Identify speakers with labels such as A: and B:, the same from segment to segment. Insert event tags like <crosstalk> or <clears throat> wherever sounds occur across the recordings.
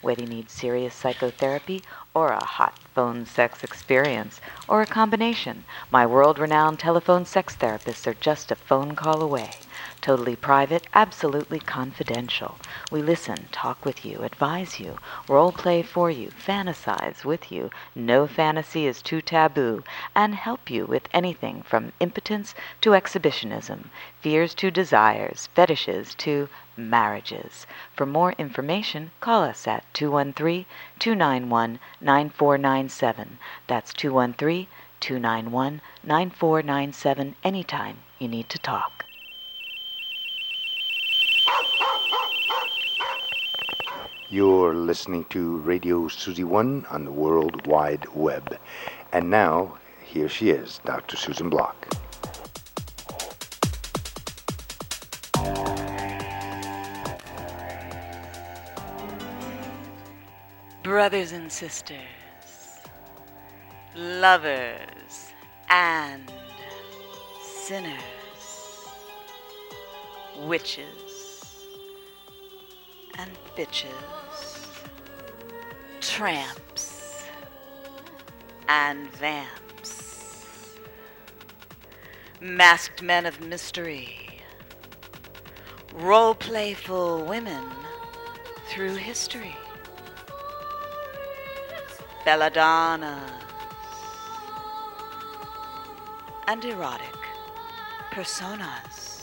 A: whether you need serious psychotherapy or a hot phone sex experience or a combination, my world renowned telephone sex therapists are just a phone call away. Totally private, absolutely confidential. We listen, talk with you, advise you, role play for you, fantasize with you. No fantasy is too taboo, and help you with anything from impotence to exhibitionism, fears to desires, fetishes to marriages. For more information, call us at 213 291 9497. That's 213 291 9497 anytime you need to talk.
B: You're listening to Radio Susie One on the World Wide Web. And now, here she is, Dr. Susan <laughs> Block.
C: Brothers and sisters, lovers and sinners, witches and bitches, tramps and vamps, masked men of mystery, role playful women through history, belladonnas, and erotic personas.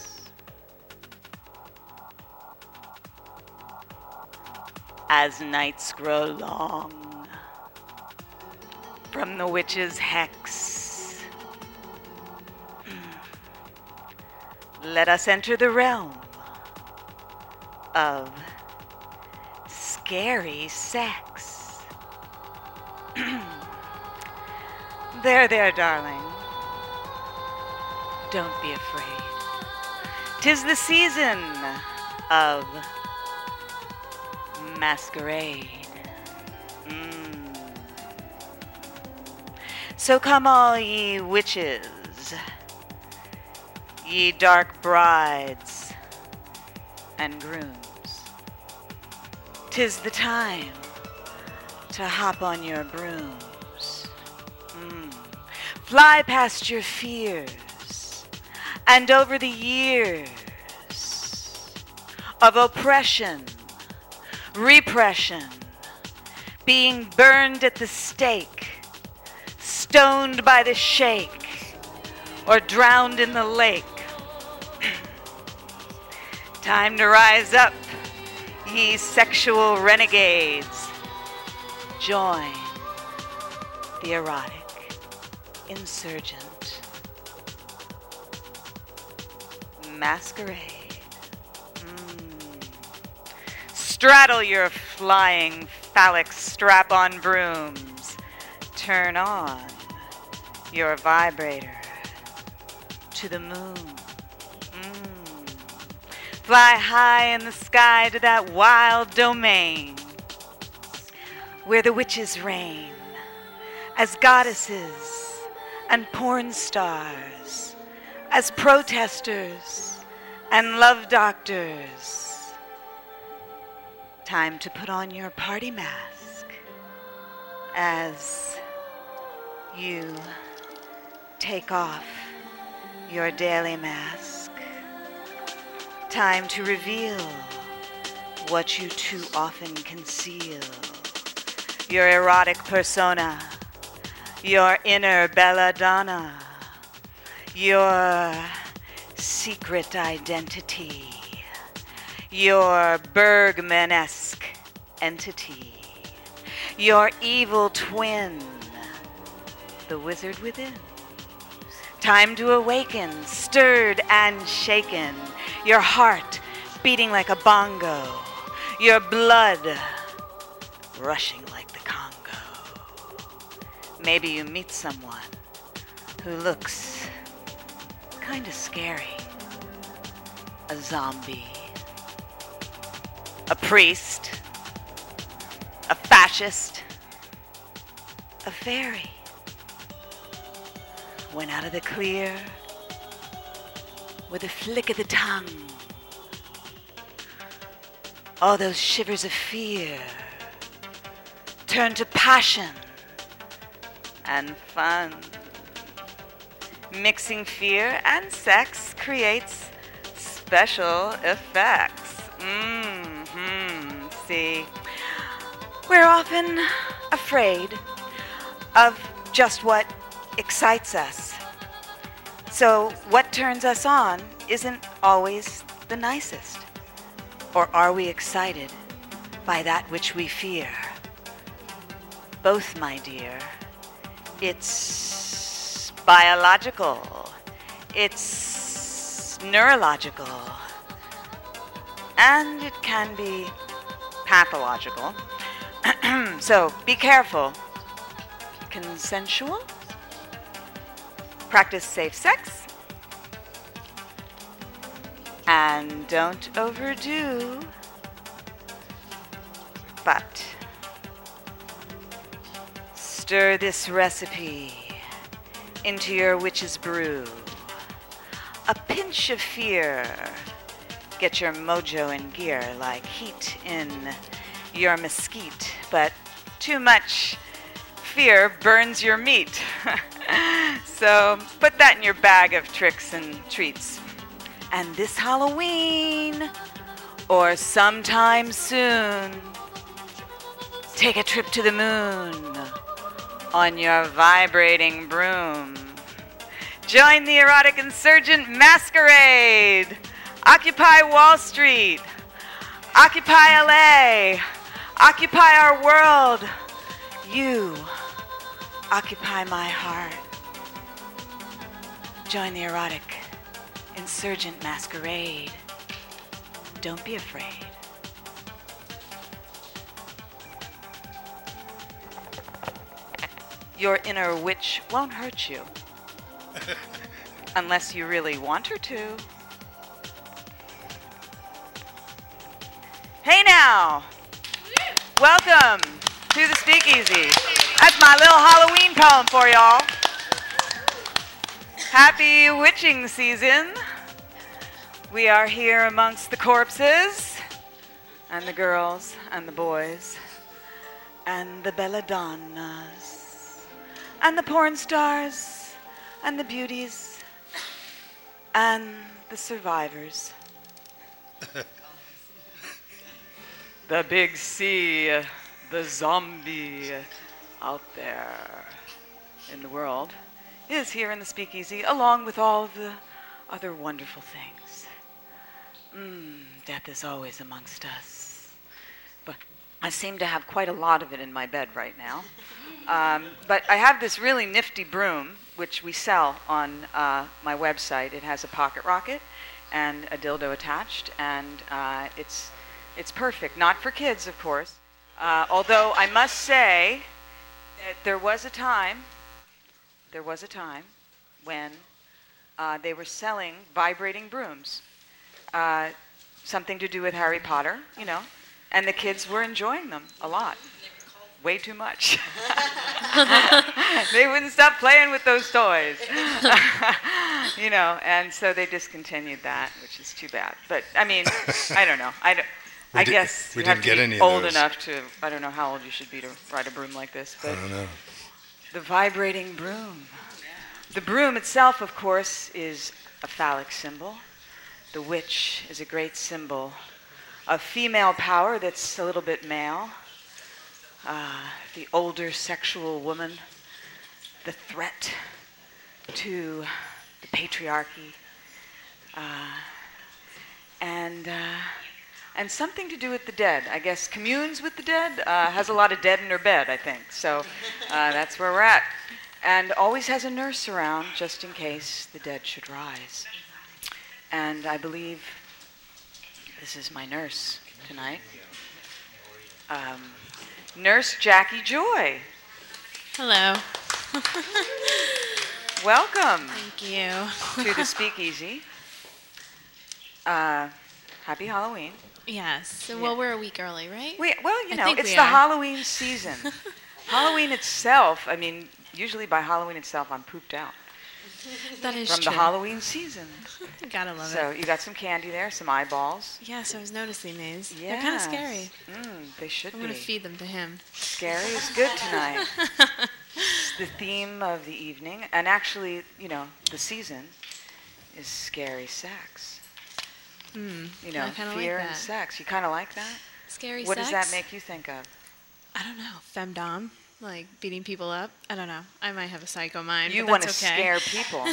C: As nights grow long, from the witch's hex, let us enter the realm of scary sex. <clears throat> there, there, darling. Don't be afraid. Tis the season of masquerade. Mm. So come, all ye witches, ye dark brides and grooms. Tis the time to hop on your brooms. Mm. Fly past your fears and over the years of oppression, repression, being burned at the stake, stoned by the shake, or drowned in the lake. <clears throat> Time to rise up, ye sexual renegades. Join the erotic insurgent masquerade. Mm. Straddle your flying phallic strap on brooms. Turn on your vibrator to the moon. Mm. Fly high in the sky to that wild domain where the witches reign as goddesses and porn stars, as protesters and love doctors. Time to put on your party mask as you take off your daily mask. Time to reveal what you too often conceal your erotic persona, your inner belladonna, your secret identity, your Bergman esque entity, your evil twin, the wizard within. Time to awaken, stirred and shaken, your heart beating like a bongo, your blood rushing like the Congo. Maybe you meet someone who looks kind of scary
D: a zombie, a priest, a fascist, a fairy. Went out of the clear with a flick of the tongue. All those shivers of fear turned to passion and fun. Mixing fear and sex creates special effects. hmm See, we're often afraid of just what excites us. So, what turns us on isn't always the nicest. Or are we excited by that which we fear? Both, my dear. It's biological, it's neurological, and it can be pathological. <clears throat> so be careful. Consensual? Practice safe sex. And don't overdo. But stir this recipe into your witch's brew. A pinch of fear. Get your mojo in gear like heat in your mesquite, but too much fear burns your meat. <laughs> so put that in your bag of tricks and treats. And this Halloween, or sometime soon, take a trip to the moon on your vibrating broom. Join the erotic insurgent masquerade. Occupy Wall Street. Occupy LA. Occupy our world. You occupy my heart. Join the erotic insurgent masquerade. Don't be afraid. your inner witch won't hurt you. Unless you really want her to. Hey now! Welcome to the Speakeasy. That's my little Halloween poem for y'all. Happy witching season. We are here amongst the corpses, and the girls, and the boys, and the belladonnas and the porn stars and the beauties and the survivors. the big C, the zombie out there in the world, is here in the speakeasy along with all the other wonderful things. Mm, death is always amongst us. But I seem to have quite a lot of it in my bed right now. Um, but I have this really nifty broom, which we sell on uh, my website. It has a pocket rocket and a dildo attached, and uh, it's, it's perfect. Not for kids, of course. Uh, although I must say that there was a time, there was a time when uh, they were selling vibrating brooms. uh, something to do with Harry Potter, you know, and the kids were enjoying them a lot way too much. <laughs> they wouldn't stop playing with those toys. <laughs> you know, and so they discontinued that, which is too bad. But I mean, I don't know. I, don't, I
E: di-
D: guess
E: we
D: you have
E: didn't
D: to
E: get
D: be
E: any of
D: old
E: those.
D: enough to I don't know how old you should be to ride a broom like this,
E: I
D: but
E: don't know.
D: the vibrating broom. The broom itself, of course, is a phallic symbol. The witch is a great symbol of female power that's a little bit male. Uh, the older sexual woman, the threat to the patriarchy, uh, and, uh, and something to do with the dead. I guess communes with the dead, uh, has a lot of dead in her bed, I think. So uh, that's where we're at. And always has a nurse around just in case the dead should rise. And I believe this is my nurse tonight. Um, nurse Jackie Joy, <laughs>
B: Hello.
D: welcome
B: Thank you.
D: to the speakeasy. uh, happy Halloween.
E: Yes. So, well,
D: Yeah.
E: we're a week early, right?
D: We, well, you
E: I
D: know,
E: think
D: it's
E: we
D: the
E: are.
D: Halloween season. Halloween itself, I mean, usually by Halloween itself, I'm pooped out
E: <laughs> that is
D: from
E: true.
D: the
E: <laughs>
D: Halloween season.
E: Gotta love
D: so
E: it.
D: you got some candy there, some eyeballs.
E: Yes, I was noticing these.
D: Yeah,
E: They're kind of scary.
D: Mm, they should
E: I'm
D: be.
E: gonna feed them to him.
D: Scary is good
E: <laughs>
D: tonight. It's the theme of the evening, and actually, you know, the season is scary sex.
E: Hmm.
D: You know,
E: I kinda like
D: fear
E: that.
D: and sex. You kind of like that?
E: Scary
D: what
E: sex.
D: does that make you think of?
E: I don't know. Femdom, like beating people up. I don't know. I might have a psycho mind.
D: you
E: want
D: wanna
E: to <laughs>
D: scare people.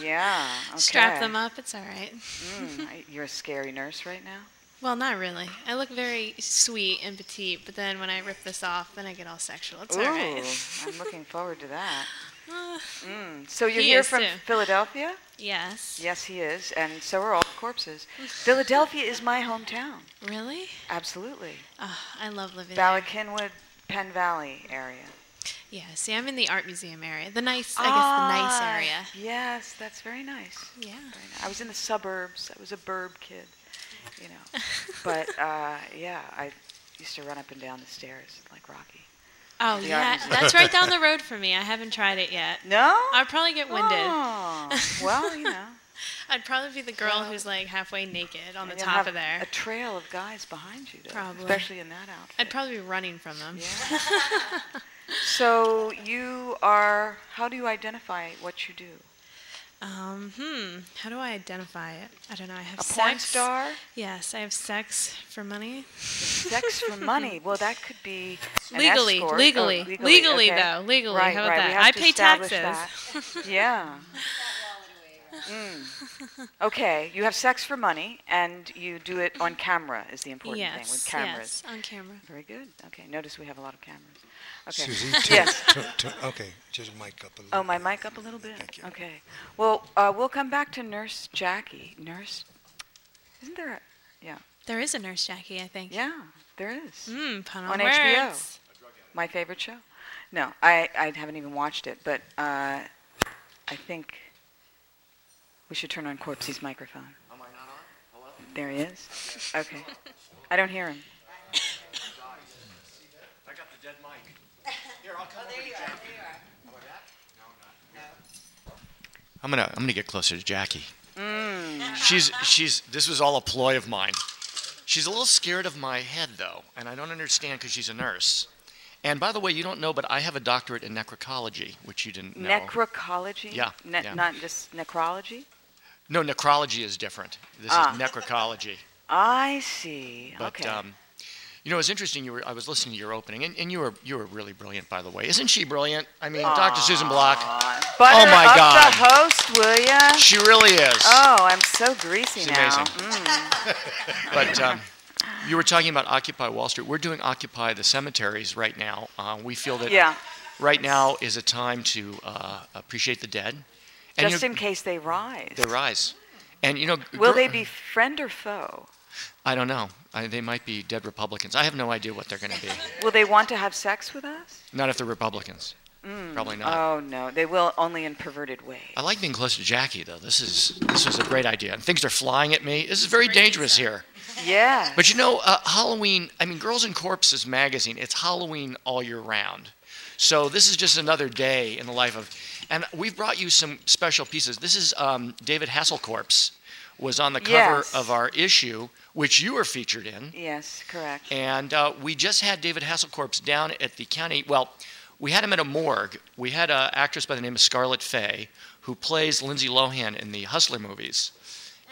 D: yeah. Okay.
E: Strap them up. It's all right.
D: Mm, I- you're a scary nurse right now.
E: Well, not really. I look very sweet and petite, but then when I rip this off, then I get all sexual. It's
D: Ooh,
E: all right. <laughs>
D: I'm looking forward to that.
E: Uh,
D: Mm. So you're
E: He
D: here
E: is
D: from
E: too.
D: Philadelphia?
E: yes.
D: Yes, he is, and so are all the corpses. Philadelphia is my hometown.
E: Really?
D: Absolutely.
E: Oh, I love living there.
D: Ballackinwood, Penn Valley area.
E: Yeah. See, I'm in the art museum area. The nice, I
D: Ah.
E: guess, the nice area.
D: Yes, that's very nice.
E: Yeah.
D: Very nice. I was in the suburbs. I was a burb kid, you know.
E: <laughs>
D: But uh, yeah, I used to run up and down the stairs like Rocky.
E: Oh
D: The art
E: yeah,
D: museum.
E: that's right
D: <laughs>
E: down the road from me. I haven't tried it yet.
D: No.
E: I'd probably get winded.
D: Oh, well, you know.
E: <laughs> I'd probably be the girl
D: Well-
E: who's like halfway naked on the
D: and you'll
E: top
D: have
E: of there.
D: A trail of guys behind you, though,
E: Probably.
D: especially in that outfit.
E: I'd probably be running from them.
D: Yeah. so you are. How do you identify what you do?
E: Um, hmm. How do I identify it? I don't know. I have
D: A
E: sex.
D: porn star.
E: Yes, I have sex for money. <laughs>
D: Sex for money. Well, that could be an
E: legally,
D: escort. Oh,
E: legally, legally,
D: okay.
E: though, legally.
D: Right,
E: how about
D: right, we
E: that?
D: have
E: I
D: to
E: pay
D: establish
E: taxes. <laughs>
D: Yeah. Mm. Okay, you have sex for money, and you do it on camera. Is the important thing
E: yes,
D: with cameras?
E: yes, on camera.
D: Very good. Okay, notice we have a lot of cameras. Okay. <laughs>
B: Susie, turn,
D: Yes.
B: turn, turn, okay, just mic up a little.
D: Oh, my mic up a little bit.
B: Thank you.
D: Okay. Well, uh, we'll come back to Nurse Jackie. Nurse, isn't there? A,
E: There is a nurse Jackie, I think.
D: yeah, there is.
E: Mm, pun on,
D: On HBO.
E: words.
D: My favorite show. No, I, I haven't even watched it, but uh, I think we should turn on Corpsey's microphone. Am I not on? Hello? There he is. Okay. I don't hear him.
F: I got the dead mic. Here, I'll come over to Jackie. I'm gonna I'm gonna get closer to Jackie. She's she's this was all a ploy of mine. She's a little scared of my head though, and I don't understand because she's a nurse. And by the way, you don't know, but I have a doctorate in necrocology, which you didn't know.
D: Necrocology?
F: Yeah,
D: Ne-
F: yeah.
D: Not just necrology?
F: no, necrology is different. This
D: Ah.
F: is necrocology.
D: <laughs> I see.
F: But
D: okay.
F: um, you know, it's interesting. You were I was listening to your opening, and, and you were you were really brilliant, by the way. Isn't she brilliant? I mean, Dr. Susan Block. Oh,
D: Butter
F: my
D: up
F: God.
D: the host, will ya?
F: She really is.
D: Oh, I'm so greasy
F: It's
D: now. Mm.
F: amazing. <laughs> But um, you were talking about Occupy Wall Street. We're doing Occupy the cemeteries right now. Uh, we feel that
D: Yeah,
F: right now is a time to uh, appreciate the dead. And
D: just
F: you
D: in case they rise.
F: they rise. And you know,
D: Will
F: gr-
D: they be friend or foe?
F: I don't know. I, they might be dead Republicans. I have no idea what they're going to be.
D: Will they want to have sex with us?
F: Not if they're Republicans. Probably not.
D: Oh no, they will only in perverted ways.
F: I like being close to Jackie though. This is this was a great idea. And things are flying at me. This is very dangerous here.
D: Yeah.
F: But you know, uh, Halloween. I mean, Girls and Corpses magazine. It's Halloween all year round. So this is just another day in the life of. And we've brought you some special pieces. This is um, David Hasselcorp's was on the cover
D: Yes.
F: of our issue, which you were featured in.
D: yes, correct.
F: And uh, we just had David Hasselcorp's down at the county. Well, we had him at a morgue. We had an actress by the name of Scarlett Fay who plays Lindsay Lohan in the Hustler movies.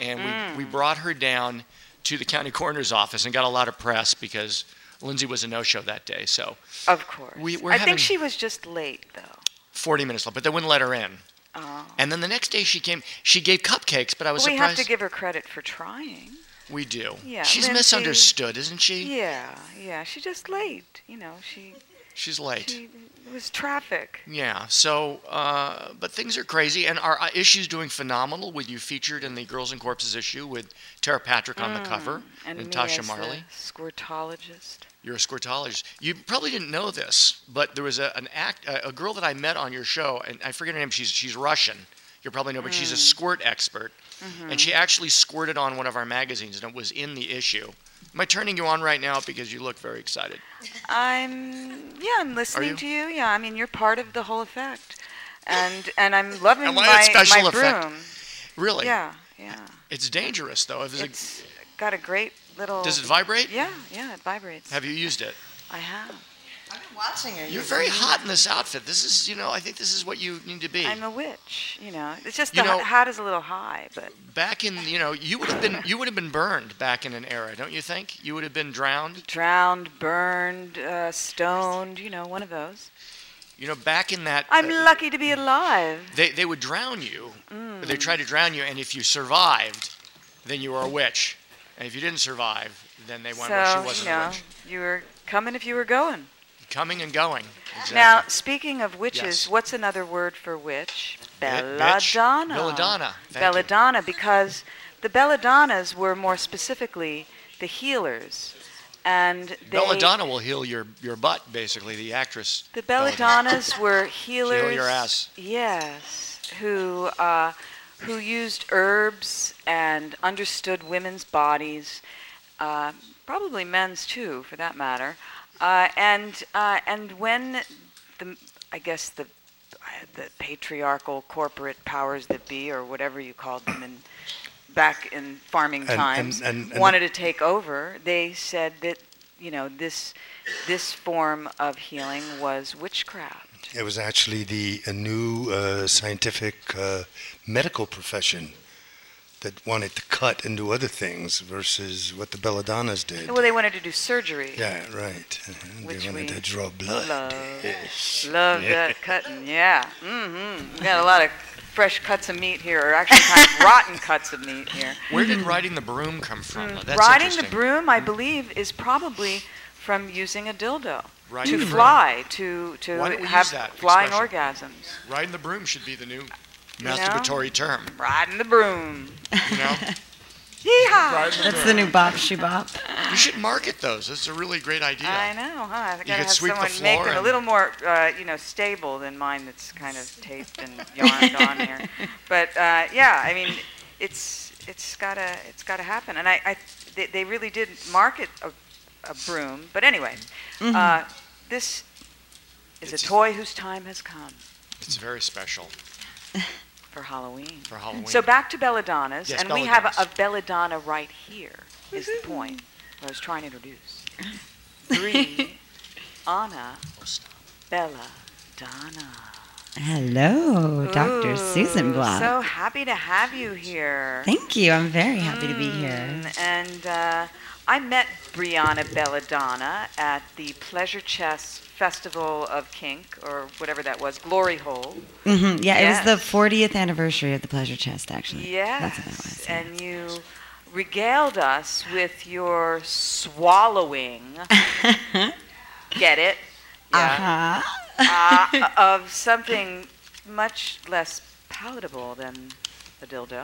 F: And
D: Mm-hmm.
F: we, we brought her down to the county coroner's office and got a lot of press because Lindsay was a no show that day. So
D: Of course.
F: we- we're
D: I
F: having-
D: think she was just late though.
F: 40 minutes left, but they wouldn't let her in.
D: Oh.
F: And then the next day she came, she gave cupcakes, but I was
D: But we have
F: surprised.
D: to give her credit for trying.
F: we do.
D: Yeah,
F: She's
D: Lindsay-
F: misunderstood, isn't she?
D: Yeah, yeah. She just late. You know, she
F: She's late.
D: she it was traffic.
F: Yeah. So, uh, but things are crazy, and our uh, issue's doing phenomenal. With you featured in the Girls and Corpses issue with Tara Patrick on the cover
D: Mm. And, me
F: Tasha
D: as the
F: Marley.
D: squirtologist.
F: You're a squirtologist. You probably didn't know this, but there was a, an act, a, a girl that I met on your show, and I forget her name. She's she's Russian. You'll probably know, but she's
D: Mm.
F: a squirt expert. And
D: Mm-hmm.
F: she actually squirted on one of our magazines, and it was in the issue. Am I turning you on right now because you look very excited?
D: I'm yeah, I'm listening
F: you?
D: to you. Yeah, I mean you're part of the whole effect, and and I'm loving
F: Am I a
D: my
F: special
D: my
F: effect?
D: broom.
F: Really?
D: Yeah, yeah.
F: It's dangerous, though. If it's a-
D: It's got a great little.
F: does it vibrate?
D: Yeah, yeah, it vibrates.
F: Have you used it?
D: I have.
G: I've been watching her.
F: You're very hot in this outfit. This is, you know, I think this is what you need to be.
D: I'm a witch, you know. It's just
F: You
D: the
F: know-
D: h hat is a little high, but
F: back in, you know, you would have been, you would have been burned back in an era, don't you think? You would have been drowned.
D: drowned, burned, uh, stoned, you know, one of those.
F: You know, back in that.
D: I'm
F: uh,
D: lucky Mm. to be alive.
F: They, they would drown you. They tried to drown you, and if you survived, then you were a witch. And if you didn't survive, then they went, well,
D: so,
F: she wasn't
D: you know,
F: a witch.
D: you were coming if you were going.
F: Coming and going. Exactly.
D: Now, speaking of witches,
F: Yes.
D: what's another word for witch?
F: Bi- bitch.
D: Belladonna.
F: Belladonna. Thank you.
D: Belladonna, because the belladonnas were more specifically the healers, and they,
F: Belladonna will heal your, your butt, basically, the actress.
D: The
F: Belladonna.
D: belladonnas were
F: <laughs>
D: healers.
F: your ass.
D: Yes, who uh, who used herbs and understood women's bodies, uh, probably men's too, for that matter. Uh, and uh, and when the I guess the the patriarchal corporate powers that be, or whatever you called them, in back in farming
B: and-
D: times,
B: and- and-
D: wanted to take over. They said that you know this this form of healing was witchcraft.
B: It was actually the a new uh, scientific uh, medical profession that wanted to cut and do other things versus what the belladonnas did.
D: Well, they wanted to do surgery.
B: yeah, right. Uh-huh.
D: Which
B: they wanted
D: we
B: to draw blood.
D: love.
B: Yes.
D: Love that cutting. Yeah. Mm-hmm. Got a lot of fresh cuts of meat here, or actually kind of <laughs> rotten cuts of meat here.
F: Where did riding the broom come from? Now, That's
D: Hmm. Riding the
F: interesting. Hmm.
D: broom, I believe, is probably from using a dildo
F: Riding
D: to
F: the broom.
D: fly, to to
F: Why don't we
D: have
F: use that
D: flying
F: expression?
D: orgasms.
F: Riding the broom should be the new
D: know?
F: masturbatory term,
D: Riding the broom.
F: you know?
D: Yeehaw!
F: Riding the
G: That's the new bop she bop.
F: broom. You should market those. That's a really great idea.
D: I know, huh? I gotta
F: could
D: have
F: sweep the
D: someone make
F: floor
D: them a
F: and-
D: little more, uh, you know, stable than mine. That's kind of taped
F: <laughs>
D: and yarned on here. But uh, yeah, I mean, it's it's gotta it's gotta happen. And I, I they, they really did market a, a broom. But anyway, uh, this is
F: Mm-hmm. It's-
D: a toy whose time has come
F: It's very special
D: for Halloween.
F: for Halloween.
D: So back to belladonnas,
F: Yes,
D: and we have a, a
F: belladonnas.
D: belladonna right here. Is the point I was trying to introduce? Three, Anna, Bella, Donna.
G: Hello, Dr. Susan
D: Ooh,
G: Block.
D: So happy to have you here.
G: Thank you. I'm very happy to be here.
D: Mm, And uh, I met Brianna Belladonna at the Pleasure Chess Festival of Kink, or whatever that was, Glory Hole.
G: hmm Yeah,
D: Yes.
G: it was the 40th anniversary of the Pleasure Chest, actually. That's what that
D: Yes,
G: was.
D: and you regaled us with your swallowing.
G: <laughs>
D: get it?
G: Uh-huh.
D: Uh, of something much less palatable than a dildo.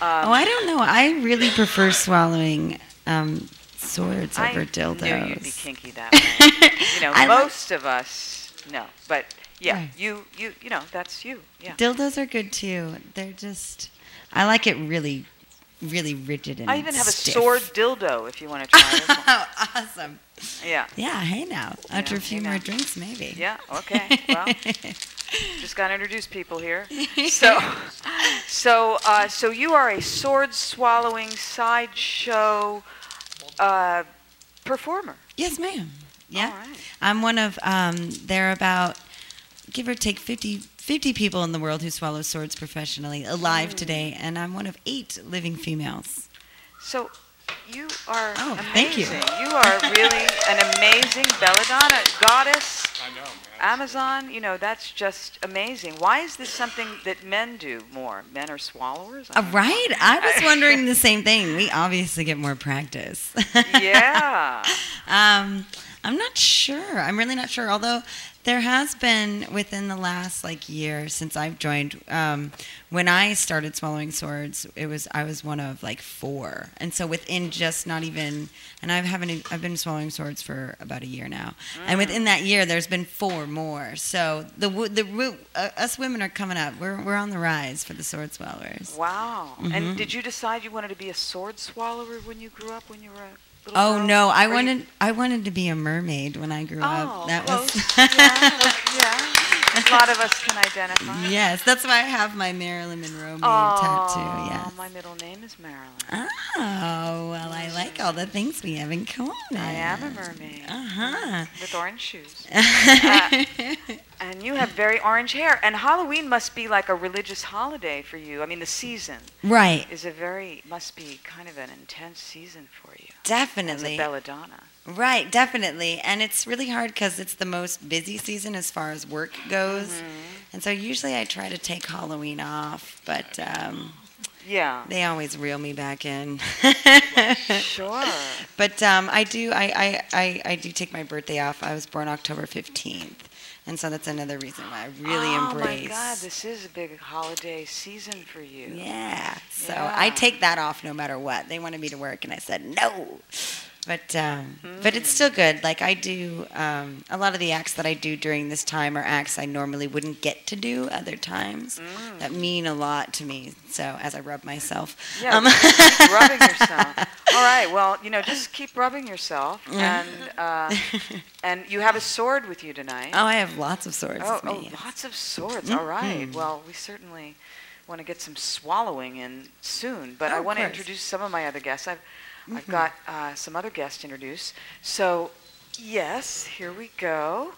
D: Um,
G: Oh, I don't know. I really prefer swallowing um, swords
D: I
G: over
D: knew you'd be
G: dildos.
D: kinky
G: <laughs>
D: that way. you know,
G: I like-
D: most of us no, but yeah,
G: Right.
D: you you you know that's you. Yeah.
G: Dildos are good too. They're just, I like it really, really rigid and
D: I even have a
G: stiff.
D: sword dildo if you want to try this one.
G: oh, <laughs> awesome.
D: Yeah.
G: Yeah, hey now. After
D: Yeah,
G: a few
D: hey
G: more
D: now.
G: drinks, maybe.
D: Yeah, okay.
G: <laughs>
D: Well, just got to introduce people here. So, so, uh, so you are a sword swallowing sideshow uh, performer.
G: Yes, ma'am. Yeah.
D: All right.
G: I'm one of, um, there are about, give or take 50, 50 people in the world who swallow swords professionally alive
D: Mm.
G: today, and I'm one of eight living females.
D: So, you are
G: Oh,
D: amazing.
G: thank you.
D: You are really an amazing belladonna goddess. I know. Amazon, you know, that's just amazing. Why is this something that men do more? Men are swallowers? I
G: Uh,
D: don't know.
G: right? I was wondering <laughs>
D: <laughs>
G: the same thing. We obviously get more practice.
D: yeah.
G: Um,
H: I'm not sure. I'm really not sure. Although there has been within the last like year since I've joined, um, when I started swallowing swords, it was I was one of like four, and so within just not even, and I haven't I've been swallowing swords for about a year now, and
D: Mm.
H: within that year there's been four more. So the wo- the wo- uh, us women are coming up. We're we're on the rise for the sword swallowers. Mm-hmm.
D: Wow. And did you decide you wanted to be a sword swallower when you grew up, when you were a little
H: Oh
D: girl?
H: no! I
D: Or you-
H: wanted I wanted to be a mermaid when I grew
D: Oh,
H: up. That
D: close.
H: was. <laughs>
D: yeah, yeah. A lot of us can identify.
H: Yes, that's why I have my Marilyn Monroe maid tattoo. Yes.
D: Oh, my middle name is Marilyn.
H: Oh, well, I like all the things we have in common.
D: I am a mermaid
H: Uh huh.
D: with
H: <laughs>
D: orange shoes. Uh, and you have very orange hair. And Halloween must be like a religious holiday for you. I mean, the season
H: Right,
D: is a very, must be kind of an intense season for you. As a
H: definitely.
D: belladonna.
H: Right, definitely. And it's really hard because it's the most busy season as far as work goes.
D: Mm-hmm.
H: And so usually I try to take Halloween off, but um,
D: Yeah,
H: they always reel me back in. <laughs>
D: sure.
H: But um, I do, I, I, I, I do take my birthday off. I was born October 15th. And so that's another reason why I really
D: oh
H: embrace.
D: my God, this is a big holiday season for you.
H: Yeah. So
D: Yeah.
H: I take that off no matter what. They wanted me to work, and I said no. But um, but it's still good. Like I do um, a lot of the acts that I do during this time are acts I normally wouldn't get to do other times
D: Mm.
H: that mean a lot to me. So as I rub myself,
D: Yeah,
H: Um,
D: keep rubbing
H: <laughs>
D: yourself. All right. Well, you know, just keep rubbing yourself,
H: Mm-hmm.
D: and uh, and you have a sword with you tonight.
H: oh, I have lots of swords.
D: oh,
H: with
D: oh,
H: me. Mm-hmm.
D: lots of swords. All right. Well, we certainly want to get some swallowing in soon, but
H: Oh,
D: I
H: of
D: want to
H: course.
D: introduce some of my other guests. I've I've got uh, some other guests to introduce. So, yes, here we go.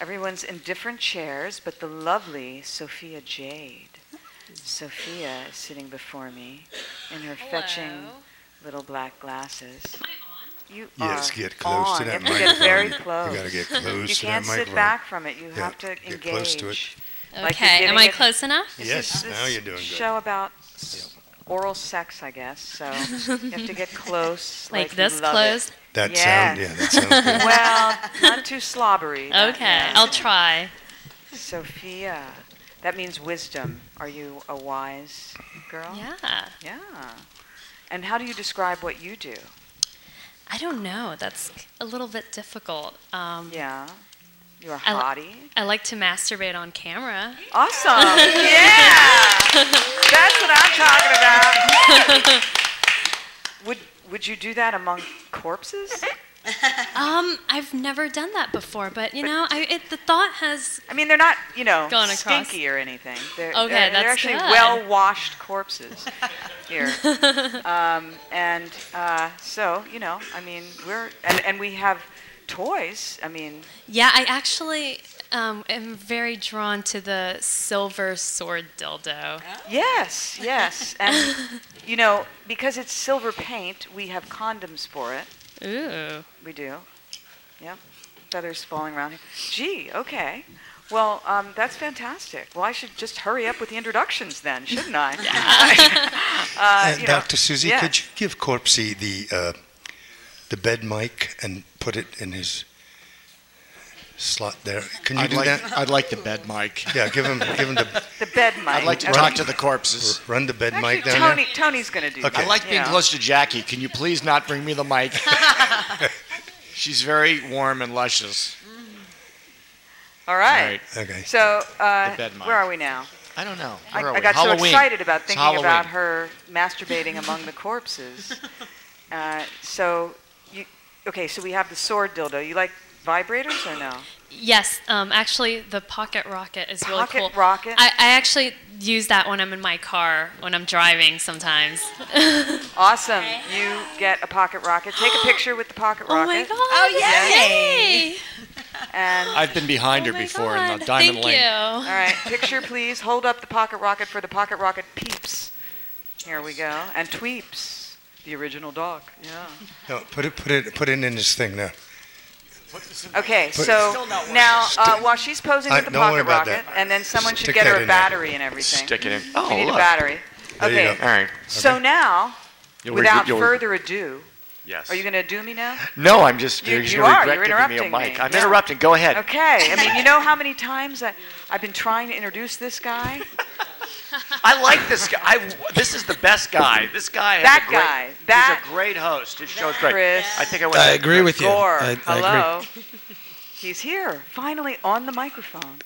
D: Everyone's in different chairs, but the lovely Sophia Jade. Sophia is sitting before me in her fetching little black glasses. You
B: Yes,
D: are
B: get close
D: on.
B: to that
D: you have to get very
B: microphone.
D: close.
B: You gotta get close
D: You
B: to that
D: can't sit
B: microphone.
D: back from it. You
B: Yeah,
D: have to engage.
B: get close to it.
D: Like you're
I: Okay, am
D: getting
I: I
D: it-
I: close enough?
D: This
B: Yes,
D: is- this
B: now you're doing good.
D: Show about s- oral sex, I guess. So you have to get close.
I: <laughs> Like
D: you
I: this
D: love
I: close?
D: It.
B: That
D: Yes.
B: sound, yeah, that sounds good.
D: <laughs> Well, not too slobbery. not-
I: Okay,
D: yeah.
I: I'll try.
D: Sophia, that means wisdom. Are you a wise girl?
I: Yeah.
D: Yeah. And how do you describe what you do?
I: I don't know. That's a little bit difficult. Um,
D: Yeah. You're
I: I li-
D: hottie.
I: I like to masturbate on camera.
D: Awesome.
I: <laughs>
D: Yeah. That's what I'm talking about. Would would you do that among corpses?
I: Um, I've never done that before, but you know, I, it, the thought has.
D: I mean, they're not, you know,
I: Going across.
D: stinky or anything. They're,
I: Okay,
D: they're,
I: that's
D: they're actually
I: good.
D: well-washed corpses
I: <laughs>
D: here. um, and uh, so, you know, I mean, we're and, and we have toys. I mean,
I: Yeah, I actually um, am very drawn to the silver sword dildo.
D: yes, yes, and you know, because it's silver paint, we have condoms for it.
I: Ooh.
D: We do. Yep. Feathers falling around here. Gee, okay. Well, um, that's fantastic. Well, I should just hurry up with the introductions then, shouldn't I? <laughs> uh,
B: Uh,
D: you know,
B: Dr. Susie,
D: yeah.
B: could you give Corpsey the uh, the bed mic and put it in his slot there? Can you
F: I'd
B: do
F: like,
B: that?
F: I'd like the bed mic.
B: <laughs> Yeah, give him give him
D: <laughs>
B: the
D: the bed mic.
F: I'd like to
D: Okay.
F: talk to the corpses.
B: run the bed
D: Actually,
B: mic down
D: Tony, Tony's going to do
B: Okay.
D: that.
F: I like being
D: yeah.
F: close to Jackie. Can you please not bring me the mic?
D: <laughs>
F: She's very warm and luscious.
D: All right.
B: there. Okay.
D: So, uh,
F: The bed mic.
D: where are we now?
F: I don't know.
D: I,
F: Where are
D: I
F: we?
D: got
F: Halloween.
D: so excited about
F: It's
D: thinking about
F: Halloween.
D: her masturbating among the corpses.
F: <laughs>
D: Uh, so, you, okay, so we have the sword dildo. You like vibrators or no?
I: Yes, um, actually, the pocket rocket is really
D: Pocket
I: cool.
D: rocket?
I: I, I actually use that when I'm in my car when I'm driving sometimes. <laughs>
D: Awesome. You get a pocket rocket. Take a picture with the pocket
I: <gasps> Oh
D: rocket.
I: my god!
H: Oh, yay!
I: Yay!
D: And
F: I've been behind
I: Oh
F: her
I: my
F: before in the
I: God,
F: Diamond
I: Thank
F: Lane.
I: you.
D: all right, picture please. Hold up the pocket rocket for the pocket rocket peeps. Here we go. And Tweeps, the original dog. Yeah.
B: No, put it put it put it in his thing now.
D: Okay,
B: But-
D: so now uh,
B: Stick-
D: while she's posing
B: I-
D: with the
B: don't worry
D: pocket
B: about
D: rocket,
B: that.
D: and then someone should
B: Stick
D: get
B: that
D: her a
B: in there.
D: battery and everything.
F: Stick it in.
D: We
F: Oh,
D: need a
F: look.
D: battery.
B: There you
D: Okay.
B: go.
F: All right.
D: So now,
F: You'll
D: without
F: regret- you'll-
D: further ado,
F: Yes.
D: Are you going to do me now?
F: No, I'm just.
D: You-
F: You're,
D: you
F: gonna
D: are.
F: regret
D: You're
F: giving me a
D: interrupting
F: mic.
D: me.
F: I'm
D: Yeah.
F: interrupting. Go ahead.
D: Okay. I mean, you know how many times I, I've been trying to introduce this guy?
F: I like this guy. I, this is the best guy. This guy. has
D: That
F: a great,
D: guy. That-
F: He's a great host. His show's great.
D: Chris.
F: I think I went.
J: I agree with you.
D: Gore.
J: I, I agree.
D: Hello. He's here, finally on the microphone.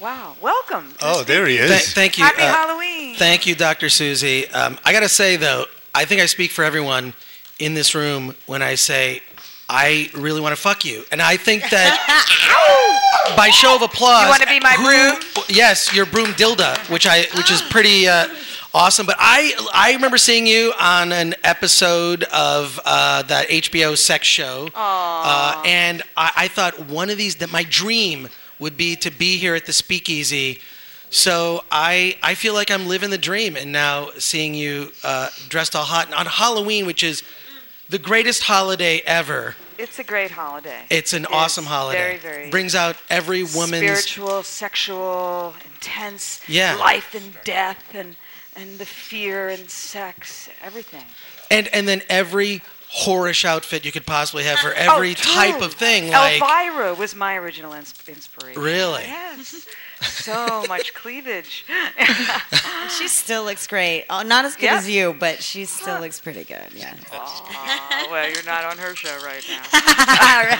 D: Wow. Welcome.
B: Oh, there he
J: Th-
B: is.
J: thank you.
D: Happy
J: uh,
D: Halloween.
J: Thank you, Dr. Susie. Um, I got to say, though, I think I speak for everyone in this room when I say, I really want to fuck you. And I think that by show of applause.
D: You wanna be my
J: who-
D: broom?
J: Yes, your broom dilda, which I which is pretty uh, awesome. But I I remember seeing you on an episode of uh, that HBO sex show. Uh, and I, I thought one of these that my dream would be to be here at the speakeasy. So I I feel like I'm living the dream, and now seeing you uh, dressed all hot and on Halloween, which is the greatest holiday ever.
D: it's a great holiday.
J: It's an
D: It is
J: awesome holiday.
D: Very, very.
J: Brings out every woman's
D: spiritual, sexual, intense
J: Yeah.
D: life and death and and the fear and sex, everything.
J: and and then every whorish outfit you could possibly have for every
D: Oh,
J: type
D: true.
J: of thing. Like
D: Elvira was my original ins- inspiration.
J: Really? <laughs>
D: Yes. So much cleavage. <laughs>
I: Ah.
H: She still looks great. Oh, not as good
D: Yeah.
H: as you, but she still looks pretty good. Yeah.
D: <laughs> Aw, well, you're not on her show right
J: <laughs>
D: now.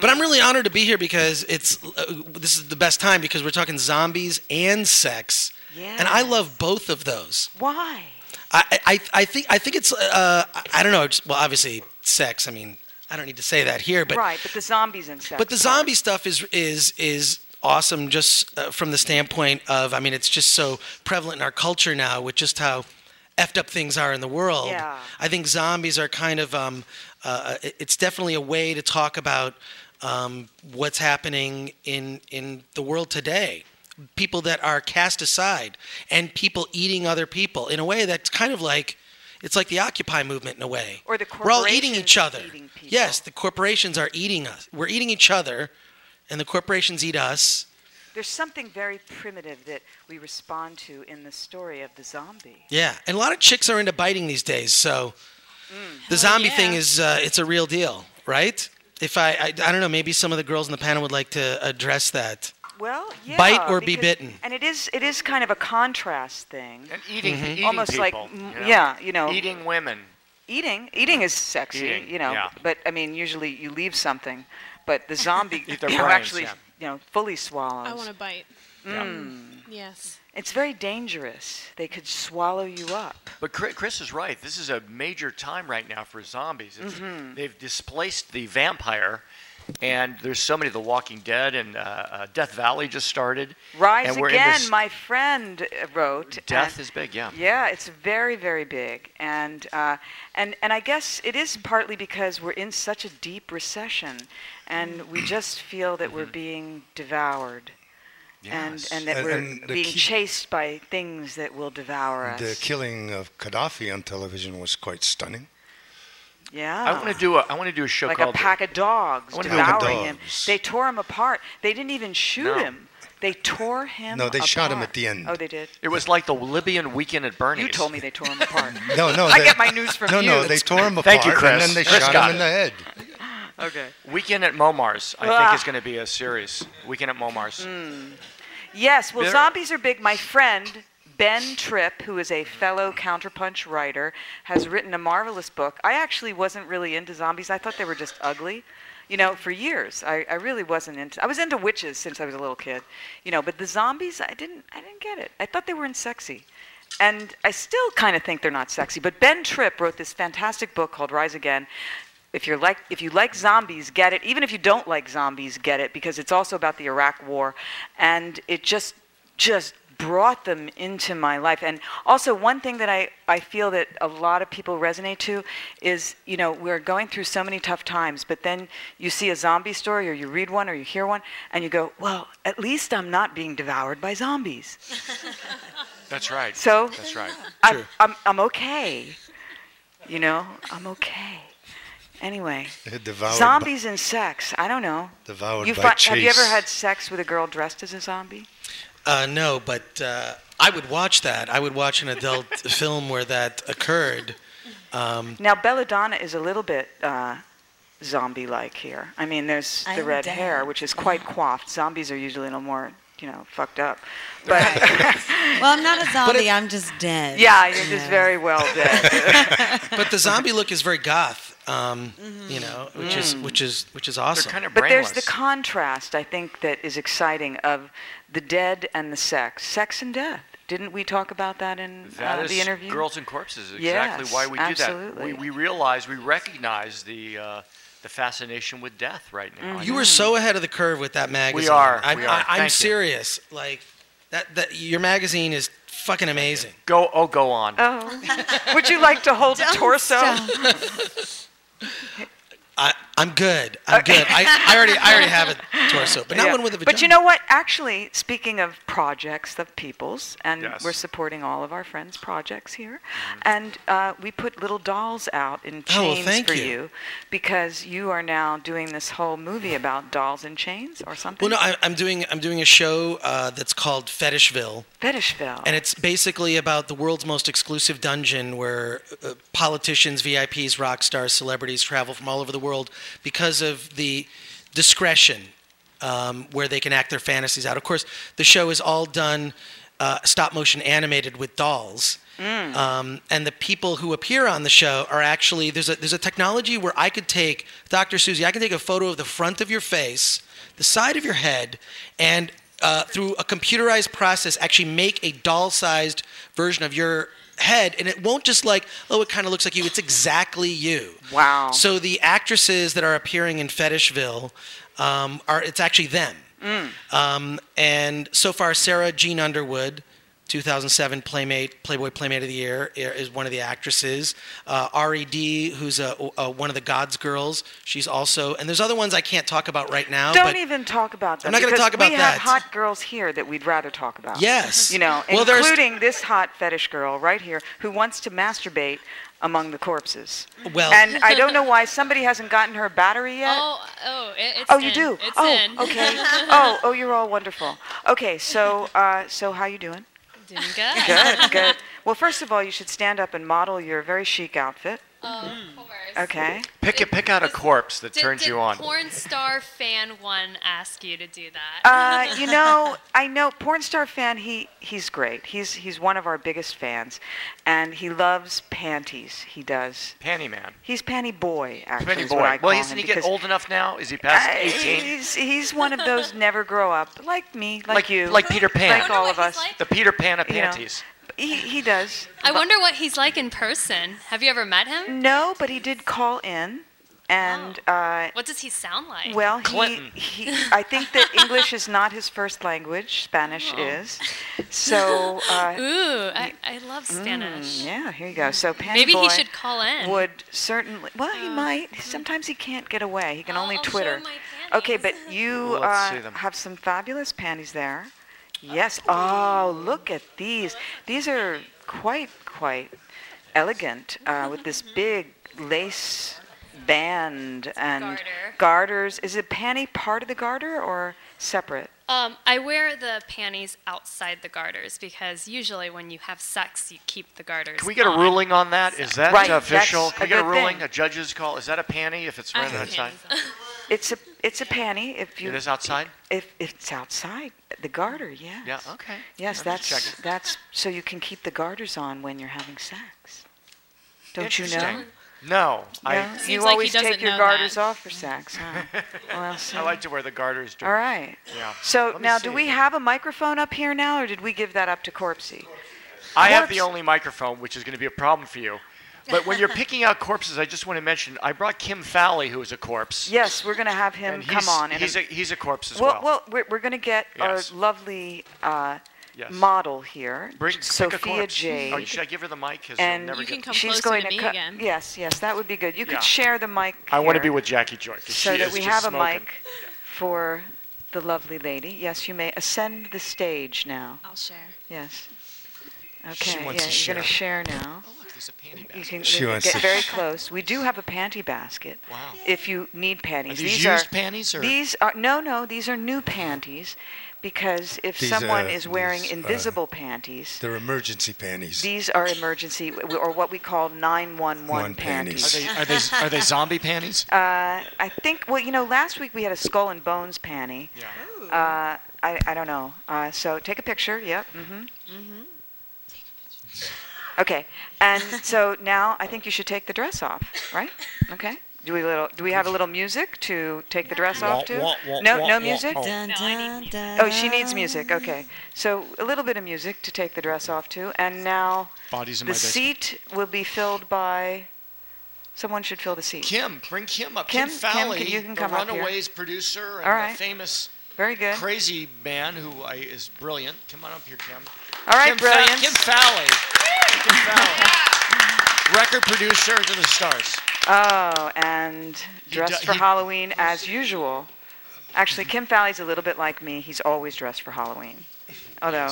J: But I'm really honored to be here because it's uh, this is the best time because we're talking zombies and sex, and I
D: Yes.
J: love both of those.
D: Why?
J: I I, I think I think it's uh, I- I don't know. It's, well, obviously sex. I mean, I don't need to say that here, but
D: right, but the zombies and sex.
J: but the
D: part.
J: zombie stuff is is is awesome just uh, from the standpoint of I mean, it's just so prevalent in our culture now with just how effed up things are in the world.
D: Yeah.
J: I think zombies are kind of um, uh, it- it's definitely a way to talk about um, what's happening in in the world today. People that are cast aside and people eating other people in a way that's kind of like it's like the Occupy movement in a way.
D: Or the
J: we're all eating
D: corporations
J: each other.
D: eating people.
J: yes, the corporations are eating us. We're eating each other, and the corporations eat us.
D: There's something very primitive that we respond to in the story of the zombie.
J: Yeah, and a lot of chicks are into biting these days. So
D: Mm.
J: the zombie thing is uh, it's a real deal, right? If I, I I don't know, maybe some of the girls in the panel would like to address that.
D: Well, yeah.
J: Bite or be
D: because-
J: bitten.
D: And it is it is kind of a contrast thing.
F: And eating,
J: Mm-hmm.
F: eating
D: Almost
F: people,
D: like
F: you
D: mm,
F: know.
D: yeah, you know,
F: Eating women.
D: eating eating is sexy,
F: Eating,
D: you know.
F: yeah.
D: But I mean, usually you leave something, but the zombie
F: <laughs>
D: <laughs>
F: Eat their
D: you
F: brains,
D: actually
F: yeah.
D: you know fully swallows.
E: I want to bite.
D: Mm.
E: Yes.
D: It's very dangerous. They could swallow you up.
F: But Chri- Chris is right. This is a major time right now for zombies. It's,
D: Mm-hmm.
F: They've displaced the vampire, and there's so many. The Walking Dead and uh, uh, Death Valley just started.
D: Rise
F: and we're
D: again,
F: in this,
D: my friend uh, wrote.
F: Death
D: and-
F: is big, yeah.
D: Yeah, it's very, very big, and uh, and and I guess it is partly because we're in such a deep recession, and
F: <clears throat>
D: we just feel that we're being devoured,
F: Mm-hmm. Yes.
D: and and that
B: And-
D: we're
B: and the
D: being
B: key-
D: chased by things that will devour us.
B: The killing of Gaddafi on television was quite stunning.
D: yeah.
F: I want to do a. I want to do a show
D: Ah. like a
F: called.
D: pack of dogs
F: I wanna do like a
D: devouring him.
B: dogs.
D: They tore him apart. They didn't even shoot
F: No.
D: him. They tore him.
B: No, they shot him
D: apart.
B: at the end.
D: Oh, they did.
F: it was like the Libyan weekend at Bernie's.
D: You told me they tore him apart.
B: <laughs> No, no.
D: I
B: they-
D: get my news from
B: no,
D: you.
B: No, they tore him apart
F: Thank you,
B: and
F: Chris.
B: then they
F: Chris
B: shot
F: got
B: him in
F: it.
B: the head.
D: okay.
F: Weekend at Momars. I
D: Ah. Hmm.
F: think is going to be a series. Weekend at Momars.
D: Yes, well,
F: There-
D: zombies are big. My friend Ben Tripp, who is a fellow counterpunch writer, has written a marvelous book. I actually wasn't really into zombies. I thought they were just ugly. You know, for years, I, I really wasn't into. I was into witches since I was a little kid, you know. But the zombies, I didn't, I didn't get it. I thought they were unsexy, and I still kind of think they're not sexy. But Ben Tripp wrote this fantastic book called Rise Again, if you're like if you like zombies get it even if you don't like zombies get it because it's also about the iraq war and it just just brought them into my life and also one thing that i i feel that a lot of people resonate to is you know we're going through so many tough times but then you see a zombie story or you read one or you hear one and you go well at least i'm not being devoured by zombies
F: That's right.
D: so
F: That's right.
D: I'm, I'm, I'm okay you know i'm okay anyway
B: Devoured
D: Zombies and sex. I don't know.
B: By, devoured
D: You
B: by
D: fi-
B: chase.
D: have you ever had sex with a girl dressed as a zombie?
J: Uh, no, <laughs> but uh, I would watch that. I would watch an adult film where that occurred. Um,
D: Now Belladonna is a little bit uh, zombie-like here. I mean, there's the
H: I'm
D: red
H: dead.
D: hair, which is quite coiffed. Zombies are usually a little more, you know, fucked up. But <laughs>
G: well, I'm not a zombie. I'm just dead.
D: yeah, you're just very well dead.
J: <laughs> but the zombie look is very goth, um, you know, which is
D: Mm.
J: which is which is awesome.
F: kind of
D: But there's the contrast, I think, that is exciting of the dead and the sex, sex and death. Didn't we talk about that in
F: That
D: uh,
F: is
D: the interview?
F: Girls and Corpses is exactly
D: Yes,
F: why we do
D: absolutely.
F: that. We, we realize, we recognize the, uh, the fascination with death right
D: Mm-hmm.
F: now.
J: you were so ahead of the curve with that magazine.
F: are,
J: I,
F: we are.
J: I, am
F: Thank you.
J: serious. Like that, that your magazine is fucking amazing.
F: Go oh go on.
D: Oh, would you like to hold the torso?
F: <laughs>
J: I, I'm good. I'm good. I, I already I already have
D: <laughs>
J: a torso, but not
D: Yeah.
J: one with a vagina.
D: But you know what? Actually, speaking of projects of people's, and
F: Yes.
D: we're supporting all of our friends' projects here, and uh, we put little dolls out in
J: Oh, well,
D: chains
J: thank
D: for
J: you.
D: you. because you are now doing this whole movie about dolls in chains or something.
J: Well, no, I, I'm doing I'm doing a show uh, that's called Fetishville,
D: Fetishville.
J: and it's basically about the world's most exclusive dungeon where uh, politicians, VIPs, rock stars, celebrities travel from all over the world because of the discretion um, where they can act their fantasies out. Of course, the show is all done uh, stop motion animated with dolls.
K: Mm.
J: Um, and the people who appear on the show are actually there's a there's a technology where I could take Dr. Susie, I can take a photo of the front of your face, the side of your head, and uh, through a computerized process, actually make a doll-sized version of your head, and it won't just like oh, it kind of looks like you. It's exactly you.
D: wow.
J: So the actresses that are appearing in Fetishville um, are it's actually them. Um, and so far, Sarah Jean Underwood, 2007 Playmate Playboy Playmate of the Year, i- is one of the actresses. Uh, R.E.D., who's a, a, one of the God's girls, she's also. And there's other ones I can't talk about right now.
D: Don't e-,
J: but
D: even talk about that.
J: I'm not gonna
D: because
J: talk about
D: we
J: that.
D: have hot girls here that we'd rather talk about.
J: Yes.
D: You know,
J: Well, there's-
D: including this hot fetish girl right here who wants to masturbate among the corpses.
J: Well-
D: and I don't know why somebody hasn't gotten her battery yet.
I: Oh, oh, it, it's
D: Oh, you
I: in.
D: do.
I: It's
D: oh,
I: in. <laughs>
D: okay. oh, oh, you're all wonderful. Okay, so, uh, so how you doing?
I: Doing good.
D: Good, good. Well, first of all, you should stand up and model your very chic outfit.
I: Oh, of course.
D: Okay.
F: Pick a, pick out a corpse that
I: Did,
F: turns
I: did
F: you on.
I: porn star fan one ask you to do that?
D: Uh,
I: <laughs>
D: you know, I know porn star fan. He he's great. He's he's one of our biggest fans, and he loves panties. He does.
F: Panty man.
D: He's panty boy. Actually,
F: Panty
D: is what I
F: boy. Well,
D: call
F: isn't
D: him
F: he getting
D: because,
F: old enough now? Is he past
D: uh,
F: 18?
D: he's he's one of
I: <laughs>
D: those never grow up, like me, like,
F: Like-
D: you,
F: like Peter Pan.
D: like
I: I wonder
D: all
I: what
D: of
I: he's
D: us.
I: like.
F: The Peter Pan of
D: You know.
F: panties.
D: He he does.
I: I wonder what he's like in person. Have you ever met him?
D: No, but he did call in, and uh,
I: What does Oh, he sound like?
D: Well,
F: Clinton.
D: He, he, I think that English is not his first language. Spanish is. So, uh,
I: Oh. <laughs> Ooh, I, I love Spanish.
D: mm, yeah, here you go. So, Penny
I: Maybe
D: Boy
I: he should call in.
D: would certainly. Well, he might. Sometimes he can't get away. He can
I: I'll-
D: only
I: I'll Oh, show
D: Twitter.
I: him my
D: Okay, but
I: panties.
D: you
F: Well, let's see
D: uh,
F: them.
D: have some fabulous panties there. Yes. Oh, look at these. These are quite quite elegant uh, with this
I: Mm-hmm.
D: big lace band and
I: garter.
D: garters. Is a panty part of the garter or separate?
I: Um, I wear the panties outside the garters because usually when you have sex, you keep the garters.
F: Can we get a
I: on.
F: ruling on that? Is that
D: Right,
F: official?
D: that's
F: Can we
D: a
F: get a
D: good
F: ruling?
D: thing.
F: A judge's call? Is that a panty if it's
I: I
F: right
I: have
F: outside?
I: panties
E: <laughs>
D: It's a it's a panty if you
F: It is outside?
D: if, if it's outside the garter. Yes.
F: Yeah, okay.
D: Yes,
F: I'm just
D: that's
F: checking.
D: that's so you can keep the garters on when you're having sex. Don't you know?
F: Interesting. No. <laughs>
D: Yeah?
F: I,
D: you
E: Seems like he
D: always
E: doesn't
D: take your
E: know
D: garters
E: that.
D: off
F: Mm.
D: for sex, huh?
F: <laughs>
D: well,
F: I
D: so-
F: like to wear the garters.
D: all right.
F: Yeah.
D: So
F: Oh, Let me
D: now,
F: see
D: do we
F: again.
D: have a microphone up here now, or did we give that up to Corpsey?
F: I have the
D: Corpse.
F: only microphone, which is going to be a problem for you. But
D: <laughs>
F: when you're picking out corpses, I just want to mention I brought Kim Fowley, who is a corpse.
D: Yes, we're going to have him
F: and
D: come
F: he's-
D: on. in a-
F: He's a, he's a corpse as
D: well,
F: well.
D: well, we're, we're going to get
F: Yes.
D: our lovely uh,
F: Yes.
D: model here,
F: Bring, pick a
D: Sophia
F: corpse. Oh,
D: Jade.
F: should I give her the mic? 'Cause you'll
D: and
F: never
E: You
F: get-
E: can come
D: she's
E: closer
D: going
E: to me
D: co-
E: again.
D: Yes, yes, that would be good. You
F: Yeah.
D: could share the mic.
F: I want to be
D: here.
F: with Jackie Joy. 'cause
D: so
F: she
D: that
F: is
D: we
F: just
D: have a
F: smoking.
D: mic for the lovely lady. Yes, you may ascend the stage now.
E: I'll share.
D: Yes. Okay.
J: wants
D: yeah,
J: to
D: you're gonna share now.
F: Oh, look, there's a panty
D: You
F: basket.
D: can
B: She
D: you can
B: wants
D: get
B: to-
D: very close. We do have a panty basket.
F: Wow.
D: If you need panties,
F: these
D: are
F: used panties or-
D: these are no, no. These are new panties. because if
B: These,
D: someone
B: uh,
D: is wearing
B: these, uh,
D: invisible panties,
B: They're emergency panties.
D: these are emergency or what we call 911
B: One
D: panties.
B: panties.
F: Are they are
D: <laughs>
F: they zombie panties?
D: Uh, I think. Well, you know, last week we had a skull and bones panty.
F: Yeah.
D: Uh, I, I don't know. Uh, so take a picture. Yep. Mm-hmm.
H: Mm-hmm.
D: Okay. And so now I think you should take the dress off, right? Okay. Do we little? Do we have a little music to take the dress off to?
H: Wah, wah,
D: no,
H: wah,
D: no
H: wah.
D: music.
H: Oh. Dun, No, I need dun, music. dun.
D: Oh, she needs music. Okay. So a little bit of music to take the dress off to, and now
F: Bodies in
D: the
F: my basement.
D: seat will be filled by. Someone should fill the seat.
F: Kim, bring Kim up. Kim,
D: Kim, Kim, can-
F: Fowley,
D: you can
F: the
D: come up here.
F: Runaways producer and
D: All right.
F: the famous
D: Very good.
F: crazy man who I, is brilliant. Come on up here, Kim.
D: All right,
F: Kim Fa-
D: brilliant.
F: Kim Fowley. Kim Fowley. Record producer to the stars.
D: Oh, and dressed
F: do-
D: for
F: he-
D: Halloween as usual. Actually, Kim Fowley's a little bit like me. He's always dressed for Halloween, although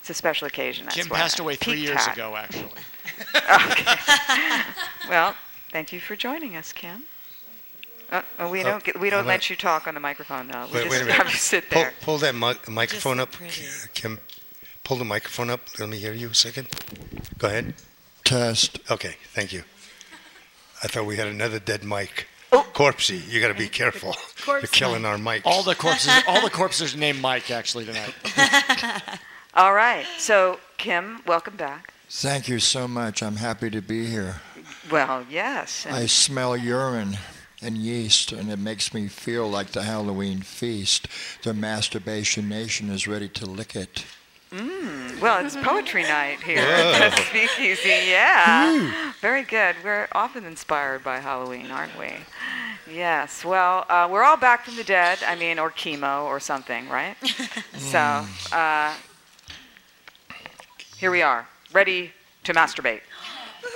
D: it's a special occasion. That's
F: Kim
D: why
F: passed
D: I
F: away three
D: peaked
F: years
D: hat.
F: ago, actually.
D: <laughs> Okay. well, thank you for joining us, Kim. Uh, uh, we
B: Oh,
D: don't get, we
B: hold
D: don't
B: on.
D: let you talk on the microphone though. We
B: Wait,
D: just
B: wait a
D: have
B: minute.
D: you sit
B: Pull-
D: there.
B: Pull, that mi- microphone
D: look
B: up, Kim. Pull the microphone up. Let me hear you a second. Go ahead. Test. Okay, thank you. I thought we had another dead mic.
D: Oh.
B: Corpsey, you got to be careful. You're
F: corpse
B: killing
F: mic.
B: our mics.
F: All the corpses, all the corpses named Mike actually tonight.
D: All right. So, Kim, welcome back.
L: Thank you so much. I'm happy to be here.
D: Well, yes. and-
L: I smell urine and yeast, and it makes me feel like the Halloween feast. The masturbation nation is ready to lick it.
D: Mm, well, it's poetry night here
L: Yeah.
D: at the Speakeasy. Yeah, very good. We're often inspired by Halloween, aren't we? Yes. Well, uh, we're all back from the dead. I mean, or chemo or something, right? so uh, here we are, ready to
I: <laughs>
D: masturbate.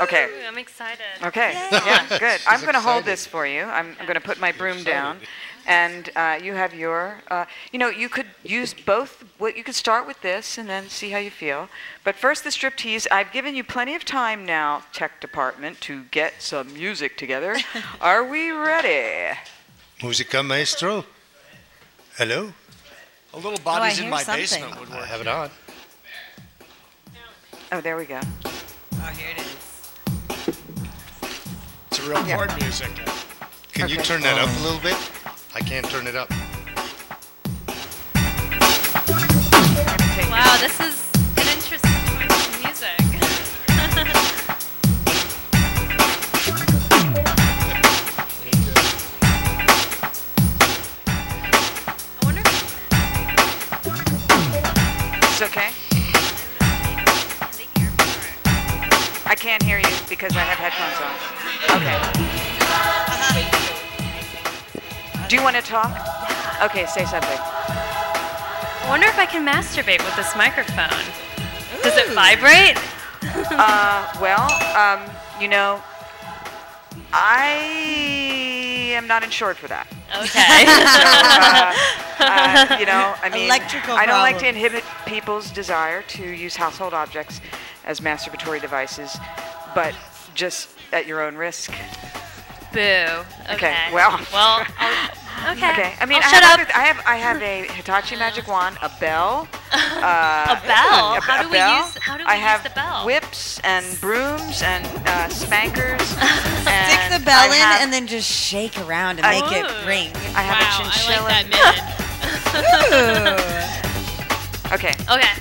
D: Okay.
I: Ooh, I'm excited.
D: Okay. Yeah. Good. I'm going to hold this for you. I'm, going to put my broom down, and uh, you have your. Uh, you know, you could use both. What you could start with this, and then see how you feel. But first, the striptease. I've given you plenty of time now, tech department, to get some music together.
H: <laughs>
D: Are we ready?
B: <laughs> Musica maestro. Hello.
F: A little
D: Oh, I
F: bodies in
D: hear
F: my
D: something.
F: basement would work.
B: I have it on.
D: Oh, there we go.
H: Oh, here it is.
F: It's a real
D: Yeah.
F: chord music.
B: Can you
D: Okay.
B: turn that up a little bit? I can't turn it
J: Uh,
B: up.
I: Wow, this is an interesting choice of music.
D: It's okay. I can't hear you because I have headphones on. Okay. Do you want to talk? Okay, say something.
I: I wonder if I can masturbate with this microphone. Does it vibrate?
D: <laughs> uh, well, um, you know, I am not insured for that.
I: Okay.
D: <laughs> So, uh, uh, you know, I mean,
H: Electrical
D: I don't like to
H: problem.
D: inhibit people's desire to use household objects as masturbatory devices, but just at your own risk.
I: Boo. Okay.
D: Okay, well.
I: Well.
D: <laughs>
I: I'll, okay.
D: I mean,
I: I'll
D: I
I: shut
D: have
I: up.
D: other- I have I have a Hitachi magic wand, a bell, uh,
I: <laughs> A bell?
D: a-
I: How
D: a
I: do we
D: bell.
I: use- how do
D: I
I: we use
D: have
I: the bell?
D: Whips and brooms and uh,
H: <laughs>
D: spankers.
H: Stick the bell in and then just shake around and
D: I-
H: make it
I: Oh.
H: ring.
D: I have a chinchilla. <laughs> Okay.
I: Okay.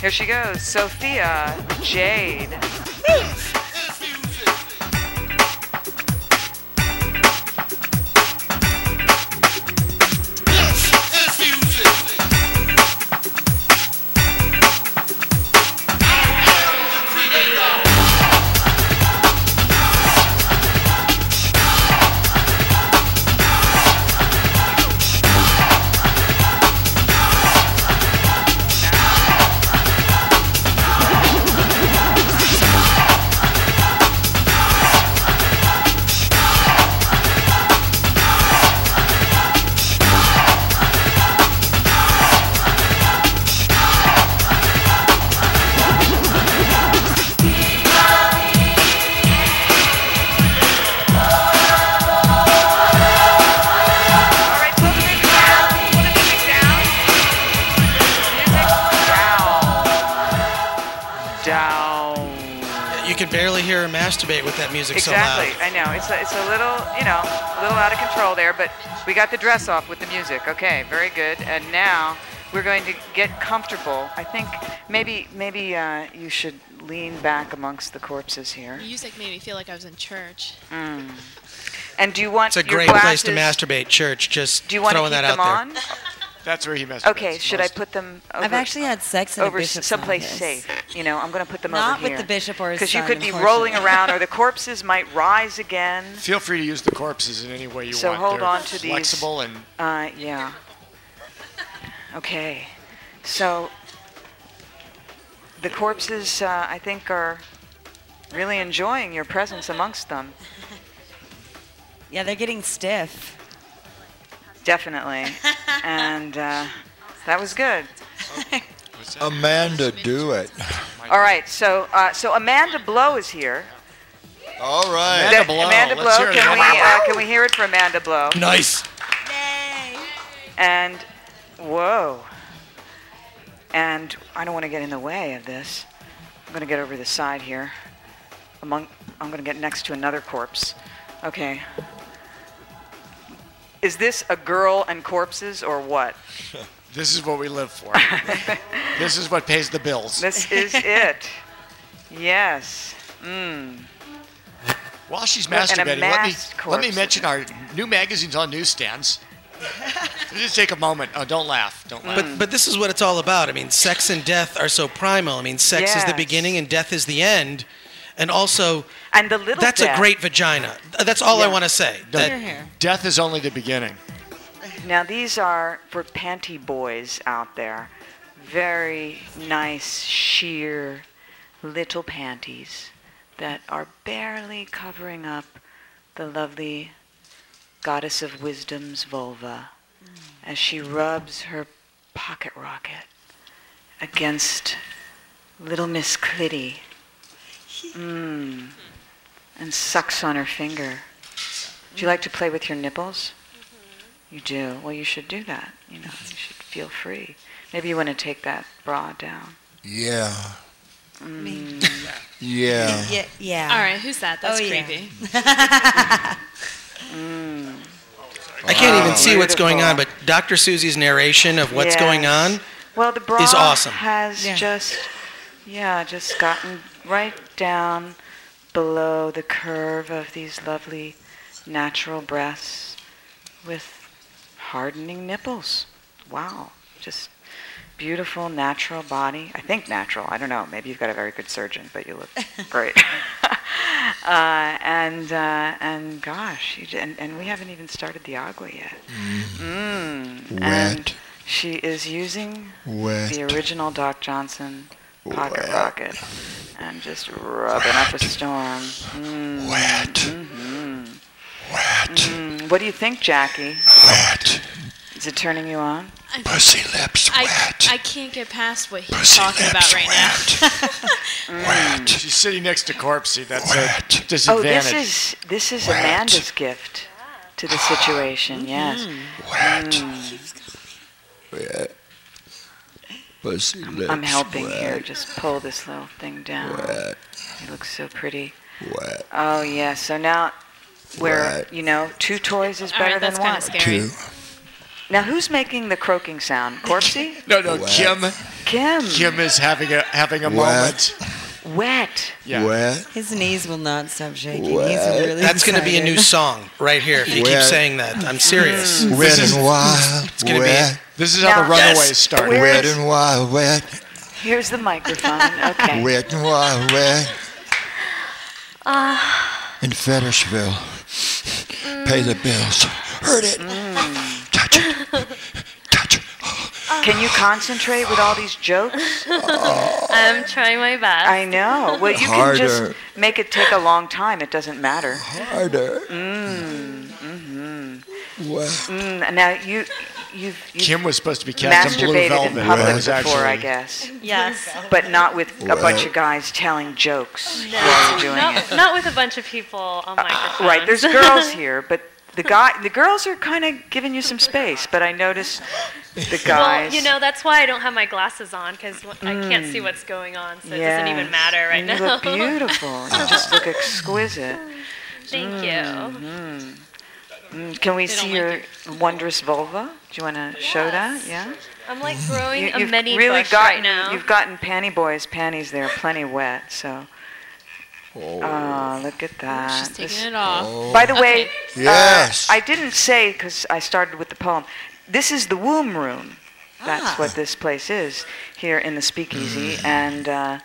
D: Here she goes, Sophia Jade.
J: could barely hear her masturbate with that music
D: exactly.
J: so loud.
D: I know. It's a, it's a little, you know, a little out of control there, but we got the dress off with the music. Okay, very good. And now we're going to get comfortable. I think maybe maybe uh, you should lean back amongst the corpses here.
E: Music made me feel like I was in church.
D: Mm. And do you want
J: It's a
D: your
J: great place to
D: glasses-
J: masturbate, church. Just
D: Do you want to
J: throwing
D: keep
J: that
D: them
J: out
D: on?
J: there. That's where he masturbates.
D: Okay, should I put them over?
H: I've actually had sex in a
D: over s-
H: bishop's
D: someplace
H: office.
D: safe. You know, I'm going to put them
H: Not
D: over
H: with
D: here.
H: the bishop or his
D: Because you
H: son,
D: could be
H: unfortunately.
D: rolling
H: <laughs>
D: around, or the corpses might rise again.
F: Feel free to use the corpses in any way you
D: so
F: want.
D: hold
F: They're
D: on to these.
F: flexible and <laughs>
D: Uh, yeah. Okay, so the corpses, uh, I think, are really enjoying your presence amongst them.
H: <laughs> Yeah, they're getting stiff.
D: Definitely,
H: <laughs>
D: and uh, that
F: <laughs>
D: was good.
L: Amanda, do it.
D: All right, so uh, so Amanda Blow is here.
L: All right.
D: That- Amanda Blow, can we uh, can we hear it for Amanda Blow?
J: Nice.
D: And whoa. And I don't want to get in the way of this. I'm going to get over the side here. Among, I'm going to get next to another corpse. Okay. Is this a girl and corpses or what?
F: this is what we live
D: <laughs>
F: for. this is what pays the bills.
D: This is
F: <laughs>
D: it. Yes. Mm.
F: While she's
D: Look, and a
F: masturbating, let me,
D: masked
F: let me
D: corpse.
F: mention our new magazines on
D: <laughs>
F: newsstands. Just take a moment. Oh, don't laugh. Don't laugh.
D: Mm.
J: But but this is what it's all about. I mean, sex and death are so primal. I mean, sex is the
F: Yes.
J: beginning and death is the end. And also
D: And the little
J: that's
D: death.
J: a great vagina. Uh, That's all I
D: Yeah.
J: want to say.
D: Here,
J: That-
D: here.
F: Death is only the beginning.
D: Now, these are for panty boys out there. Very nice, sheer little panties that are barely covering up the lovely goddess of wisdom's vulva as she rubs her pocket rocket against little Miss Clitty mm, and sucks on her finger. Do you like to play with your nipples? You do. Well, you should do that. You know, you should feel free. Maybe you want to take that bra down.
L: Yeah.
D: Mm. <laughs>
L: Yeah.
H: Yeah, yeah.
E: All right, who's that? That's
H: Oh, yeah.
E: creepy.
D: Mm.
J: I can't even see what's
D: Beautiful.
J: going on, but Dr. Susie's narration of what's going on
D: Well, the bra
J: is awesome.
D: has just, yeah, just gotten right down below the curve of these lovely natural breasts with hardening nipples. Wow. Just beautiful, natural body. I think natural. I don't know. Maybe you've got a very good surgeon, but you look great. <laughs> uh, and, uh, and gosh, you, j- and, and we haven't even started the agua yet. Mm. And she is using
L: Wet.
D: the original Doc Johnson pocket rocket and just rubbing up a storm. Mm. Wet. hmm Wet. Mm-hmm. What do you think, Jackie? Wet. Is it turning you on?
L: Pussy lips
E: I, I can't get past what he's
F: Pussy
E: talking about right
D: Mm.
E: now.
F: She's sitting next to Corpsey. That's a
D: Oh,
F: disadvantage.
D: this is this is Amanda's gift to the situation. Yes.
L: Wet. Pussy lips
D: I'm helping
L: wet.
D: here. Just pull this little thing down.
L: Wet.
D: It looks so pretty.
L: Wet.
D: Oh yeah. So now, where
L: Wet.
D: you know, two toys is
E: All
D: better
E: right,
D: than
E: that's
D: one.
E: kinda scary. Two.
D: Now who's making the
L: <laughs>
D: croaking sound? Corpsey?
F: No, no, Kim.
D: Kim.
F: Kim is having a having a moment.
D: Wet.
F: Yeah.
L: Wet.
H: <laughs> His knees will not stop shaking. He's
L: Wet.
H: really
J: uh, That's going to be a new
H: excited.
J: song right here. If you keep
L: Wet.
J: saying that, I'm serious.
L: Wet
J: This is-
L: and wild.
J: It's going to
L: wet.
J: be.
F: Mm. This is
D: how the Now-
J: Yes.
F: Runaways started.
L: Wet and wild, wet.
D: Here's the microphone. Okay.
L: Wet and wild, wet.
I: Ah.
L: In Fetishville. Pay the bills. Hurt it. Touch it.
D: Can you concentrate with all these jokes?
I: I'm trying my best.
D: I know. Well, you can just
L: Harder.
D: make it take a long time. It doesn't matter.
L: Harder.
D: Mm, mm-hmm.
L: Wet.
D: Mm, now you, you've, you've
F: Kim was supposed to be Captain Blue
D: masturbated
F: Velvet.
D: in public
F: was
D: before,
F: actually,
D: I guess,
I: Yes.
D: but not with a
L: Well-
D: bunch of guys telling jokes while
I: No,
D: you're doing
I: not,
D: it. Uh,
I: not with a bunch of people on microphones. <laughs>
D: Right, there's girls here, but the guy, the girls are kind of giving you some space. But I notice
F: <laughs>
D: The
I: Well,
D: guys.
I: you know, that's why I don't have my glasses on because I can't see
D: Mm.
I: what's going on, so it
D: Yes.
I: doesn't even matter right
D: you
I: now.
D: look beautiful. You just look exquisite.
I: Thank you.
D: Mhm. Mm, Can we see your wondrous vulva? Do you want to show that? Yeah.
I: <laughs> I'm like growing a
D: you've
I: mini
D: really
I: bush right
D: gotten,
I: now.
D: You've gotten Panty Boy's panties. They're plenty wet. So. ah,
L: Oh.
D: look at that.
E: she's taking it off. Oh.
D: By the way,
E: Okay.
D: uh,
L: Yes.
D: I didn't say because I started with the poem. This is the womb room. That's
H: Ah.
D: what this place is here in the speakeasy.
L: Mm.
D: And uh,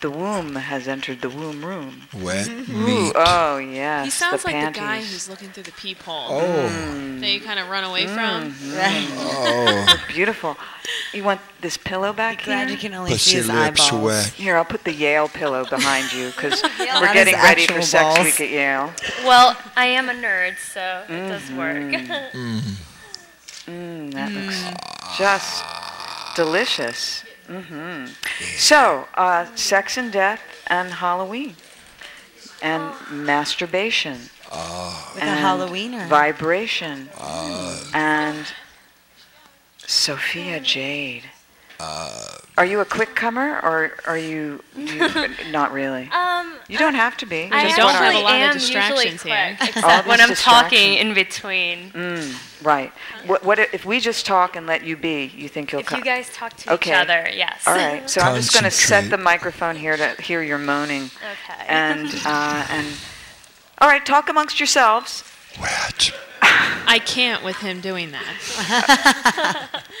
D: the womb has entered the womb room.
L: Wet
D: Ooh,
L: meat.
D: oh, yes.
E: Mm-hmm. he sounds
D: the
E: like
D: panties.
E: the guy who's looking through the peephole
D: Oh.
E: that you kind of run away from.
D: Mm-hmm.
L: Oh.
D: Beautiful. You want this pillow back
G: glad
D: here?
G: you can
L: only But see your his lips are eyeballs. wet.
D: Here, I'll put the Yale pillow behind you because
I: Not
D: we're
I: his
D: getting ready for
I: actual
D: sex
I: balls.
D: week at Yale.
I: Well, I am a nerd, so it does
D: Mm-hmm.
I: <laughs> work.
D: Mm, that looks just delicious. hmm So, uh, sex and death and Halloween and masturbation.
G: With a
D: and
G: Halloweener.
D: Vibration. and Sophia Jade. are you a quick comer or are you, do you- not really?
G: Uh,
I: um,
D: You don't have to be.
I: I
D: Just
I: actually
D: whatever.
I: am usually quick,
D: All
I: except
D: these
I: when I'm talking
D: distractions.
I: in between.
D: Mm, right. What, what if we just talk and let you be? You think you'll
I: If
D: come?
I: you guys talk to each other, yes.
D: All right. So I'm just going to set
I: Concentrate.
D: the microphone here to hear your moaning.
I: Okay. <laughs>
D: And uh, and all right, talk amongst yourselves.
L: What?
E: I can't with him doing that.
D: <laughs>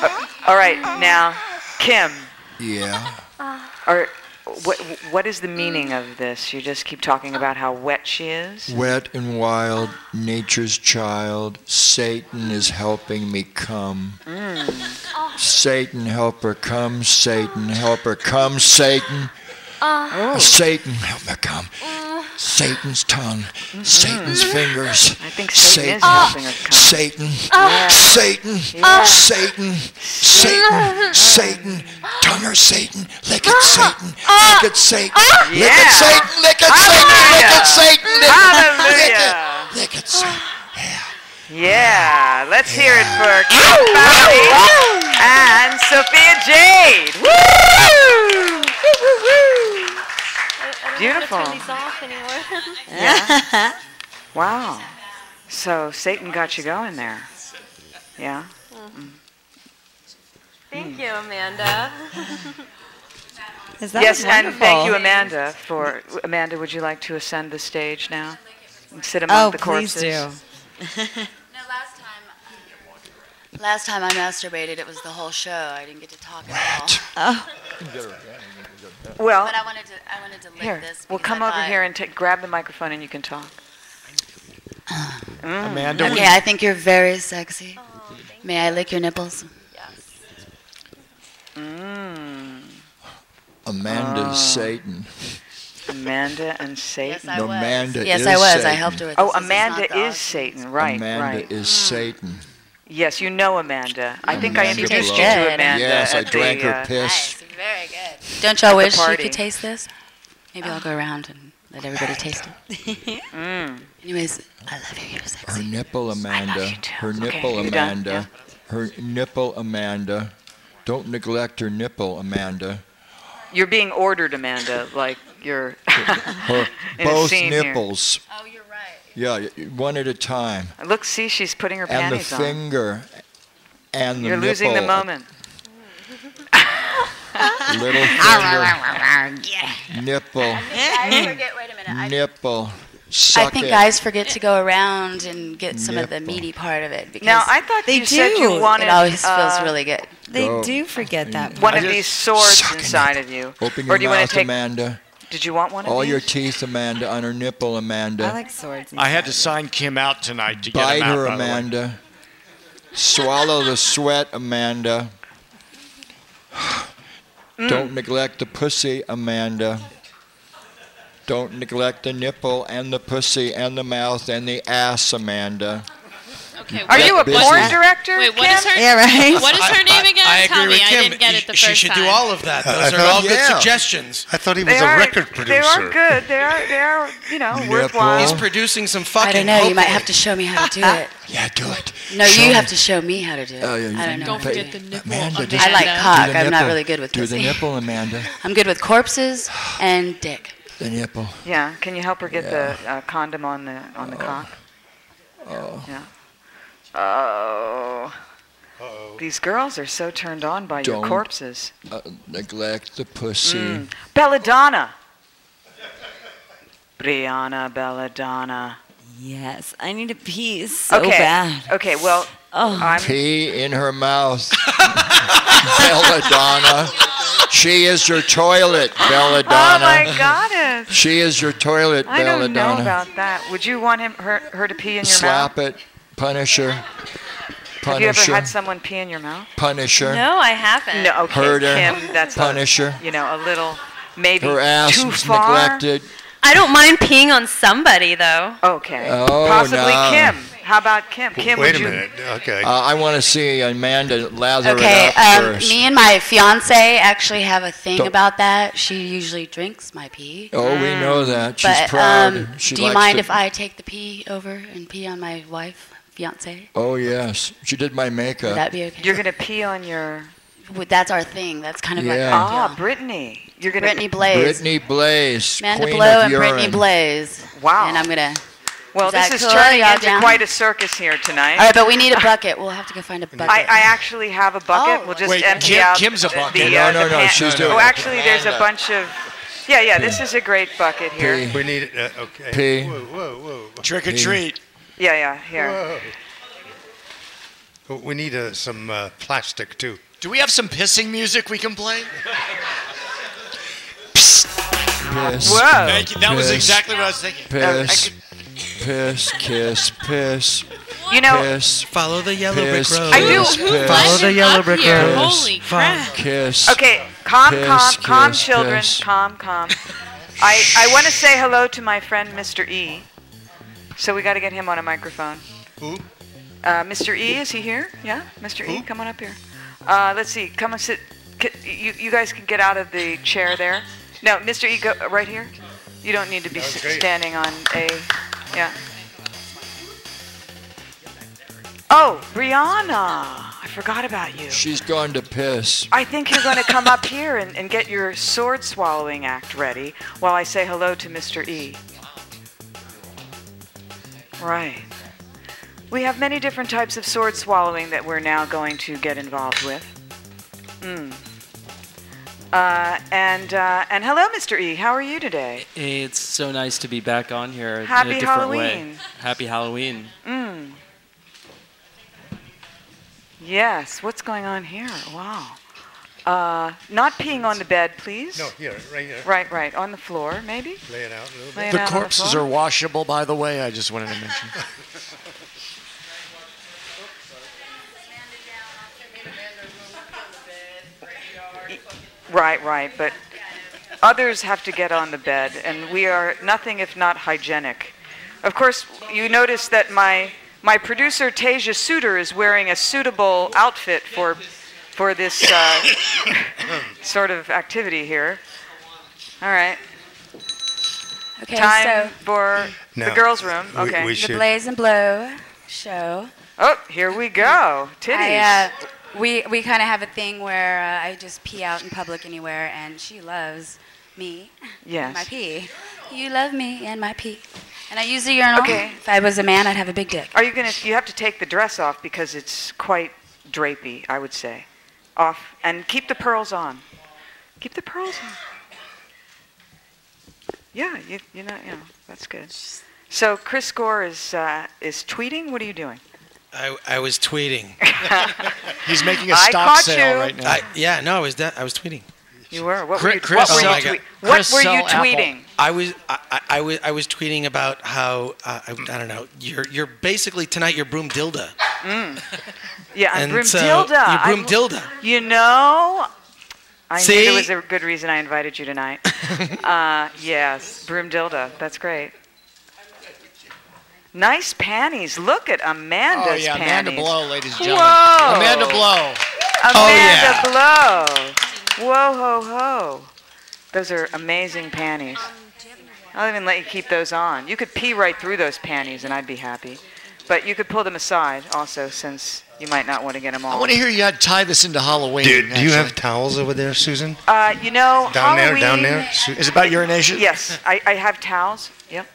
D: Uh, all right. Now, Kim,
L: Yeah.
I: Uh.
D: or what what is the meaning of this? You just keep talking about how wet she is.
L: Wet and wild, nature's child, Satan is helping me come. Satan, help her come, Satan, help her come, Satan.
D: Oh.
L: Satan, help her come. Satan's tongue, Satan's fingers. I
D: Mm-hmm. think
L: Satan
D: is helping her come.
L: Satan,
D: Yeah.
L: Satan,
D: Yeah.
L: Satan, Satan, Satan, tongue her Satan, lick it Satan, lick it Satan, lick it
D: Yeah.
L: Satan, lick it Satan, lick it Satan, lick it, lick it.
D: Hallelujah.
L: Lick it, Satan.
D: Yeah, let's hear it for Kim Fowley and Sophia Jade. Woo! Beautiful.
I: Turn these off anymore. <laughs>
D: <laughs> Yeah.
G: <laughs>
D: wow. So Satan got you going there. Yeah. Mm.
I: <laughs> Thank you,
D: <laughs>
I: Amanda.
G: Is that
D: Yes, and thank you,
G: wonderful?
D: Amanda, for Amanda. Would you like to ascend the stage now and sit among
G: Oh,
D: the
G: please
D: corpses?
G: do.
M: Last time I masturbated, it was the whole show. I didn't get to talk at all.
D: Oh. Well,
M: but I wanted to. I wanted to lick
D: Here,
M: this.
D: well,
M: because I
D: come over
M: thought-
D: here and ta- grab the microphone, and you can talk. Mm.
M: Okay, I think you're very sexy. May I lick your nipples?
D: Mm.
L: Amanda's
D: Ah.
L: Satan.
D: Amanda and Satan.
L: I No, was. Amanda
M: Yes,
L: is
M: I was. I
L: Satan.
M: helped her with
D: Oh,
M: this. This is not
D: Amanda
M: the
D: is Satan, right?
L: Amanda
D: right. Mm.
L: is Satan.
D: Yes, you know Amanda. I think I
L: Amanda
D: introduced
L: Blow.
D: you to Amanda.
L: Yes, I
D: at
L: drank
D: the,
L: her
D: uh,
L: piss.
M: Very good. Don't
D: At
M: y'all
D: the
M: wish you
D: party.
M: could taste this? Maybe I'll go around and let everybody taste <laughs> it.
D: <laughs>
M: Anyways, I love you. You're sexy.
L: Her nipple, Amanda. Her nipple,
M: You done?
L: Amanda. Her nipple, Amanda. Don't neglect her nipple, Amanda.
D: You're being ordered, Amanda. Like you're
L: Her
D: <laughs> in a
L: both
D: scene
L: nipples. Oh, you're right. Yeah, one at a time.
D: Here. Look, see, she's putting her
L: and the
D: panties on.
L: finger, and the
D: You're losing the
L: nipple.
D: moment. <laughs>
L: Little finger, nipple,
M: I forget. Wait a minute. I,
L: nipple. Suck
M: I think
L: it.
M: guys forget to go around and get some of the meaty part of it because
D: Now, I thought
M: they
D: you said
M: do.
D: you wanted,
M: It always
D: uh,
M: feels really good.
G: They do forget that.
D: One
L: I
D: of
L: just-
D: these swords inside of you.
L: Open your
D: or do you
L: mouth,
D: want to take?
L: Amanda.
D: Did you want one of
L: All
D: these?
L: your teeth, Amanda, on her nipple, Amanda.
G: swords.
F: I had to sign Kim out tonight to get
L: Bite
F: him out.
L: her,
F: by the way.
L: Amanda. Swallow the sweat, Amanda. Don't neglect the pussy, Amanda. Don't neglect the nipple and the pussy and the mouth and the ass, Amanda.
E: Okay.
D: Are you a
L: Business.
D: porn director?
E: Wait, what is
D: Kim?
E: her? What is her name again?
J: I
E: Tell
J: agree
E: me,
J: with
E: I
J: Kim.
E: didn't get it the
J: she
E: first
J: should
E: time.
J: do all of that.
B: I- <laughs> I
J: Those are
B: thought-
J: all good
B: yeah.
J: suggestions.
B: I thought he was
D: They
B: a
D: are-
B: record producer.
D: They are good. They are. They are. You know, worthwhile.
J: He's producing some fucking.
M: I don't know. You might have to
J: hopefully.
M: show me how to do <laughs> it.
L: Yeah, do it.
M: No,
L: Show
M: you
L: me.
M: have to show me how to do it.
L: Oh, yeah, you
M: I don't know.
L: can
M: how to
L: pay-
M: do it.
L: Amanda,
M: I
L: just
M: like
L: do the
M: cock. I'm not
L: nipple.
M: really good with
L: Do the
M: pussy.
L: nipple, Amanda.
M: <laughs> I'm good with corpses and dick.
L: The nipple.
D: Yeah. Can you help her get the uh, condom on the on the cock? Oh. Yeah. Oh. These girls are so turned on by your
L: Don't.
D: corpses.
L: Uh, neglect the pussy.
D: Mm. Belladonna. Brianna Belladonna.
H: Yes, I need a pee so
D: okay.
H: bad.
D: Okay. Well, I'm
L: Pee in her mouth. <laughs> Belladonna. She is your toilet, Belladonna.
D: Oh my goddess!
L: She is your toilet,
D: I don't know
L: Belladonna.
D: about that. Would you want him her, her to pee in your mouth?
L: Slap it, punish her.
D: Have you ever
L: Punish her.
D: had someone pee in your mouth?
L: Punish her.
D: I haven't. No, okay,
L: Hurt her.
D: Kim, that's a-
L: Punish her.
D: you know, a little maybe
L: Her ass
D: too
L: was
D: far.
L: neglected.
I: I don't mind peeing on somebody though.
D: Okay.
L: Oh,
D: Possibly
L: no.
D: Kim. How about Kim? Kim, would you?
L: Okay. Uh, I want to see Amanda lather
M: Okay,
L: it up
M: um,
L: first.
M: me and my fiance actually have a thing
L: Don't-
M: about that. She usually drinks my pee.
L: Oh, we know that. She's
M: but,
L: proud.
M: Um,
L: She
M: do you
L: likes
M: mind
L: to-
M: if I take the pee over and pee on my wife, fiance?
L: Oh yes, she did my makeup.
M: Would that be okay?
D: You're gonna pee on your.
M: Would- That's our thing. That's kind of
L: Yeah.
M: like
D: Ah, Brittany. You're gonna.
M: Brittany Blaze.
L: Brittany Blaze,
M: Amanda
L: queen
M: Blow
L: of
M: and
L: urine.
M: Brittany Blaze.
D: Wow.
M: And I'm gonna.
D: Well,
M: is that
D: this is
M: cool?
D: turning
M: Y'all
D: into
M: down?
D: quite a circus here tonight.
M: All right, but we need
D: <laughs>
M: a
L: <laughs>
M: bucket. We'll have to go find a bucket.
D: I, I actually have a bucket.
M: Oh.
D: we'll just
M: Wait,
D: empty
M: Kim-
D: out.
M: Kim's a
D: the-
M: bucket.
D: The,
L: No,
D: uh,
L: no,
D: the
L: no,
D: pan-
L: she's doing
D: Oh,
L: it.
D: actually, there's a
B: Amanda.
D: bunch of. Yeah, yeah. This is a great bucket here.
L: Pee.
B: We need uh, okay.
L: Pee.
B: Whoa, whoa, whoa.
J: Trick
L: or Pee. treat.
D: Yeah, yeah. Here.
B: Whoa. We need uh, some uh, plastic too.
F: Do we have some pissing music we can play?
L: Piss.
F: Whoa. Thank you. That was
L: Piss.
F: exactly what I was thinking. Uh, I
L: Piss. Piss. Kiss. Piss.
D: You know-
L: Piss.
J: Follow the yellow
L: Piss,
J: brick road.
L: I do. Who
J: Follow
L: Piss. left
J: the
L: it
J: yellow
L: up
J: brick
L: here?
J: road.
L: Holy
J: Follow-
L: Kiss.
D: Okay, calm,
L: Piss,
D: calm, calm,
L: kiss,
D: children,
L: piss.
D: calm, calm. I, I want to say hello to my friend Mr. E. So we got to get him on a microphone.
B: Who?
D: Uh, Mr. E, is he here? Yeah, Mr. E, come on up here. Uh, let's see, come and sit. c- You, you guys can get out of the chair there. No, Mr. E, go uh, right here. You don't need to be s-
B: Okay.
D: standing on a. Yeah. Oh, Brianna, I forgot about you.
L: She's gone to piss.
D: I think you're going to come up here and, and get your sword swallowing act ready while I say hello to Mr. E. Right. We have many different types of sword swallowing that we're now going to get involved with. Mm. Uh, and uh, and hello, Mr. E. How are you today?
N: It's so nice to be back on here
D: Happy
N: in a different way.
D: Halloween.
N: Happy Halloween.
D: Mm. Yes. What's going on here? Wow. Uh, not peeing on the bed, please.
B: No, here, right here.
D: Right, right. On the floor, maybe?
B: Lay it out a little
D: Lay
B: bit.
D: it
F: The
D: out on
F: corpses
D: floor.
F: are washable, by the way. I just wanted to mention.
D: Right, right. But others have to get on the bed, and we are nothing if not hygienic. Of course, you notice that my my producer Tasia Suter is wearing a suitable outfit for for this uh, <coughs> sort of activity here. All right.
M: Okay, so-
D: Time for the
B: Now,
D: girls' room.
B: we-
D: Okay.
B: we
M: the Blaze and Blow show.
D: Oh, here we go. Titties.
M: I, uh, we we kind of have a thing where uh, I just pee out in public anywhere, and she loves me.
D: Yes.
M: And my pee. You love me and my pee. And I use the urinal. Okay. If I was a man, I'd have a big dick.
D: Are you gonna? You have to take the dress off because it's quite drapey. I would say, off and keep the pearls on. Keep the pearls on. Yeah, you you know you know that's good. So Chris Gore is uh, is tweeting. What are you doing?
J: I, I was
D: <laughs>
J: tweeting.
F: He's making
D: a I stock caught sale you. right now.
J: I, yeah, no, I was de- I was tweeting.
D: You were what were you,
J: Chris-
D: what
J: Chris- oh
D: were you,
J: my God.
D: tweet- what were you tweeting?
J: I was I, I, I was I was tweeting about how uh, I, I don't know. You're you're basically tonight you're broom dilda.
D: Mm. <laughs> Yeah, I'm
J: And
D: Broom
J: so
D: Dilda.
J: you're
D: I
J: Broom
D: lo-
J: Dilda.
D: You know, I knew
J: See?
D: there was a good reason I invited you
J: <laughs>
D: tonight. uh, yes, Broom Dilda. That's great. Nice panties. Look at Amanda's
L: Oh, yeah, Amanda
D: panties.
L: Blow, ladies and
D: Whoa.
L: gentlemen. Amanda Blow. Oh, yeah.
D: Amanda Blow. Whoa, ho, ho. Those are amazing panties. I'll even let you keep those on. You could pee right through those panties, and I'd be happy. But you could pull them aside also, since you might not want to get them
F: I
D: all.
F: want to hear you tie this into Halloween.
B: Do, do you have towels over there, Susan?
D: Uh, you know,
B: Down there,
D: Halloween,
B: down there.
F: Is it about urination?
D: Yes, I, I have towels.
B: <laughs>
D: Yep.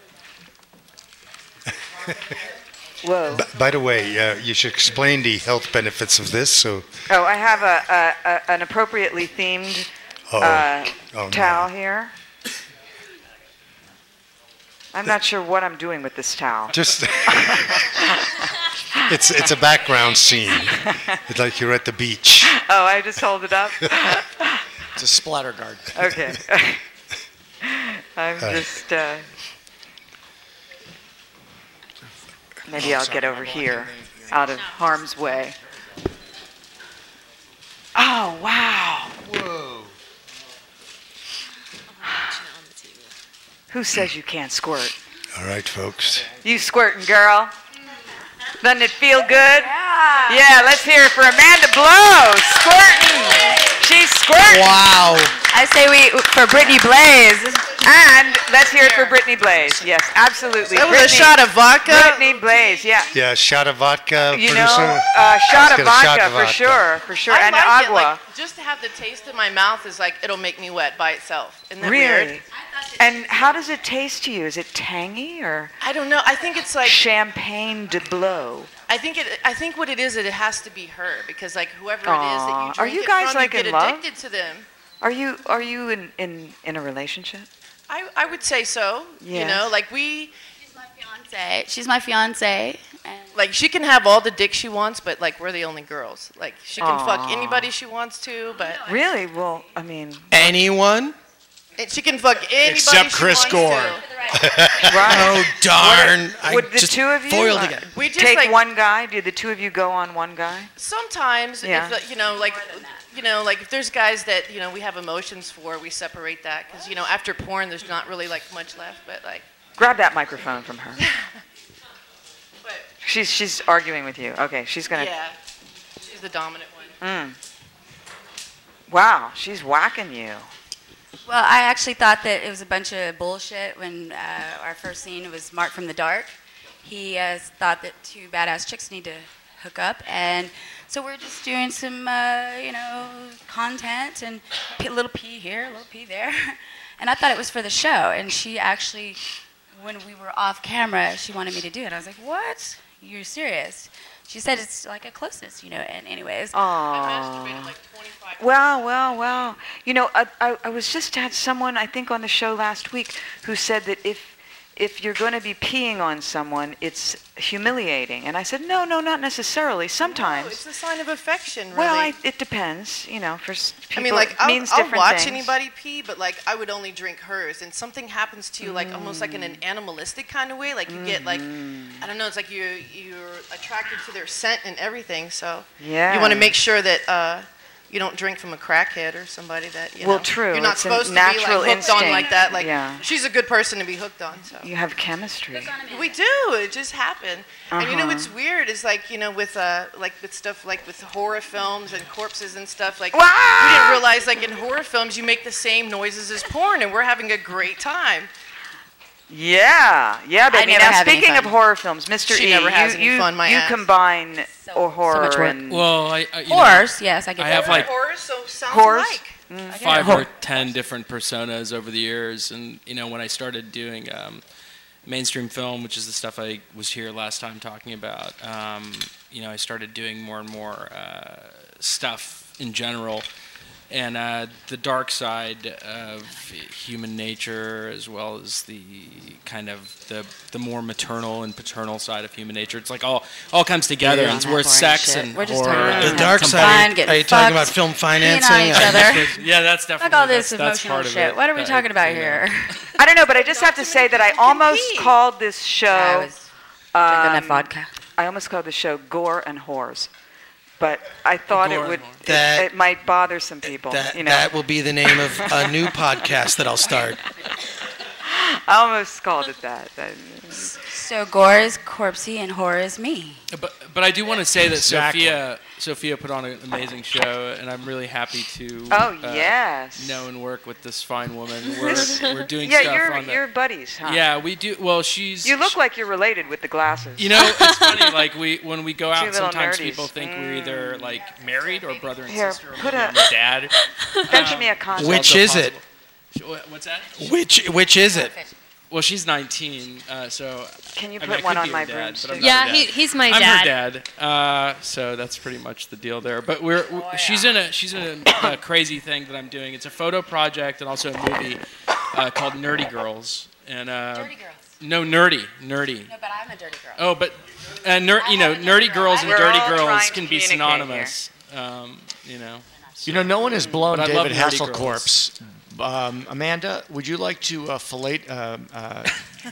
D: Whoa.
B: B- by the way, uh, you should explain the health benefits of this. So,
D: Oh, I have a, a, a an appropriately themed
B: Oh.
D: uh,
B: Oh, no.
D: towel here. I'm not sure what I'm doing with this towel.
B: just <laughs> it's it's a background scene. It's like you're at the beach.
D: <laughs> Oh, I just hold it up.
B: <laughs>
D: <laughs>
F: It's a splatter guard.
D: Okay. <laughs> I'm
B: All right.
D: just. Uh, maybe I'll get over here, out of harm's way. Oh wow!
B: Whoa.
D: Who says you can't squirt?
B: All right, folks.
D: You squirting girl? Doesn't it feel good? Yeah. let's hear it for Amanda Blow squirting. She's squirting.
J: Wow.
D: I say we for Brittany Blaze. And let's hear it for Brittany Blaze. Yes, absolutely.
H: That was a
D: Brittany-
H: shot of vodka? Oh,
D: Brittany Blaze. Yeah.
B: Yeah, a shot of vodka.
D: You
B: producer.
D: know, uh, shot,
B: Let's
D: of
B: get a
D: vodka,
B: shot of
D: for
B: vodka.
D: sure, for sure,
O: I
D: and
O: like
D: agua.
O: It. Like, just to have the taste in my mouth is like it'll make me wet by itself. Isn't that
D: really?
O: weird?
D: And how does it taste to you? Is it tangy or
O: I don't know. I think it's like
D: champagne de blow?
O: I think it. I think what it is, it has to be her because like whoever it is that
D: Aw.
O: you
D: Are
O: drink
D: you
O: it
D: guys,
O: from,
D: like,
O: you
D: in
O: get
D: love?
O: addicted to them.
D: Are you are you in in, in a relationship?
O: I, I would say so. You
D: Yes.
O: know, like we.
M: Say, She's my fiance.
O: Like she can have all the dick she wants, but like we're the only girls. Like she can
D: Aw.
O: fuck anybody she wants to, but
D: Really? Well, I mean,
J: Anyone?
O: and she can fuck anybody
J: Except
O: she
J: Chris <laughs>
O: wants
J: Gore.
D: <laughs> Right.
J: Oh, darn. I
D: Would the
J: just
D: two of you
J: foiled
D: uh,
J: again.
O: We just,
D: take
O: like-
D: one guy? Do the two of you go on one guy?
O: Sometimes,
D: Yeah.
O: if, uh, you know, like, you know, like if there's guys that you know we have emotions for, we separate that because you know after porn there's not really like much left. But like,
D: Grab that microphone from
O: <laughs>
D: her. she's she's arguing with you. Okay, she's gonna.
O: yeah, she's the dominant one.
D: Mm. Wow, she's whacking you.
M: Well, I actually thought that it was a bunch of bullshit when uh, our first scene was Mark from the Dark. He uh, thought that two badass chicks need to hook up, and so we're just doing some, uh, you know, content and p- a little pee here, a little pee there. <laughs> And I thought it was for the show, and she actually, when we were off camera, she wanted me to do it. I was like, "What? You're serious?" She said it's like a closeness, you know. And anyways,
D: Aww. Well, well, well. You know, I, I, I was just had someone I think on the show last week who said that if if you're going to be peeing on someone, it's humiliating. And I said, no, no, not necessarily.
O: No,
D: Sometimes.
O: Oh, it's a sign of affection, really.
D: well, I, it depends. You know, for s- people,
O: I mean, like,
D: it
O: I'll,
D: means
O: I'll
D: different
O: watch
D: things.
O: anybody pee, but like, I would only drink hers. And something happens to you, like, almost like in an
D: Mm.
O: animalistic kind of way. Like, you get like, I don't know, it's like you you're attracted to their scent and everything. So you want
D: Yeah.
O: to make sure that uh, you don't drink from a crackhead or somebody that you
D: Well,
O: know,
D: true,
O: You're not
D: it's a
O: supposed to be
D: natural
O: like hooked on like
D: instinct,
O: that. Like,
D: yeah.
O: she's a good person to be hooked on. So
D: You have chemistry.
O: we do. It just happened. And you know
D: Uh-huh.
O: what's weird is like you know with uh like with stuff like with horror films and corpses and stuff like we didn't realize like in horror films you make the same noises as porn and we're having a great time.
D: Yeah, yeah,
O: I
D: baby.
O: never
D: Now
O: have any
D: speaking of
O: fun.
D: horror films, Mr.
O: She
D: E,
O: never has
D: you,
O: any
D: you,
O: fun, my
D: you
O: ass.
D: combine or horror
M: much work.
D: and
N: Well, I, I Uh, you know,
M: Horse, yes, I get
N: I
M: that.
N: have like
O: Horror, so sounds
D: Horrors?
O: alike.
D: Mm.
N: five or ten different personas over the years, and you know when I started doing um, mainstream film, which is the stuff I was here last time talking about, um, you know I started doing more and more uh, stuff in general, and uh, the dark side of human nature, as well as the kind of the the more maternal and paternal side of human nature. It's like all all comes together,
J: Yeah.
N: and it's where sex and
M: We're just
N: horror.
M: talking about
N: and
J: The dark
M: fun,
J: side. are you-
M: getting
J: are you talking
M: fucked,
J: about film
M: peeing on
J: financing?
M: each
J: <laughs>
M: other.
D: <laughs>
N: yeah, that's
M: Fuck
N: definitely
M: all this
N: that's, that's
M: emotional
N: part of
M: shit.
N: it.
M: What are we
N: That-
M: talking about
N: you know.
M: here?
N: <laughs>
D: I don't know, but I just have to say that I almost called this show.
M: I drinking that
D: um,
M: vodka.
D: I almost called the show "Gore and Whores," but I thought
J: Gore
D: it
J: and
D: would it,
J: That-
D: it might bother some people.
J: That,
D: you know,
J: that will be the name of a new podcast that I'll start.
D: <laughs> I almost scolded at that. I-
M: So gore is Corpsey and horror is me.
N: But but I do want to say that
M: Exactly.
N: Sophia Sophia put on an amazing show, and I'm really happy to uh,
D: Oh, yes.
N: know and work with this fine
D: <laughs>
N: woman. We're, we're doing
D: yeah,
N: stuff
D: you're
N: on the
D: you're buddies, huh?
N: yeah we do well she's
D: You look like you're related with the glasses.
N: you
D: <laughs>
N: know it's funny like we when we go
D: Two
N: out
D: little
N: sometimes
D: nerdies. Mm.
N: people think we're either like married or brother and
D: Here,
N: sister or
D: put
N: mom
D: a-
N: and
D: <laughs>
N: dad.
D: Fetch
N: um,
D: me a condom.
J: Which is it?
N: What's that?
J: Which which is it?
N: Well, she's 19, uh, so
D: Can you
N: I mean,
D: put
N: I could
D: one
N: be
D: on
N: her
D: my
N: dad, but I'm
D: broomstick?
N: not her
I: Yeah,
N: dad.
I: he- he's my
N: I'm her dad, uh, so that's pretty much the deal there. But we're w she's in a she's in a, a crazy thing that I'm doing. It's a photo project and also a movie uh, called Nerdy Girls. And uh, Dirty Girls. No, nerdy, nerdy.
M: No, but I'm a dirty girl.
N: Oh, but uh, ner- you know, nerdy girls and
M: We're
N: dirty
M: all
N: girls
M: trying
N: can
M: to
N: be
M: communicate here.
N: synonymous. Um, you know.
F: You know, no one has blown
N: But I love
F: David
N: nerdy
F: Hasselcorp's. Um, Amanda, would you like to uh, fillet? Uh, uh,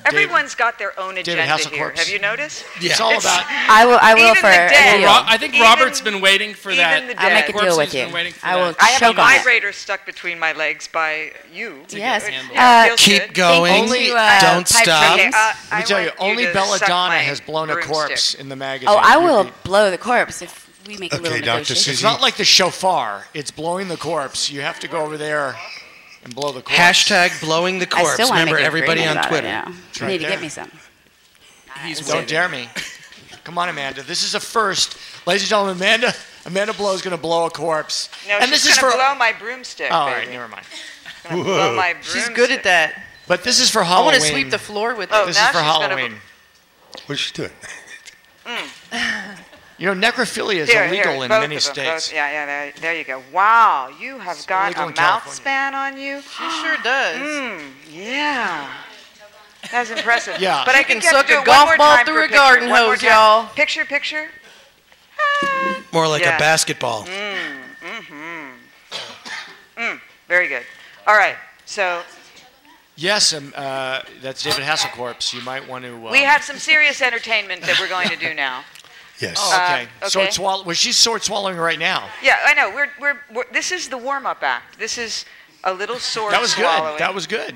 D: Everyone's got their own
F: David
D: agenda here.
F: Hasselhoff.
D: Have you noticed?
F: Yeah. It's all about-
M: I will- I will
D: even
M: for
D: the dead.
M: any Well, Ro-
N: I think Robert's been waiting for
D: even
N: that.
D: the
M: I'll make
D: dead.
M: a deal with you.
N: been waiting for
M: I will
N: that.
D: I have
M: choke
D: a
M: on it.
D: vibrator stuck between my legs by you.
M: Yes.
D: It-
M: Uh,
D: it feels
J: Keep
D: good.
J: going.
M: Only, you, uh,
J: Don't
M: pipe
J: stop.
M: dream. Uh,
F: Let me
M: I
F: tell you,
M: want you
F: only
M: to
F: Belladonna
M: suck my
F: has blown a
M: broomstick.
F: corpse in the magazine.
M: Oh, I
F: You'd
M: will
F: be-
M: blow the corpse if we make a little negotiation.
F: It's not like the shofar. It's blowing the corpse. You have to go over there and blow the corpse.
J: Hashtag blowing the
F: I still
J: corpse.
F: wanna
J: Remember
F: make a
J: everybody
F: agreement
J: on
F: about it
J: Twitter.
M: You
F: now.
M: need to get me some.
F: He's don't dare me. Come on, Amanda. This is a first, ladies and gentlemen. Amanda, Amanda Blow is going to blow a corpse.
D: No,
F: and
D: she's
F: this is for
D: gonna blow my broomstick.
F: Oh, all right,
D: baby.
F: never mind.
D: Gonna blow my
O: She's good at that.
F: But this is for
O: I
F: Halloween.
O: want to sweep the floor with
D: Oh,
O: it.
F: this is for Halloween.
B: What's she doing?
F: You know, necrophilia is
D: Mm. Here,
F: illegal
D: here,
F: in
D: both
F: many
D: of them,
F: states.
D: both- yeah, yeah, there, there you go. Wow, you have got
F: illegal
D: a
F: in
D: mouth
F: California.
D: span on you.
O: She sure does.
D: Mm, yeah. That's impressive.
O: Yeah.
D: But I
O: She
D: think
O: can
D: you have
O: suck
D: to
O: a
D: do it one
O: golf
D: more
O: ball
D: time
O: through
D: for
O: a
D: picture.
O: garden
D: One more
O: hose,
D: time.
O: y'all.
D: Picture, picture.
J: More like
D: Yeah.
J: a basketball.
D: Mm, mm-hmm. Mm, very good. All right. So
F: Yes, um, uh, that's David Hasselcorp's. You might want to. Um,
D: we have some serious entertainment that we're going to
F: <laughs>
D: do now.
F: Yes.
D: Uh,
F: um, oh, okay. Sword
D: okay.
F: swallow. Well, she's sword swallowing right now.
D: Yeah, I know. We're, we're, we're this is the warm-up act. This is a little sword
F: That was good.
D: swallowing.
F: That was good.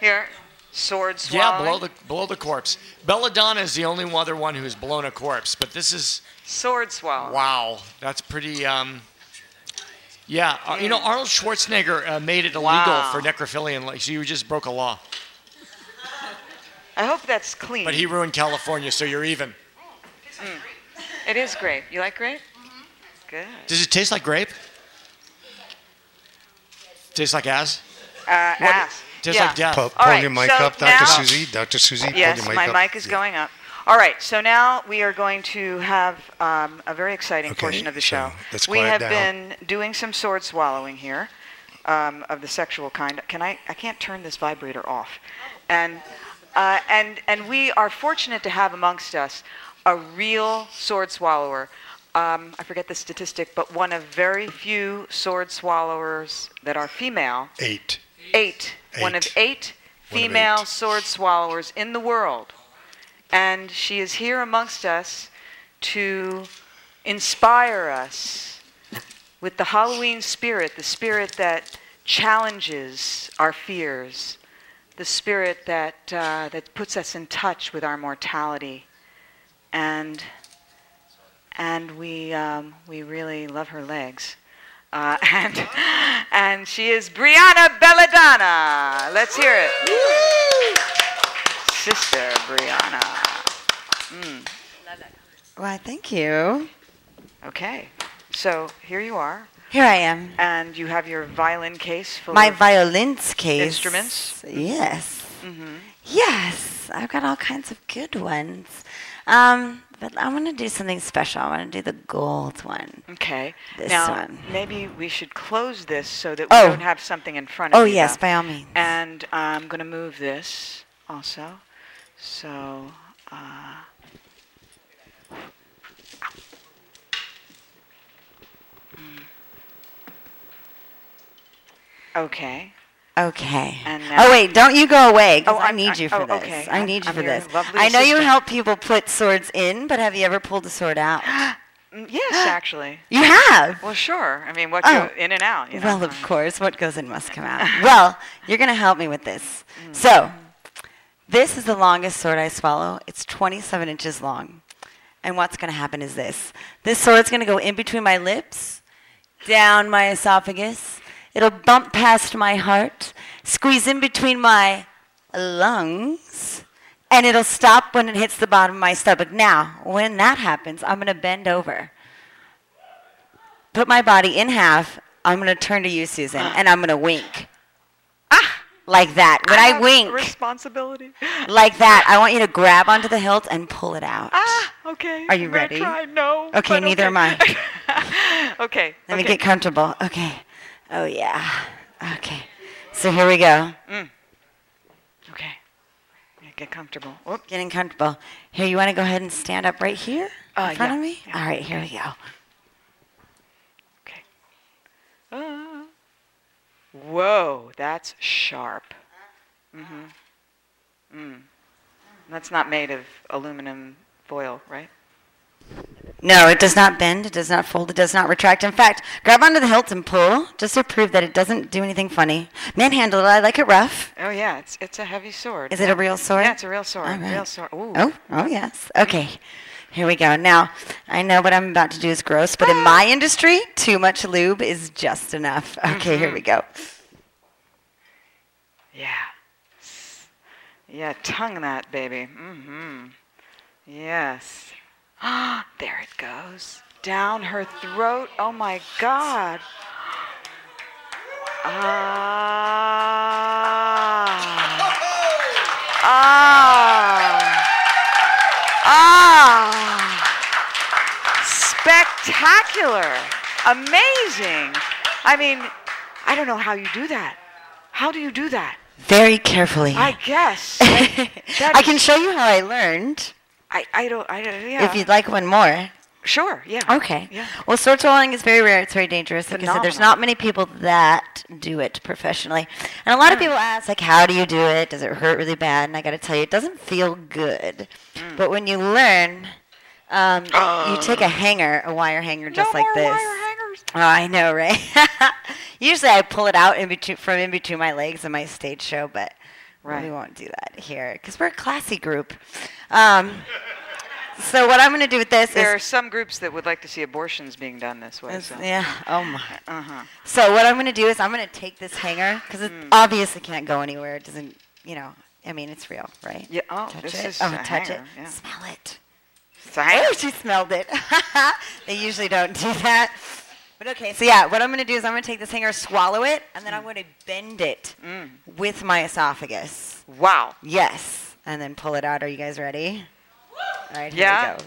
D: Here, sword
F: Yeah,
D: swallowing.
F: blow the blow the corpse. Belladonna is the only other one who's blown a corpse, but this is
D: sword swallowing.
F: wow. That's pretty. Um, yeah, uh, you know Arnold Schwarzenegger uh, made it illegal
D: Wow.
F: for necrophilia. and, Like, so you just broke a law,
D: I hope that's clean.
F: but he ruined California, so you're even.
D: Mm. It is grape. You like grape? Good.
F: Mm-hmm. Does it taste like grape? Tastes like ass.
D: Uh, ass.
F: Tastes
D: yeah.
F: like death.
B: Pull,
D: All
B: pull
D: right,
B: your mic
D: so
B: up, Dr.
D: now-
B: Susie. Dr. Susie,
D: Yes,
B: pull your mic up.
D: my mic is going up. All right, so now we are going to have um, a very exciting portion of the show.
B: let's
D: we
B: quiet down.
D: have been doing some sword swallowing here, um, of the sexual kind. Can I? I can't turn this vibrator off, and uh, and and we are fortunate to have amongst us a real sword swallower. Um, I forget the statistic, but one of very few sword swallowers that are female.
B: Eight.
D: Eight. One of eight
B: One of
D: female sword swallowers in the world. And she is here amongst us to inspire us with the Halloween spirit, the spirit that challenges our fears, the spirit that, uh, that puts us in touch with our mortality. And, and we, um, we really love her legs. Uh, <laughs> and, and she is Brianna Belladonna. Let's hear it. Sister Brianna. Mm.
G: Why, thank you.
D: Okay. So here you are.
G: Here I am.
D: And you have your violin case full
G: My
D: of
G: violin's case.
D: instruments.
G: Yes.
D: Mhm.
G: Yes. I've got all kinds of good ones. Um, but I want to do something special. I want to do the gold one.
D: Okay.
G: This
D: now,
G: one.
D: maybe we should close this so that we
G: Oh.
D: don't have something in front of
G: Oh,
D: you.
G: yes,
D: though.
G: by all means.
D: And I'm going to move this also. So. Uh, mm. Okay.
G: Okay.
D: And now-
G: oh wait, don't you go away because
D: Oh,
G: I
D: I'm-
G: need
D: I-
G: you for
D: oh,
G: this.
D: okay.
G: I
D: I'm-
G: need you
D: I'm
G: for
D: your
G: this.
D: lovely
G: I know you
D: assistant.
G: help people put swords in, but have you ever pulled a sword
D: <gasps>
G: out? <gasps>
D: Mm, Yes, actually.
G: You have?
D: Well, sure. I mean, what
G: Oh.
D: go in and out, you know. <laughs> Mm.
G: Well, of course, what goes in must come out. well, you're going to help me with this. So,
H: This is the longest sword I swallow. It's 27 inches long. And what's going to happen is this this sword's going to go in between my lips, down my esophagus. It'll bump past my heart, squeeze in between my lungs, and it'll stop when it hits the bottom of my stomach. Now, when that happens, I'm going to bend over, put my body in half. I'm going to turn to you, Susan, and I'm going to wink. Ah! Like that. When I,
D: have
H: wink,
D: <laughs> Responsibility.
H: like that. I want you to grab onto the hilt and pull it out.
D: Ah, okay.
H: Are you
D: I'm gonna
H: ready?
D: Try. No.
H: Okay,
D: but
H: neither am
D: <laughs>
H: I.
D: <laughs> Okay.
H: Let
D: okay.
H: me get comfortable. Okay. Oh yeah. Okay. So here we go.
D: Mm. Okay. Yeah, Get comfortable. Whoop.
H: Getting comfortable. Here, you want to go ahead and stand up right here
D: Uh,
H: in front
D: yeah,
H: of me?
D: yeah.
H: All right, here we go.
D: Ah. Whoa, that's sharp. Mhm. Mm. That's not made of aluminum foil, right?
H: No, it does not bend. It does not fold. It does not retract. In fact, grab onto the hilt and pull just to prove that it doesn't do anything funny. Manhandle it. I like it rough.
D: Oh yeah, it's it's a heavy sword.
H: Is it a real sword?
D: Yeah, it's a real sword.
H: All right.
D: Real sword. Ooh.
H: Oh, oh yes. Okay. Here we go. Now, I know what I'm about to do is gross, but in
D: Ah.
H: my industry, too much lube is just enough. Okay,
D: Mm-hmm.
H: here we go.
D: Yeah. Yeah, tongue that baby. Mm-hmm. Yes. <gasps> Ah, there it goes. Down her throat. Oh my God. Ah. Ah. Ah. Spectacular. Amazing. I mean, I don't know how you do that. How do you do that?
H: Very carefully.
D: I
H: <laughs>
D: guess. I,
H: I can show you how I learned
D: I, I don't. I don't. Yeah.
H: if you'd like one more.
D: Sure. Yeah.
H: Okay.
D: Yeah.
H: Well, sword swallowing is very rare. It's very dangerous. Like I said, there's
D: Phenomenal.
H: not many people that do it professionally. And a lot of people ask, like, how do you do it? Does it hurt really bad? And I got to tell you, it doesn't feel good.
D: Mm.
H: But when you learn, um, you take a hanger, a wire hanger just like this. Oh, I know, right? <laughs> Usually I pull it out in between, from in between my legs in my stage show, but we
D: Right.
H: won't do that here because we're a classy group. Um, so what I'm going to do with this is.
D: There are some groups that would like to see abortions being done this way.
H: It's-
D: So.
H: yeah. Oh my.
D: Uh huh.
H: So what I'm going to do is I'm going to take this hanger because it
D: Hmm.
H: obviously can't go anywhere. It doesn't, you know. I mean, it's real, right?
D: Yeah. Oh,
H: touch
D: this
H: it.
D: is
H: oh,
D: a
H: touch
D: hanger,
H: it.
D: yeah.
H: Smell it.
D: It's a hanger.
H: Oh, she smelled it. <laughs> they usually don't do that. But okay, so yeah, what I'm going to do is I'm going to take this hanger, swallow it, and then
D: Hmm.
H: I'm going to bend it with my esophagus.
D: Wow.
H: Yes, and then pull it out. Are you guys ready? All right, here
D: Yeah.
H: we go.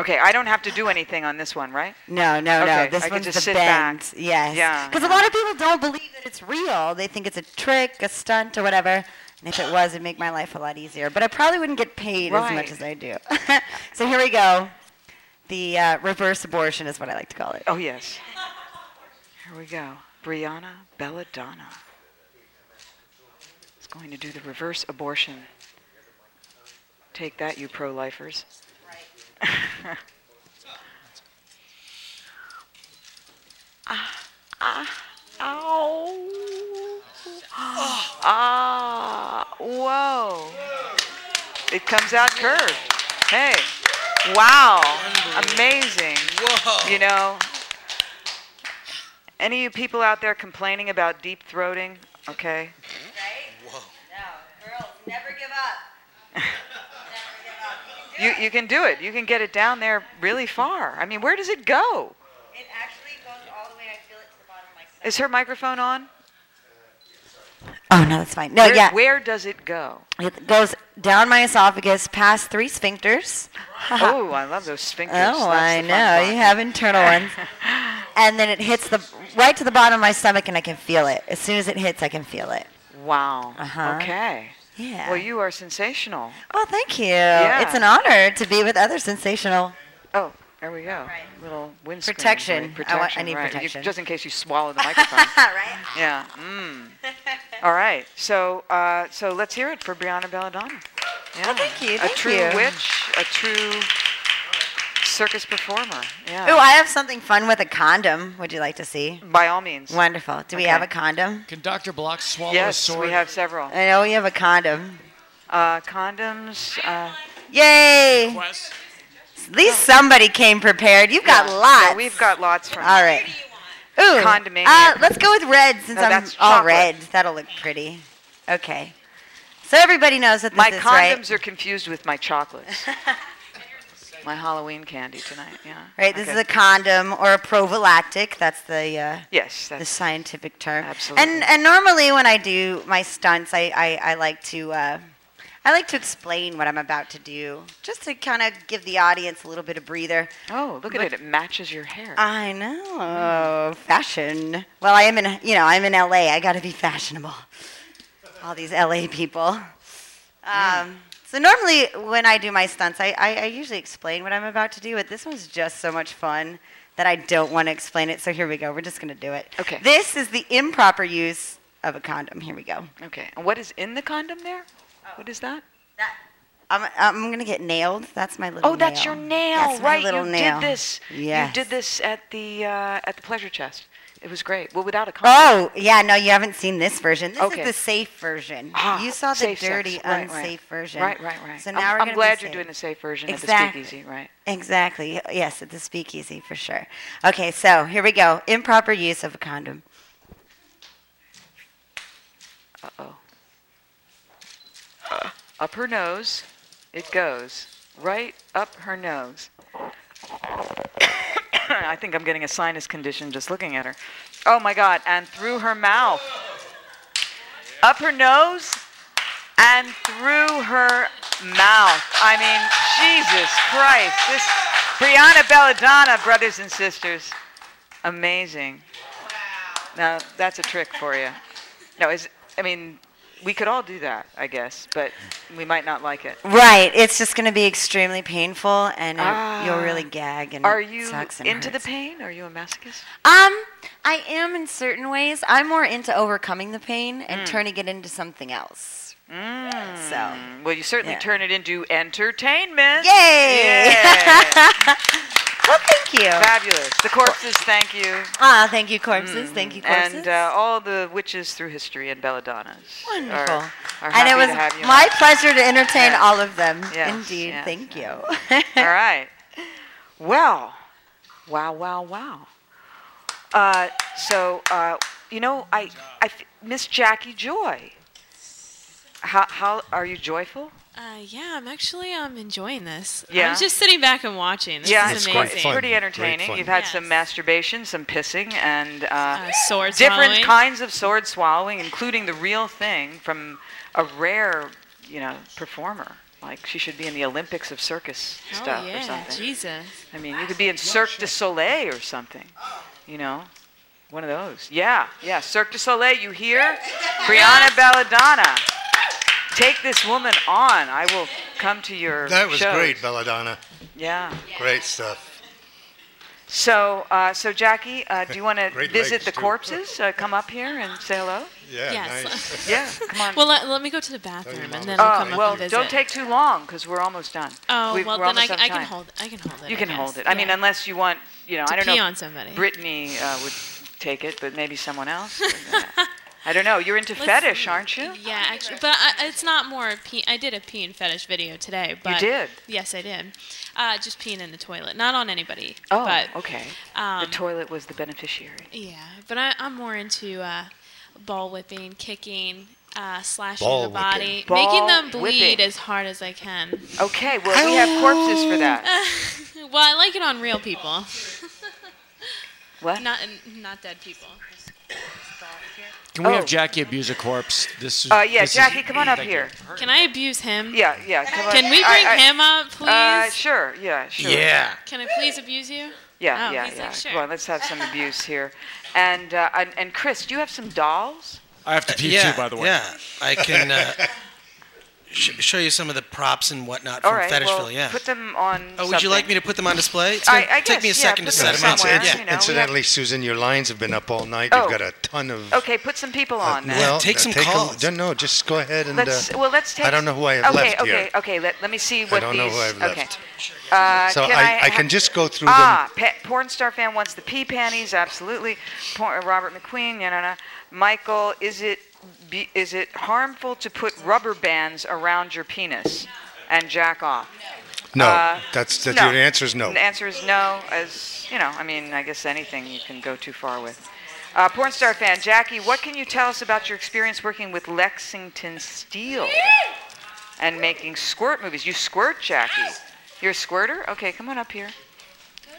D: Okay. I don't have to do anything on this one, right?
H: No, no,
D: Okay,
H: no. This
D: I can
H: one's
D: just
H: the
D: sit
H: bend.
D: back.
H: Yes.
D: Yeah,
H: Because a lot of people don't believe that it's real. They think it's a trick, a stunt, or whatever. And if it was, it'd make my life a lot easier. But I probably wouldn't get paid as
D: Right.
H: much as I do. <laughs> so here we go. The uh, reverse abortion is what I like to call it.
D: Oh yes. Here we go. Brianna Belladonna is going to do the reverse abortion. Take that, you pro-lifers. <laughs> Right. ah, ow. Ah, whoa. It comes out curved. Hey. Wow. Amazing. Whoa. You know, any of you people out there complaining about deep throating, okay?
H: Whoa. No, girls, never give up.
D: You, you can do it. You can get it down there really far. I mean, where does it go?
H: It actually goes all the way. I feel it to the bottom of my
D: Is her microphone on?
H: Oh no, that's fine. No,
D: where,
H: yeah.
D: Where does
H: <laughs>
D: it go?
H: It goes down my esophagus, past three sphincters.
D: oh, I love those sphincters.
H: Oh,
D: That's
H: I
D: the fun
H: know.
D: part.
H: You have internal
D: <laughs>
H: ones. and then it hits the right to the bottom of my stomach, and I can feel it. As soon as it hits, I can feel it.
D: Wow.
H: Uh-huh.
D: Okay.
H: Yeah.
D: Well, you are sensational.
H: Well, thank you.
D: Yeah.
H: It's an honor to be with other sensational.
D: Oh, there we go. Little windscreen.
H: Protection.
D: right?
H: I want- I need
D: right. You-
H: protection.
D: just in case you
H: <laughs>
D: swallow the microphone. right. Yeah. Mm. All right. So, uh, so let's hear it for Brianna Belladonna. Yeah.
H: thank you,
D: a
H: thank
D: true
H: you.
D: witch, a true circus performer. Yeah.
H: Ooh, Oh, I have something fun with a condom. Would you like to see?
D: By all means.
H: Wonderful. Do we
D: Okay.
H: have a condom?
F: Can Dr. Block swallow a
D: Yes,
F: sword?
D: we have several.
H: I know we have a condom.
D: Uh, condoms. Uh,
H: Yay! At least somebody came prepared. You've got
D: yeah,
H: lots.
D: yeah, we've got lots from.
H: All right. Ooh.
D: Condomaniac.
H: Uh, let's go with red since
D: No,
H: I'm
D: that's
H: all
D: chocolate.
H: red. That'll look pretty. Okay. So everybody knows that this
D: My
H: is
D: condoms
H: right.
D: are confused with
H: <laughs>
D: my chocolates. my Halloween candy tonight. Yeah.
H: Right, this
D: Okay.
H: is a condom or a prophylactic. That's the uh,
D: Yes,
H: the
D: that's-
H: scientific term.
D: Absolutely.
H: And and normally when I do my stunts, I I, I like to uh, I like to explain what I'm about to do, just to kind of give the audience a Uh-huh. little bit of breather.
D: Oh, look at it. It matches your hair.
H: I know Mm. fashion. Well, I am in you know I'm in LA. I got to be fashionable. All these LA people. Um, so normally when I do my stunts, I, I, I usually explain what I'm about to do, but this one's just so much fun that I don't want to explain it. So here we go. We're just going to do it. Okay. This is the improper use of a condom. Here we go.
D: Okay. And what is in the condom there?
H: Oh.
D: What is that?
H: I'm, I'm going to get nailed. That's my little
D: Oh, that's your nail,
H: That's my
D: right?
H: little
D: you
H: nail.
D: did this.
H: Yes.
D: You did this at the uh, at the pleasure chest. It was great. Well, without a condom.
H: Oh, yeah, no, you haven't seen this version. This
D: Okay.
H: is the safe version.
D: Ah,
H: you saw the
D: safe sex.
H: dirty,
D: Right, right.
H: unsafe version.
D: Right, right, right.
H: So
D: I'm-
H: now we're
D: I'm
H: gonna be
D: glad you're
H: safe.
D: doing the safe version at the
H: exactly.
D: speakeasy, right.
H: Exactly. Yes, at the speakeasy for sure. Okay, so here we go. Improper use of a condom.
D: Uh oh. Up her nose, it goes. Right up her nose. <coughs> I think I'm getting a sinus condition just looking at her. Oh my God. And through her mouth. Up her nose and through her mouth. I mean, Jesus Christ. This Brianna Belladonna, brothers and sisters. Amazing. Now, that's a trick for you. No, is I mean, we could all do that, I guess, but we might not like it.
H: Right. It's just going to be extremely painful, and it- you'll
D: Ah.
H: really gag. And
D: Are
H: it
D: you
H: sucks and
D: into the
H: hurts.
D: pain? Are you a masochist?
H: Um, I am in certain ways. I'm more into overcoming the pain and
D: Mm.
H: turning it into something else.
D: So, Mm. well, you certainly
H: Mm. yeah.
D: turn it into entertainment.
H: Yay!
D: Yeah.
H: <laughs> well, thank you.
D: Fabulous. The corpses, thank you.
H: Ah, thank you, corpses. Thank you, corpses.
D: And uh, all the witches through history and belladonnas. are-
H: Wonderful.
D: Are,
H: and
D: happy
H: it was
D: to have you
H: my
D: on.
H: pleasure to entertain
D: Yes.
H: all of them.
D: Yes,
H: Indeed.
D: yes,
H: Thank you.
D: <laughs> All right. Well, wow, wow, wow. Uh, so, uh, you know, I, I f- miss Jackie Joy. How, how are you joyful?
E: Uh, yeah, I'm actually um, enjoying this.
D: Yeah.
E: I'm just sitting back and watching. This
D: yeah,
E: is
D: it's
E: amazing.
D: quite- it's pretty entertaining. You've had some masturbation, some pissing, and uh,
E: sword
D: different
E: swallowing.
D: kinds of sword swallowing, including the real thing from a rare, you know, performer. Like she should be in the Olympics of circus stuff
E: oh,
D: or
E: yeah,
D: something.
E: Jesus.
D: I mean, you could be in Cirque du Soleil or something, you know, one of those. Yeah, yeah, Cirque du Soleil. You hear, Brianna Belladonna. Take this woman on. I will come to your
B: That was
D: shows.
B: great, Belladonna.
D: Yeah.
B: Great stuff.
D: So, uh, so Jackie, uh, do you want to
B: Great
D: visit
B: legs,
D: the
B: too.
D: corpses? Uh, come up here and say hello.
B: Yeah,
E: Yes.
B: nice.
D: <laughs> Yeah, come on.
E: Well, let, let me go to the bathroom and then I'll
D: Oh,
E: come up
D: well,
E: and visit.
D: don't take too long because we're almost done.
E: Oh,
D: We've-
E: well,
D: we're
E: then I,
D: almost
E: c-
D: on
E: I can
D: time.
E: hold. I can hold it.
D: You
E: I
D: can
E: guess.
D: hold it. I mean,
E: Yeah.
D: unless you want, you know,
E: To
D: I don't
E: pee
D: know.
E: on somebody.
D: Brittany uh, would take it, but maybe
E: <laughs>
D: someone else. uh, I don't know. You're into fetish, aren't you?
E: Yeah, actually, but I, it's not more pee. I did a pee and fetish video today. But
D: did?
E: Yes, I did. Uh, just peeing in the toilet, not on anybody.
D: Oh,
E: but,
D: okay.
E: um,
D: the toilet was the beneficiary.
E: Yeah, but I, I'm more into uh, ball whipping, kicking, uh, slashing
D: Ball
E: the
D: whipping.
E: body,
D: Ball
E: making them bleed
D: whipping.
E: as hard as I can.
D: Okay, well, we have corpses for that.
E: well, I like it on real people.
D: What?
E: Not not dead people.
F: Can we
D: Oh.
F: have Jackie abuse a corpse? This is.
D: Uh, yeah,
F: this is-
D: Jackie, come on up
F: Thank
D: here.
E: Can I abuse him?
D: Yeah, yeah. Come on.
E: Can we
D: I-
E: bring
D: I-
E: him up,
D: Uh,
E: please?
D: sure. Yeah, sure.
F: Yeah.
E: Can I please abuse you?
D: Yeah,
E: Oh,
D: yeah,
E: he's
D: yeah.
E: like, sure.
D: Come on, let's have some abuse here. And, uh, and and Chris, do you have some dolls?
F: I have to pee
J: yeah,
F: too, by the way.
J: Yeah, I can. Uh, sh- show you some of the props and whatnot
D: All
J: Uh, from
D: right,
J: Fetishville.
D: well,
J: yeah.
D: put them on.
J: Oh, would you like me to put them on display? It's
D: I-
J: gonna
D: I
J: take me a
D: guess, yeah,
J: second
D: put
J: to
D: them
J: set them up.
D: somewhere,
J: yeah.
D: you know, we have-
B: Incidentally, Susan, your lines have been up all night.
D: Oh.
B: You've got a ton of.
D: Okay, put some people on. then.
B: well, uh, take 'em- don't- no, just go ahead and.
D: Let's,
B: uh,
D: well, let's take.
B: I don't know who I have
D: okay,
B: left
D: okay,
B: here.
D: Okay, Let, let me see what
B: don't
D: these.
B: know who I've
D: okay.
B: left.
D: Uh,
B: So
D: can
B: I-
D: I,
B: I can just go through them.
D: ah, them. Ah, porn star fan wants the pee panties. Absolutely. Por- uh, Robert McQueen. Yeah, no, no. Michael, is it be, is it harmful to put rubber bands around your penis and jack off?
B: No,
D: Uh,
B: that's that.
D: no.
B: Your answer is no.
D: The answer is no. As you know, I mean, I guess anything you can go too far with. Uh, porn star fan Jackie, what can you tell us about your experience working with Lexington Steel and making squirt movies? You squirt, Jackie. You're a squirter. Okay, come on up here.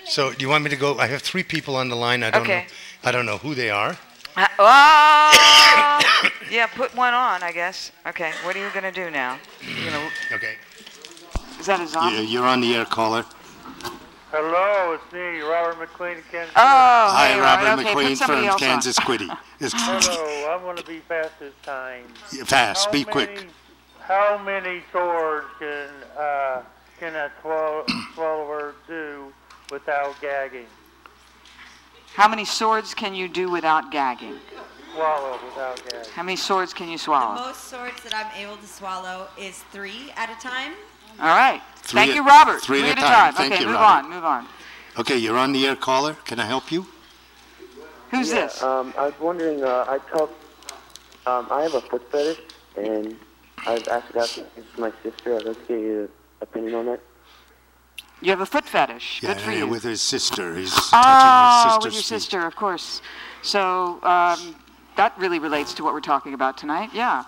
B: So do you want me to go? I have three people on the line. I don't
D: Okay.
B: know. I don't know who they are.
D: Uh, oh, <coughs> yeah. Put one on, I guess. Okay. What are you gonna do now? You know.
B: Okay.
D: Is that a zombie?
B: You're on the air, caller.
P: Hello, it's me, Robert McLean of Kansas.
D: Oh,
P: City.
D: hey, Robert. Okay, put somebody else on. <laughs>
P: Hello, I'm going to be fast this time.
Q: Yeah, fast.
P: How
Q: Be
P: many,
Q: quick.
P: How many swords can uh, can a swall- <clears throat> swallower do without gagging?
D: How many swords can you do without gagging?
P: Swallow without gagging.
D: How many swords can you
G: The
D: swallow?
G: most swords that I'm able to swallow is three at a time.
D: All right.
Q: Three
D: Thank
Q: at-
D: you, Robert.
Q: three at a time. Thank
D: okay,
Q: you,
D: move
Q: Robert.
D: on. Move on.
Q: Okay, you're on the air, caller. Can I help you?
D: Who's
P: yeah,
D: this?
P: Um, I was wondering. Uh, I talk. Um, I have a foot fetish, and I've asked it out to it's my sister. I'd like to get your opinion on that.
D: You have a foot fetish.
Q: Yeah,
D: Good for
Q: uh,
D: you.
Q: with his sister. He's touching his
D: Oh, with your
Q: sister's feet.
D: sister, of course. So um, that really relates to what we're talking about tonight. Yeah.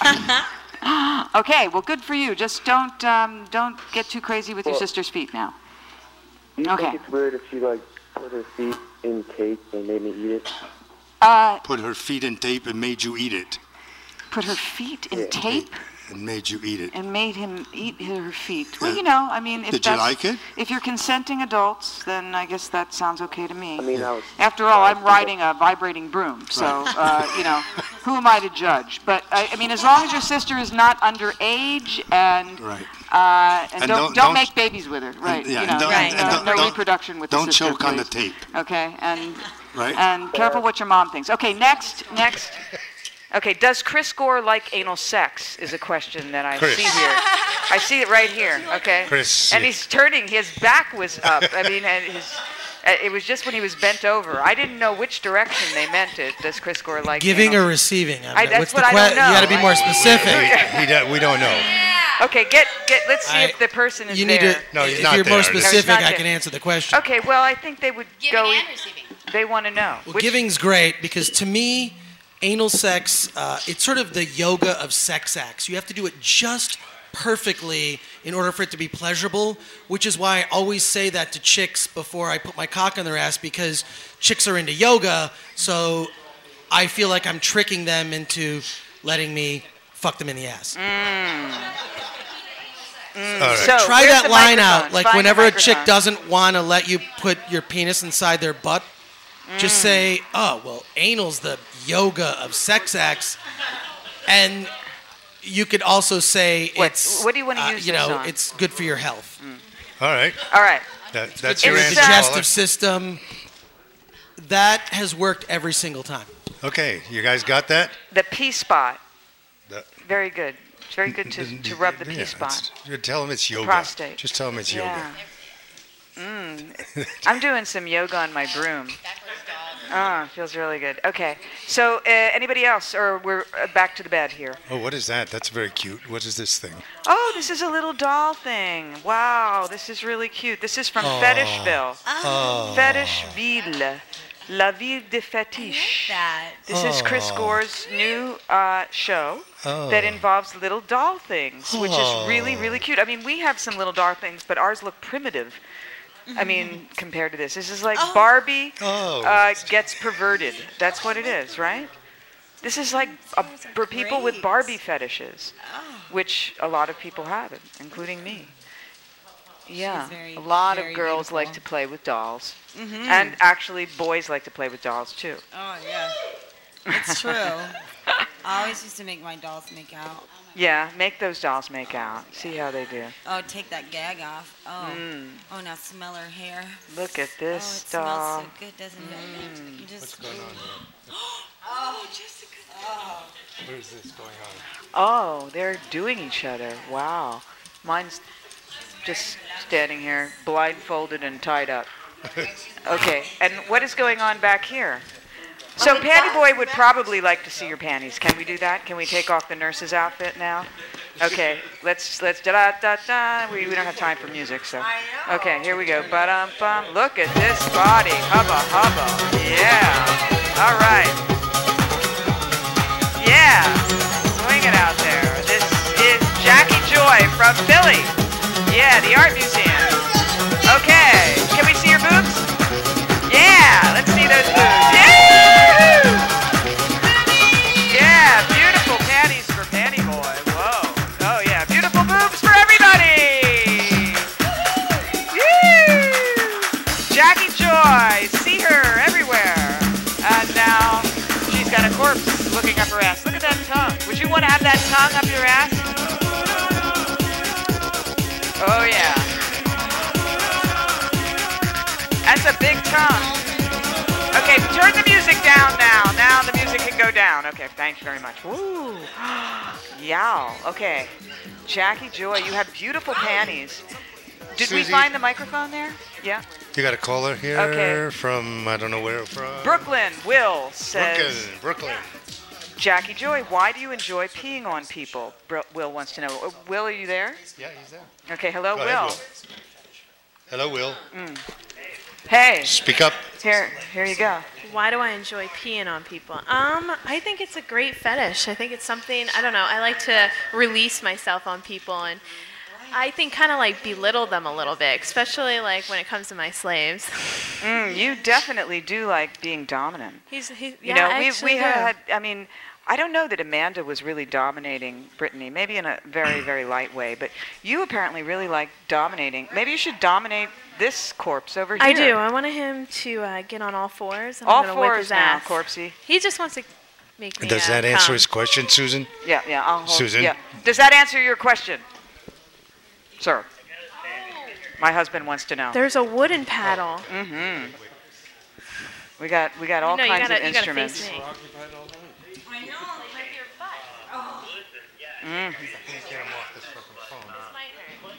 D: Uh, <laughs> okay. Well, good for you. Just don't um, don't get too crazy with your
P: Well-
D: sister's feet now.
P: Do you
D: Okay.
P: think it's weird if she like put her feet in cake and made me eat it?
D: Uh,
Q: Put her feet in tape and made you eat it.
D: put her feet in tape
Q: And made you eat it.
D: and made him eat her feet. Well,
Q: Yeah.
D: you know, I mean, if
Q: Did you
D: that's,
Q: like it?
D: If you're consenting adults, then I guess that sounds okay to me.
P: I mean, I was.
D: After all, I'm riding a vibrating broom, so
P: Right.
D: uh, you know, who am I to judge? But I, I mean, as long as your sister is not underage and
Q: Right.
D: uh, and,
Q: And don't-
D: don't, don't
Q: don't-
D: make babies with her, right?
Q: yeah,
D: you
Q: and
D: know,
Q: don't- Right. and
D: no,
Q: don't-
D: no
Q: don't-
D: reproduction with
Q: Don't
D: the sister,
Q: choke on the
D: please.
Q: tape.
D: Okay, and
Q: Right.
D: and careful what your mom thinks. Okay, next, next. Okay, does Chris Gore like anal sex? Is a question that I
B: Chris.
D: see here. I see it right here. Okay.
B: Chris,
D: And
B: yeah.
D: he's turning. His back was up. I mean, and his. uh, It was just when he was bent over. I didn't know which direction they meant it. Does Chris Gore like
J: Giving or
D: anal
J: receiving?
D: I-
J: mean,
D: that's
J: what's
D: what
J: the
D: I don't
J: que- You got to
D: know.
J: be more
D: I-
J: specific.
B: We, don't, we don't know.
D: Okay, get get. Let's see
J: I-
D: if the person is
J: You need
D: there.
J: to.
B: No, he's
J: if
B: not
J: you're
B: there.
J: more
B: No, he's
J: specific,
D: not
J: I
D: there.
J: can answer the question.
D: Okay, well, I think they would go. And receiving. They want to know.
J: Well, giving's great because to me, anal sex, uh, it's sort of the yoga of sex acts. You have to do it just perfectly in order for it to be pleasurable, which is why I always say that to chicks before I put my cock on their ass because chicks are into yoga, so I feel like I'm tricking them into letting me fuck them in the ass.
D: Mm,
J: All right.
D: So
J: Try
D: where's
J: that
D: the
J: line out.
D: microphone?
J: Like
D: Find the
J: whenever a chick
D: microphone.
J: doesn't want to let you put your penis inside their butt, just
D: Mm.
J: say, "Oh, well, anal's the yoga of sex acts," and you could also say it's
D: what do you wanna
J: uh,
D: use
J: You
D: this
J: know,
D: on?
J: it's good for your health.
B: Mm. All right.
D: All right.
B: That,
J: It's
B: that's
J: good
B: your
J: for
B: answer.
J: your digestive
B: caller.
J: system. That has worked every single time.
B: Okay, you guys got that?
D: The P spot.
B: The-
D: Very good. It's very good to, to rub the P
B: Yeah,
D: spot.
B: it's- you tell them it's yoga.
D: prostate.
B: Just tell them it's
D: Yeah.
B: yoga. <laughs>
D: Mm. I'm doing some yoga on my broom. Ah, feels really good. Okay. So, uh, anybody else, or we're uh, back to the bed here?
B: Oh, what is that? That's very cute. What is this thing?
D: Oh, this is a little doll thing. Wow, this is really cute. This is from
B: Oh.
D: Fetishville.
B: Oh.
D: Fetishville. La ville de fetiche. This is Chris
B: Oh.
D: Gore's new uh, show that
B: Oh.
D: involves little doll things, which is really,
B: Oh.
D: really cute. I mean, we have some little doll things, but ours look primitive. I mean, compared to this, this is like Barbie
B: Oh.
D: uh, gets perverted. That's what it is, right? This is like a, for people with Barbie fetishes,
C: Ah.
D: which a lot of people have, including me. Yeah,
C: very,
D: a lot
C: very
D: of girls like to play with dolls,
C: Mhm.
D: and actually, boys like to play with dolls too.
G: Oh yeah, it's true. I always used to make my dolls make out.
D: Yeah, make those dolls make out. See how they do.
G: Oh, take that gag off. Oh,
K: Mm.
G: oh, now smell her hair.
D: Look at
G: Oh, it
D: this doll.
G: smells so good, doesn't
K: Mm.
G: it? You Just, What's going on? <gasps>
K: Oh, Jessica. Oh.
B: What is this going on?
D: Oh, they're doing each other. Wow. Mine's just standing here, blindfolded and tied up. Okay, and what is going on back here? So Panty Boy would probably like to see your panties. Can we do that? Can we take off the nurse's outfit now? Okay, let's let's da da da da. We, we don't have time for music, so. Okay, here we go. Ba dum bum. Look at this body. Hubba hubba. Yeah. All right. Yeah. Swing it out there. This is Jackie Joy from Philly. Yeah, the art museum. Okay. Can we see your boobs? Yeah. Let's see those boobs. Yeah. Yeah, beautiful panties for Panty Boy. Whoa. Oh, yeah. Beautiful boobs for everybody. Woo! Jackie Joy. See her everywhere. And now she's got a corpse looking up her ass. Look at that tongue. Would you want to have that tongue up your ass? Oh, yeah. That's a big tongue. Okay, turn the music down now. Now the music can go down. Okay, thank you very much. Woo! Yow. Okay. Jackie Joy, you have beautiful panties. Did we
B: Susie.
D: find the microphone there? Yeah.
B: You got a caller here
D: Okay.
B: from I don't know where from.
D: Brooklyn Will says
B: Uh, Brooklyn. Brooklyn.
D: Jackie Joy, why do you enjoy peeing on people? Bro- Will wants to know. Uh, Will, are you there?
B: Yeah, he's there.
D: Okay, hello,
B: Go ahead,
D: Will.
B: Hello, Will.
D: Mm. Hey.
B: Speak up.
D: Here, here you go.
R: Why do I enjoy peeing on people? Um, I think it's a great fetish. I think it's something I don't know. I like to release myself on people, and I think kind of like belittle them a little bit, especially like when it comes to my slaves.
D: Mm, you definitely do like being dominant.
R: He's, he's
D: You
R: yeah,
D: know,
R: I
D: we
R: actually
D: we
R: do.
D: had. I mean, I don't know that Amanda was really dominating Brittany. Maybe in a
R: <clears throat>
D: very very light way, but you apparently really like dominating. Maybe you should dominate this corpse over here.
R: I do. I wanted him to uh, get on all fours. and I'm
D: All
R: gonna whip
D: fours
R: his
D: now,
R: ass.
D: corpsey.
R: He just wants to make me.
B: Does
R: uh,
B: that answer
R: come.
B: his question, Susan?
D: Yeah, yeah. I'll hold,
B: Susan?
D: Yeah. Does that answer your question, sir? My husband wants to know.
R: There's a wooden paddle.
D: Mm-hmm. We got we got <gasps> all
R: No, you
D: kinds
R: gotta-
D: of
R: you gotta face
D: instruments.
R: me.
D: Mm. Well,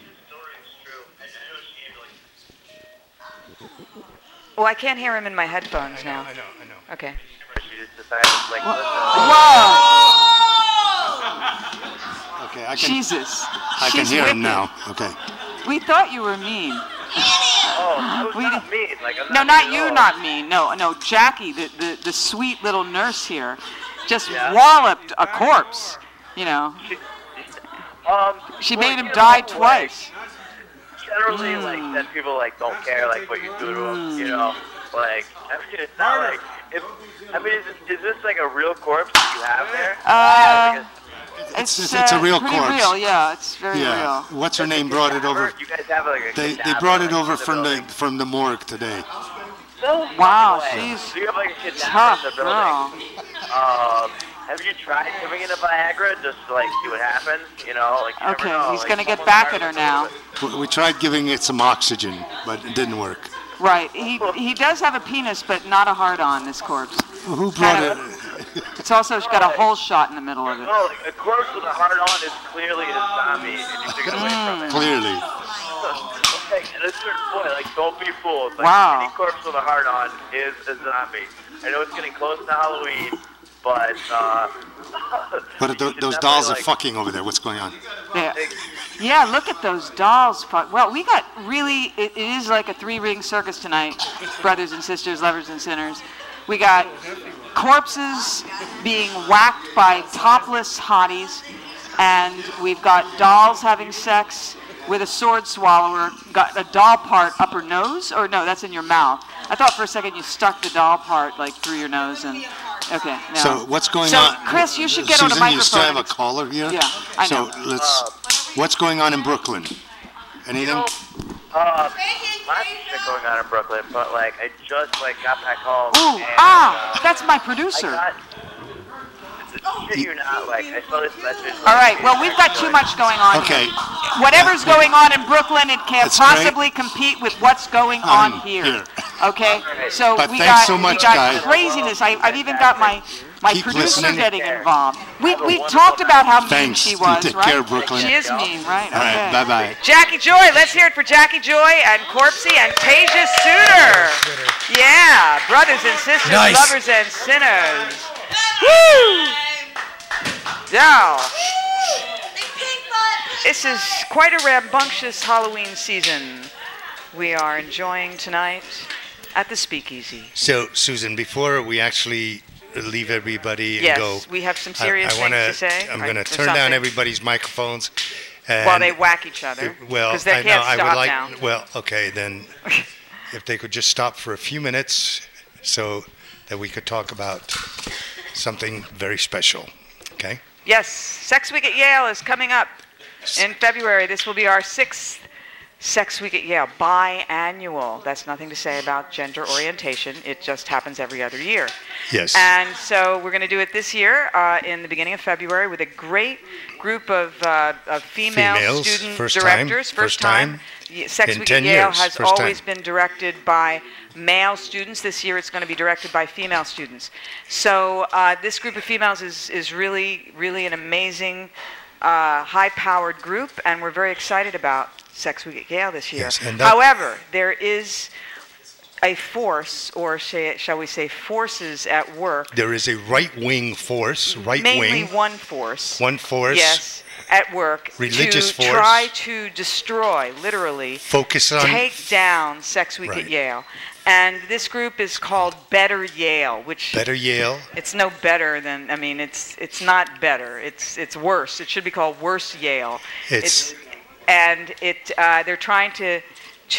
D: Oh, I can't hear him in my headphones
B: I know,
D: now.
B: I know, I know.
D: Okay.
B: Okay, I can.
D: Jesus.
B: I can
D: She's
B: hear
D: wicked.
B: him now. Okay.
D: We thought you were mean.
K: Oh,
D: We
K: not
D: did-
K: me. Like, I'm
D: No,
K: not
D: not
K: at
D: you,
K: all.
D: not me. No, no, Jackie, the, the, the sweet little nurse here, just
K: Yeah.
D: walloped a corpse. You know,
K: Um,
D: she
K: well,
D: made him
K: you
D: die
K: know, like,
D: twice.
K: generally,
D: Mm.
K: like that, people like don't care like what you do to them. You know, like I mean, it's not like. If, I mean, is, is this like a real corpse that you have there?
D: Uh,
B: It's, it's, it's a real
D: pretty
B: corpse.
D: real, yeah, it's very
B: yeah.
D: real.
B: What's her name? Brought it over.
K: You guys have like a
B: They they
K: cadaver,
B: brought it
K: like,
B: over
K: in the
B: from the
K: building.
B: from the morgue today.
K: No
D: Wow,
K: way.
D: she's
K: Do you have like a
D: tough
K: cadaver in the building? Um, have you tried giving it a Viagra just to like see what happens? You know, like you never
D: Okay,
K: know,
D: he's
K: like,
D: gonna get
K: someone
D: back at
K: started
D: her now.
B: We, we tried giving it some oxygen, but it didn't work.
D: Right,
K: <laughs>
D: he, he does have a penis, but not a hard on, this corpse.
B: Who brought it?
D: It's also got a hole shot in the middle of it.
K: No, like, a corpse with a heart on is clearly a zombie, and you should get away
D: Mm.
K: from it.
B: Clearly.
K: like, at a certain point, like, don't be fooled. Like,
D: Wow.
K: Any corpse with a heart on is a zombie. I know it's getting close to Halloween, but uh, <laughs>
B: But th- those dolls are fucking over there. What's going on?
D: Yeah. yeah, look at those dolls. fu- Well, we got really, it, it is like a three ring circus tonight, brothers and sisters, lovers and sinners. We got corpses being whacked by topless hotties, and we've got dolls having sex with a sword swallower. Got a doll part up her nose, or no, that's in your mouth. I thought for a second you stuck the doll part like through your nose and. Okay. No.
B: So what's going
D: So,
B: on?
D: Chris, you should get on a
B: Susan, you still have
D: microphone
B: a
D: and
B: caller here?
D: Yeah, I
B: so
D: know.
B: let's. What's going on in Brooklyn? Anything?
K: uh, lots of shit going on in Brooklyn, but, like, I just, like, got back home.
D: Ooh,
K: and,
D: ah,
K: uh,
D: that's my producer.
K: I got, Did you not? Like, I saw this message.
D: All right, well, we've got too much going on
K: Okay.
D: here. Whatever's going on in Brooklyn, it can't
I: That's great.
D: possibly compete with what's going
I: I'm
D: on here.
I: here.
D: Okay? So
I: But
D: we
I: thanks
D: got,
I: so
D: we
I: much,
D: got
I: guys.
D: craziness. I, I've even got my, my
I: Keep
D: producer
I: listening.
D: getting involved. We, we talked about how mean
I: Thanks.
D: she was,
I: Take
D: right?
I: care, Brooklyn.
D: She is mean, right?
I: All right,
D: Okay.
I: bye-bye.
D: Jackie Joy, let's hear it for Jackie Joy and Corpsey and Tasia Suter. Yeah, brothers and sisters,
S: Nice.
D: lovers and sinners. Woo! Yeah. This is quite a rambunctious Halloween season we are enjoying tonight at the Speakeasy.
B: So, Susan, before we actually leave everybody and
D: Yes,
B: go,
D: we have some
B: I-
D: serious
B: I, wanna,
D: things to say,
B: I'm
D: right,
B: going
D: or
B: to turn
D: something.
B: down everybody's microphones. And
D: While they whack each other,
B: Well,
D: 'cause they
B: I know,
D: can't
B: I
D: stop
B: would like.
D: now.
B: Well, okay,
D: <laughs>
B: then, if they could just stop for a few minutes, so that we could talk about something very special. Okay.
D: Yes, Sex Week at Yale is coming up in February. This will be our sixth Sex Week at Yale, biannual. That's nothing to say about gender orientation, it just happens every other year.
B: Yes.
D: And so we're going to do it this year uh, in the beginning of February with a great group of, uh, of female
B: Females,
D: student
B: first time,
D: directors.
B: first time
D: Ye- Sex
B: in
D: Week at
B: 10
D: Yale
B: years,
D: has
B: first
D: always
B: time.
D: been directed by male students. This year it's going to be directed by female students. So uh, this group of females is, is really, really an amazing, uh, high powered group, and we're very excited about Sex Week at Yale this year.
B: Yes, and uh, that-
D: However, there is a force, or sha- shall we say, forces at work
B: There is a right wing force. Right
D: mainly
B: wing.
D: one force.
B: One force.
D: Yes, at work.
B: Religious
D: to
B: force.
D: Try to destroy, literally.
B: Focus on-
D: Take down Sex Week
B: Right.
D: at Yale, and this group is called Better Yale, which.
B: Better Yale.
D: It's no better than I mean it's it's not better it's it's worse it should be called worse Yale
B: It's-
D: and it uh, they're trying to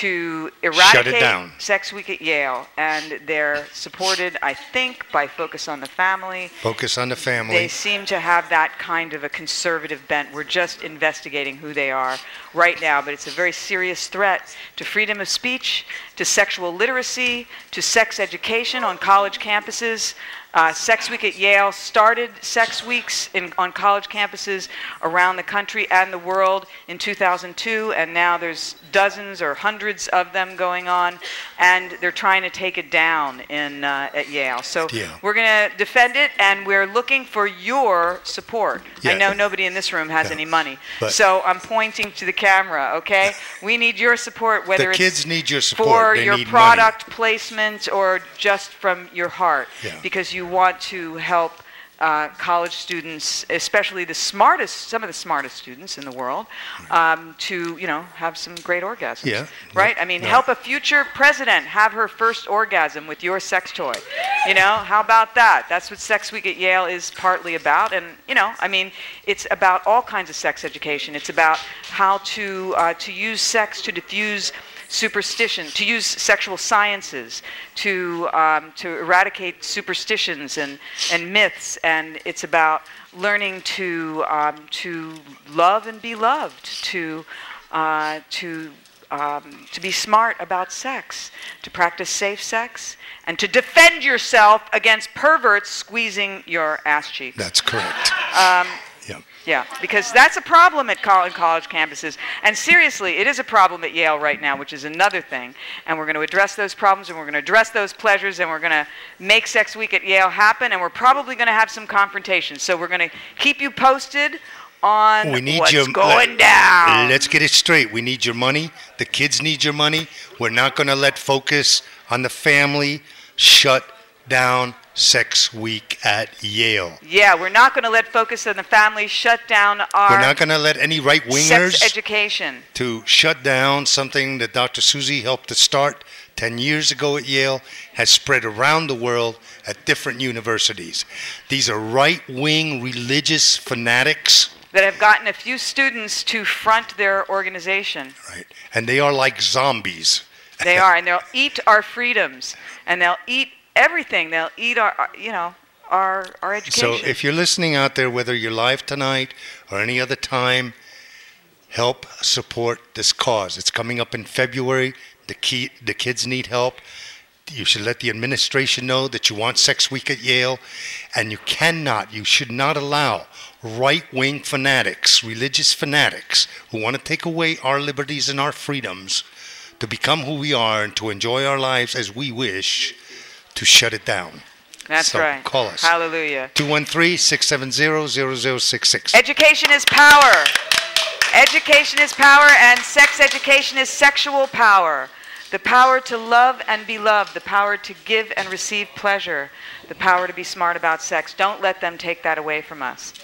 D: to eradicate
B: down.
D: Sex Week at Yale and they're supported I think by Focus on the Family
B: Focus on the family.
D: they seem to have that kind of a conservative bent. We're just investigating who they are right now, but it's a very serious threat to freedom of speech, to sexual literacy, to sex education on college campuses. Uh, sex Week at Yale started sex weeks in, on college campuses around the country and the world in 2002, and now there's dozens or hundreds of them going on, and they're trying to take it down in, uh, at Yale. So
B: Yeah.
D: we're going to defend it, and we're looking for your support. I
B: Yeah.
D: know nobody in this room has any money,
B: But-
D: so I'm pointing to the camera.
B: <laughs>
D: Okay, we need your support, whether
B: the
D: it's
B: kids need your support.
D: for
B: they
D: your
B: need money.
D: product placement or just from your heart,
B: Yeah.
D: because you want to help. Uh, college students, especially the smartest, some of the smartest students in the world, um, to you know have some great orgasms.
B: Yeah.
D: Right? I mean,
B: Yeah.
D: help a future president have her first orgasm with your sex toy. You know, how about that? That's what Sex Week at Yale is partly about. And, you know, I mean, it's about all kinds of sex education. It's about how to, uh, to use sex to diffuse superstition, to use sexual sciences, to, um, to eradicate superstitions and, and myths. And it's about learning to, um, to love and be loved, to, uh, to um, to be smart about sex, to practice safe sex, and to defend yourself against perverts squeezing your ass cheek.
B: That's correct.
D: Um, yeah. because that's a problem at col- in college campuses. And seriously, it is a problem at Yale right now, which is another thing. And we're going to address those problems, and we're going to address those pleasures, and we're going to make Sex Week at Yale happen, and we're probably going to have some confrontations. So we're going to keep you posted on
B: We need
D: what's
B: your
D: going down.
B: Let's get it straight. We need your money. The kids need your money. We're not going to let focus on the family shut down Sex Week at Yale.
D: Yeah, we're not going to let Focus on the Family shut down
B: We're
D: our
B: not going to let any right wingers
D: sex education.
B: to shut down something that Dr. Susie helped to start 10 years ago at Yale has spread around the world at different universities. These are right wing religious fanatics.
D: That have gotten a few students to front their
B: <laughs>
D: organization.
B: and they are like zombies.
D: They are, and they'll eat our freedoms, and they'll eat everything. They'll eat our, our- you know, our our
B: So
D: education.
B: if you're listening out there, whether you're live tonight or any other time, help support this cause. It's coming up in February. The key, the kids need help. you should let the administration know that you want sex week at Yale, and you cannot, you should not allow right wing fanatics, religious fanatics, who want to take away our liberties and our freedoms to become who we are and to enjoy our lives as we wish to shut it down.
D: That's
B: So,
D: right.
B: Call us.
D: Hallelujah.
B: 213 670 0066.
D: Education is power. Education is power, and sex education is sexual power. The power to love and be loved, the power to give and receive pleasure, the power to be smart about sex. Don't let them take that away from us.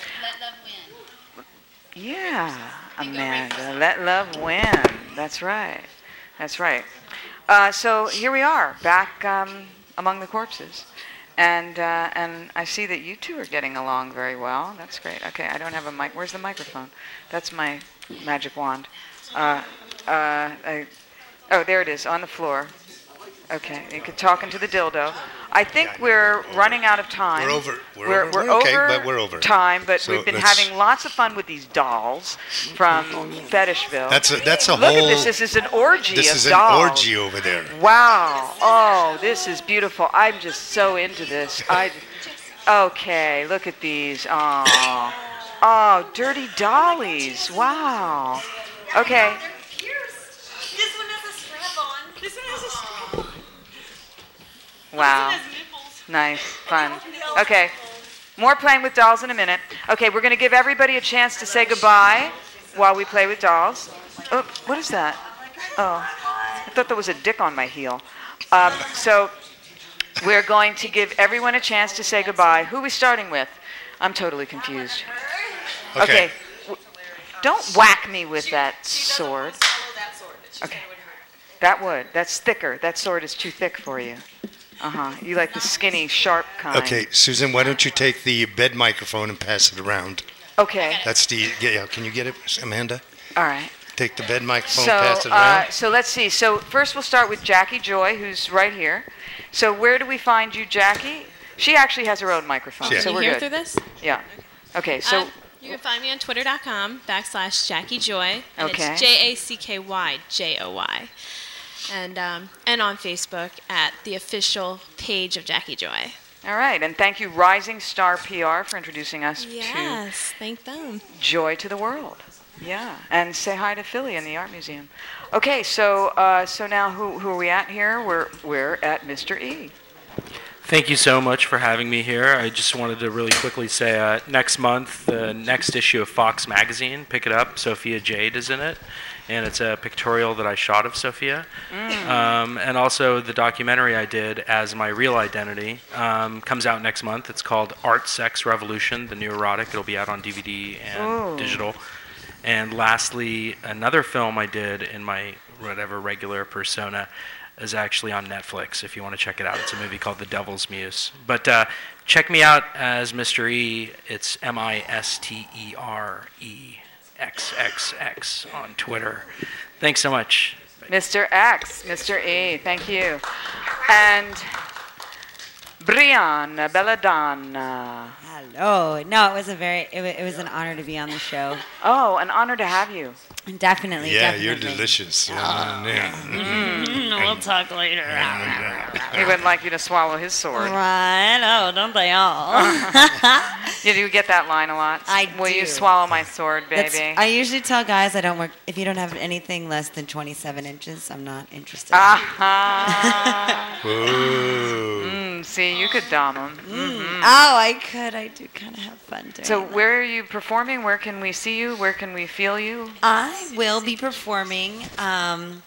D: Yeah, Amanda, let love win. That's right. That's right. Uh, so here we are, back um, among the corpses. And, uh, and I see that you two are getting along very well. That's great. Okay, I don't have a mic. Where's the microphone? That's my magic wand. Uh, uh, I, oh, there it is, on the floor. Okay, you could talk into the dildo. I think we're running out of time.
B: We're over- we're
D: We're,
B: over-
D: we're
B: we're okay,
D: over
B: but we're over.
D: time, but
B: So
D: we've been
B: let's-
D: having lots of fun with these dolls from Fetishville.
B: That's a, that's a
D: Look
B: whole.
D: at this. This is an orgy
B: This
D: of
B: is
D: dolls.
B: an orgy over there.
D: Wow. Oh, this is beautiful. I'm just so into this. I Okay, look at these. Oh. Oh, dirty dollies. Wow. Okay.
K: This one has a strap on. This one has a strap on.
D: Wow. Nice. Fun. Okay. More playing with dolls in a minute. Okay, we're going to give everybody a chance to say goodbye while we play with dolls. Oh, what is that? Oh, I thought there was a dick on my heel. Um, so we're going to give everyone a chance to say goodbye. Who are we starting with? I'm totally confused.
B: Okay.
D: W- Don't whack me with that sword. Okay. That would. That's thicker. That sword is too thick for you. Uh huh. You like the skinny, sharp kind.
B: Okay, Susan, why don't you take the bed microphone and pass it around?
D: Okay.
B: That's the. Yeah, yeah, can you get it, Amanda?
D: All right.
B: Take the bed microphone,
D: So,
B: pass it around.
D: uh, so let's see. So first, we'll start with Jackie Joy, who's right here. So where do we find you, Jackie? She actually has her own microphone.
E: Yeah.
D: So
E: Can you
D: we're
E: hear
D: good.
E: through this?
D: Yeah. Okay. So
E: Um, you can find me on twitter.com backslash Jackie Joy. And
D: Okay.
E: It's J A C K Y J O Y. And, um, and on Facebook at the official page of Jackie Joy.
D: all right, and thank you, Rising Star PR, for introducing us
E: Yes, thank them.
D: to Joy to the World. Yeah, and say hi to Philly in the art museum. Okay, so uh, so now who who are we at here? We're we're at Mr. E.
N: Thank you so much for having me here. I just wanted to really quickly say uh, next month, the next issue of Fox Magazine, pick it up. Sophia Jade is in it, and it's a pictorial that I shot of Sophia.
T: Mm.
N: Um, and also, the documentary I did as my real identity um, comes out next month. It's called Art Sex Revolution, the new erotic. It'll be out on DVD and
T: Ooh.
N: digital. And lastly, another film I did in my whatever regular persona is actually on Netflix if you want to check it out. It's a movie called The Devil's Muse. But uh, check me out as Mr. E. It's M I S T E R E X X X on Twitter. Thanks so much.
D: Mr. X, Mr. E, thank you. And Brianna Belladonna.
H: Hello. No, it was a very. It, wa- it was an honor to be on the show.
D: Oh, an honor to have you.
H: Definitely.
B: yeah,
H: definitely.
B: you're delicious.
K: we'll talk later.
D: He wouldn't like you to swallow his sword.
K: Right? Oh, don't they
D: <laughs>
K: all?
D: You do get that line a lot. I Will you
H: do.
D: swallow my sword,
H: That's-
D: baby?
H: I usually tell guys I don't work if you don't have anything less than 27 inches. I'm not interested.
D: Ah. Aha.
B: Ooh.
D: Uh-huh. mm, see, you could dom him.
H: Oh, I could. I do kind of have fun doing.
D: So,
H: that.
D: where are you performing? Where can we see you? Where can we feel you?
H: I will be performing. Um,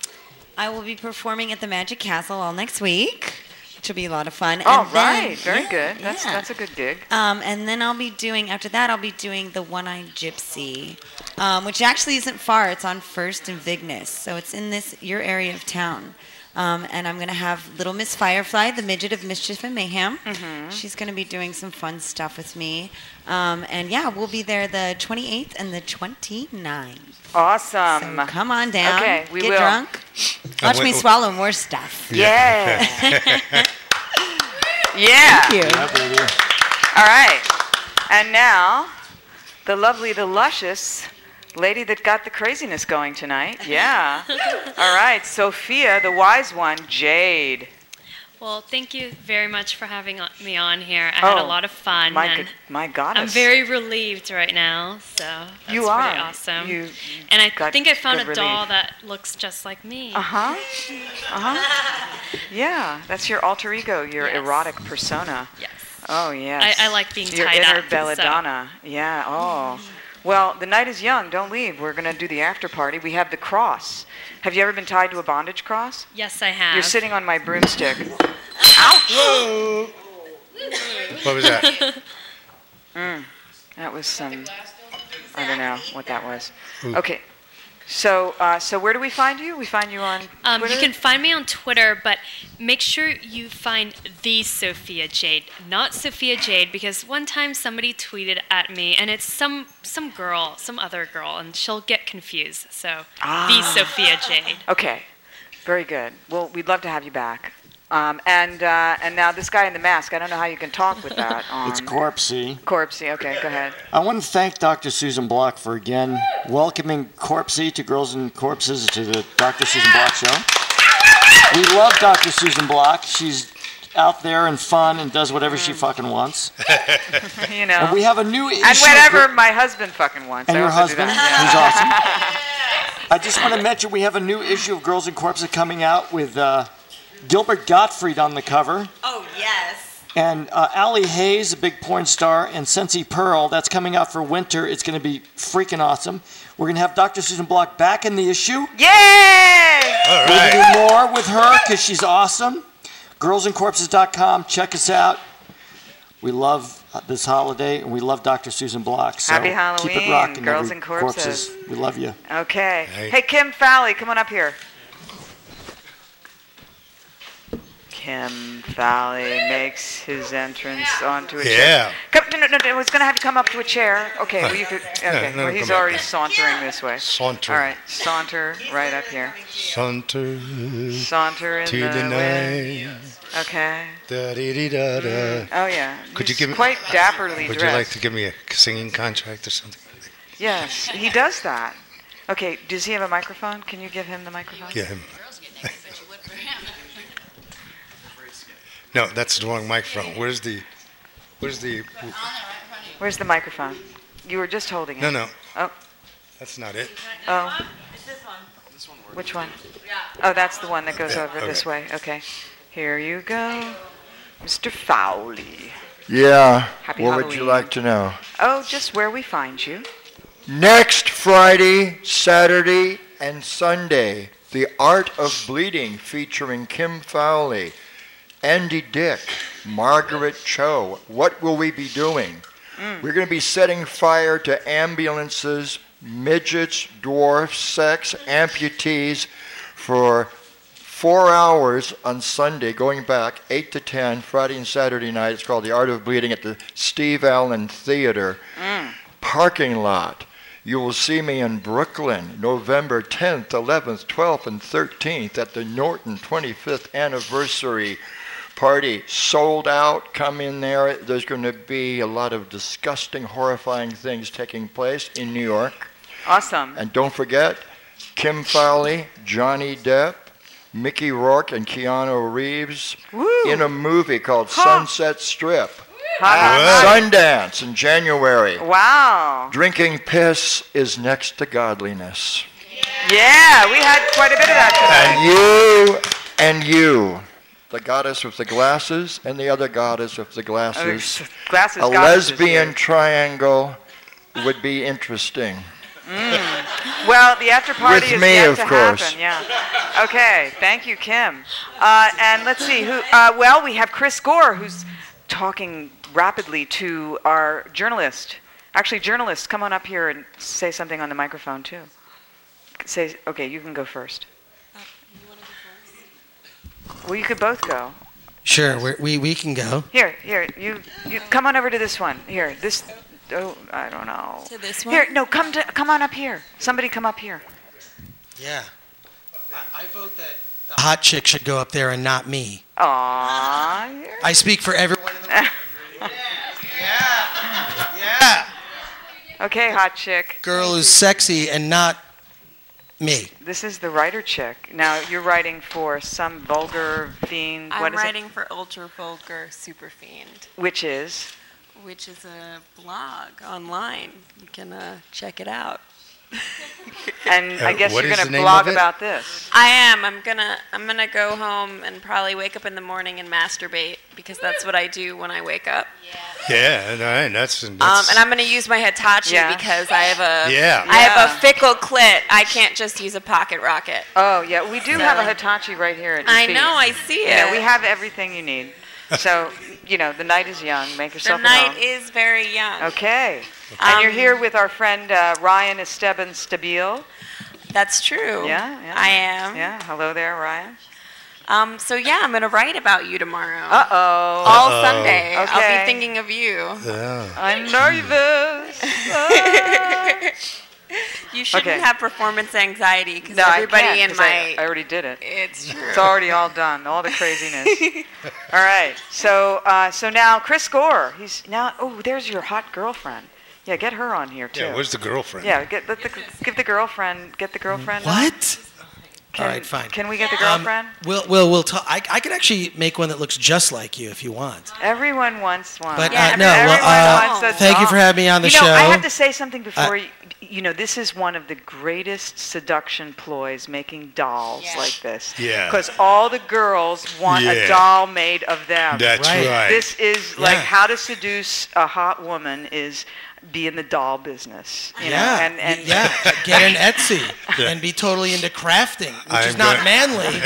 H: I will be performing at the Magic Castle all next week, which will be a lot of fun.
D: All
H: And then-
D: oh, right, very
H: yeah,
D: good. That's
H: yeah.
D: that's a good gig.
H: Um, and then I'll be doing after that. I'll be doing the One Eyed Gypsy, um, which actually isn't far. It's on First and Vignes, so it's in this your area of town. Um, and I'm gonna have Little Miss Firefly, the midget of mischief and mayhem.
D: Mm-hmm.
H: She's gonna be doing some fun stuff with me. Um, and yeah, we'll be there the 28th and the 29th.
D: Awesome.
H: So come on down.
D: Um, Okay, we
H: get
D: will.
H: drunk. Watch me swallow more stuff.
D: Yeah. <laughs> Yeah.
H: Thank you.
D: All right. And now, the lovely, the luscious lady that got the craziness
I: <laughs>
D: going tonight. Yeah. All right, Sophia, the wise one, Jade.
I: Well, thank you very much for having on- me on here. I had a
D: Oh,
I: lot of fun.
D: My,
I: and
D: go- my
I: I'm
D: goddess.
I: very relieved right now. So that's
D: You
I: pretty
D: are.
I: awesome.
D: You
I: and I
D: got
I: think I found a
D: good
I: doll
D: relief.
I: that looks just like me.
D: Uh huh. Uh huh. Yeah, that's your alter ego, your erotic persona.
I: Yes.
D: Oh yes.
I: I like being
D: your
I: tied
D: inner
I: up, so-
D: belladonna. Yeah. Oh. Well, the night is young. Don't leave. We're gonna do the after party. We have the cross. Have you ever been tied to a bondage cross?
I: Yes, I have.
D: You're sitting on my broomstick.
B: Whoa. What was that?
D: <laughs> Mm, that was some. I don't know what that was.
F: Hmm.
B: Ooh.
D: Okay. So, uh, so where do we find you? We find you on
I: <laughs> Um,
D: Twitter.
I: you can find me on Twitter, but make sure you find the Sophia Jade, not Sophia Jade, because one time somebody tweeted at me, and it's some some girl, some other girl, and she'll get confused. So the
D: Ah.
I: Sophia Jade.
D: Okay, very good. Well, we'd love to have you back. Um, and uh, and now this guy in the mask. I don't know how you can talk with that
F: <laughs>
D: on.
F: It's Corpsey.
D: Corpsey. Okay,
F: <laughs>
D: go ahead. <laughs>
F: I want to thank Dr. Susan Block for again welcoming Corpsey to Girls and Corpses to the Dr. Susan Block Show. We love Dr. Susan Block. She's out there and fun and does whatever she fucking wants.
D: you know.
F: And we have a new issue.
D: And
F: of
D: whenever
F: Gr-
D: my husband fucking wants.
F: and
D: I
F: your
D: also do
F: husband, who's
D: that.
F: awesome.
D: <laughs>
F: I just want to mention we have a new issue of Girls and Corpses coming out with uh, Gilbert Gottfried on the cover.
C: Oh, yes.
F: And uh, Allie Hayes, a big porn star, and Sensi Pearl, that's coming out for winter. It's going to be freaking awesome. We're going to have Dr. Susan Block back in the issue.
D: Yay!
F: We're going to do more with her because she's awesome. Girlsandcorpses.com. Check us out. We love uh, this holiday, and we love Dr. Susan Block. So
D: Happy
F: Keep
D: Halloween,
F: it rocking,
D: Girls
F: every
D: and Corpses.
F: We love you.
D: Okay.
F: Hey.
D: Hey, Kim Fowley, come on up here. Kim Fowley makes his entrance onto a
B: Yeah.
D: chair. Come, no, no, no, I was going to have you come up to a chair. Okay, well,
B: <laughs>
D: you could.
B: No,
D: Okay,
B: no,
D: well, he's
B: come up
D: already
B: here.
D: sauntering this way.
B: Saunter.
D: All right, saunter right up here.
B: Saunter.
D: Saunter in
B: to
D: the
B: the,
D: wind.
B: night.
D: Okay.
B: Da, dee, dee, da, da.
D: Oh, yeah.
B: Could
D: He's
B: you give me?
D: quite dapperly
B: Would you like
D: dressed.
B: to give me a singing contract or something?
D: Yes, he does that. Okay, does he have a microphone? Can you give him the microphone?
B: Yeah. him. No, that's the wrong microphone. Where's the? Where's the?
D: Where's the microphone? You were just holding it.
B: No, no.
D: Oh,
B: That's not it.
D: oh.
C: It's this one. This one works.
D: Which one? Oh, that's the one that goes
B: Yeah,
D: over
B: okay.
D: this way. Okay. Here you go. Mr. Fowley.
L: Yeah.
D: Happy
L: what would you
D: Halloween.
L: like to know?
D: Oh, just where we find you.
L: Next Friday, Saturday, and Sunday, The Art of Bleeding featuring Kim Fowley, Andy Dick, Margaret Cho. What will we be doing?
D: Mm.
L: We're going to be setting fire to ambulances, midgets, dwarfs, sex, amputees for four hours on Sunday, going back 8 to 10, Friday and Saturday night. It's called The Art of Bleeding at the Steve Allen Theater
H: Mm.
L: parking lot. You will see me in Brooklyn November 10th, 11th, 12th, and 13th at the Norton 25th anniversary party. Sold out. Come in there. There's going to be a lot of disgusting, horrifying things taking place in New York.
D: Awesome.
L: And don't forget Kim Fowley, Johnny Depp, Mickey Rourke, and Keanu Reeves in a movie called Sunset Strip. at Sundance in January.
D: Wow.
L: Drinking piss is next to godliness.
D: Yeah, we had quite a bit of that tonight.
L: And you and you, the goddess with the glasses and the other goddess with the glasses.
D: glasses,
L: a
D: goddesses,
L: lesbian
D: yeah.
L: triangle would be interesting.
D: Mm. Well, the after party
L: With
D: is
L: me,
D: yet
L: of
D: to
L: course.
D: happen. Yeah. Okay. Thank you, Kim. Uh, and let's see who. Uh, well, we have Chris Gore, who's talking rapidly to our journalist. Actually, journalists, come on up here and say something on the microphone too. Say, okay, you can go first. Well, you could both go.
J: Sure, we're, we we can go.
D: Here, here, you, you come on over to this one. Here, this. Oh, I don't know.
U: To this
D: Here,
U: one?
D: no, come to, come on up here. Somebody come up here.
J: Yeah. I, I vote that. The hot chick should go up there and not me.
D: Aww. <laughs>
J: I speak for everyone.
D: Okay, hot chick.
J: Girl who's sexy and not Me.
D: This is the writer chick. Now you're writing for some vulgar fiend.
U: I'm
D: what is it?
U: writing for Ultra Vulgar Super Fiend,
D: Which is
U: which is a blog online. You can uh, check it out.
D: <laughs> and I
U: Uh,
D: guess
U: what
D: you're
U: is
D: going to
U: the name
D: blog
U: of it?
D: about this.
U: I am. I'm gonna. I'm gonna go home and probably wake up in the morning and masturbate because that's what I do when I wake up.
B: Yeah, all right, that's, that's
U: Um, and I'm gonna use my Hitachi
B: Yeah.
U: because I have a.
B: Yeah.
U: I have
D: Yeah.
U: a fickle clit. I can't just use a pocket rocket.
D: Oh yeah, we do have a
U: So-
D: Hitachi right here. At your
U: I
D: feet.
U: know, I see
D: You know,
U: it.
D: we have everything you need. So you know, the night is young. Make
U: The
D: yourself at
U: night
D: home.
U: is very young.
D: Okay. and you're
U: Um,
D: here with our friend uh, Ryan Esteban Stabile.
U: That's true.
D: Yeah, yeah.
U: I am.
D: Yeah. Hello there, Ryan.
U: Um, so yeah, I'm gonna write about you tomorrow.
D: Uh oh.
U: All
D: Uh-oh.
U: Sunday. I'll
D: Okay.
U: be thinking of you.
B: uh,
D: I'm nervous.
U: <laughs> you shouldn't
D: Okay.
U: have performance anxiety because
D: No, I
U: everybody
D: can't,
U: in
D: 'cause
U: my
D: I, I already did it.
U: It's true.
D: It's already all done. All the
U: <laughs>
D: craziness. all right. So uh, so now Chris Gore. He's now. Oh, there's your hot girlfriend. Yeah, get her on here too.
B: Yeah, where's the girlfriend?
D: Yeah, get let the give the girlfriend. Get the girlfriend. on.
J: What? All right, fine.
D: Can we get the
J: Um,
D: girlfriend?
J: We'll we'll we'll talk. I, I can actually make one that looks just like you if you want.
D: Everyone wants one.
J: But, uh, no, well, uh, thank you for having me on the
D: you know, I
J: show.
D: have to say something before
J: Uh,
D: you. You know, this is one of the greatest seduction ploys, making dolls like this.
B: Yeah.
D: Because all the girls want
B: Yeah.
D: a doll made of them.
B: That's Right. right.
D: This is like
B: Yeah.
D: how to seduce a hot woman is be in the doll business. You
J: yeah,
D: Know? And, and <laughs>
J: yeah, get an Etsy and be totally into crafting, which
B: I'm
J: is not
B: gonna- <laughs>
J: manly,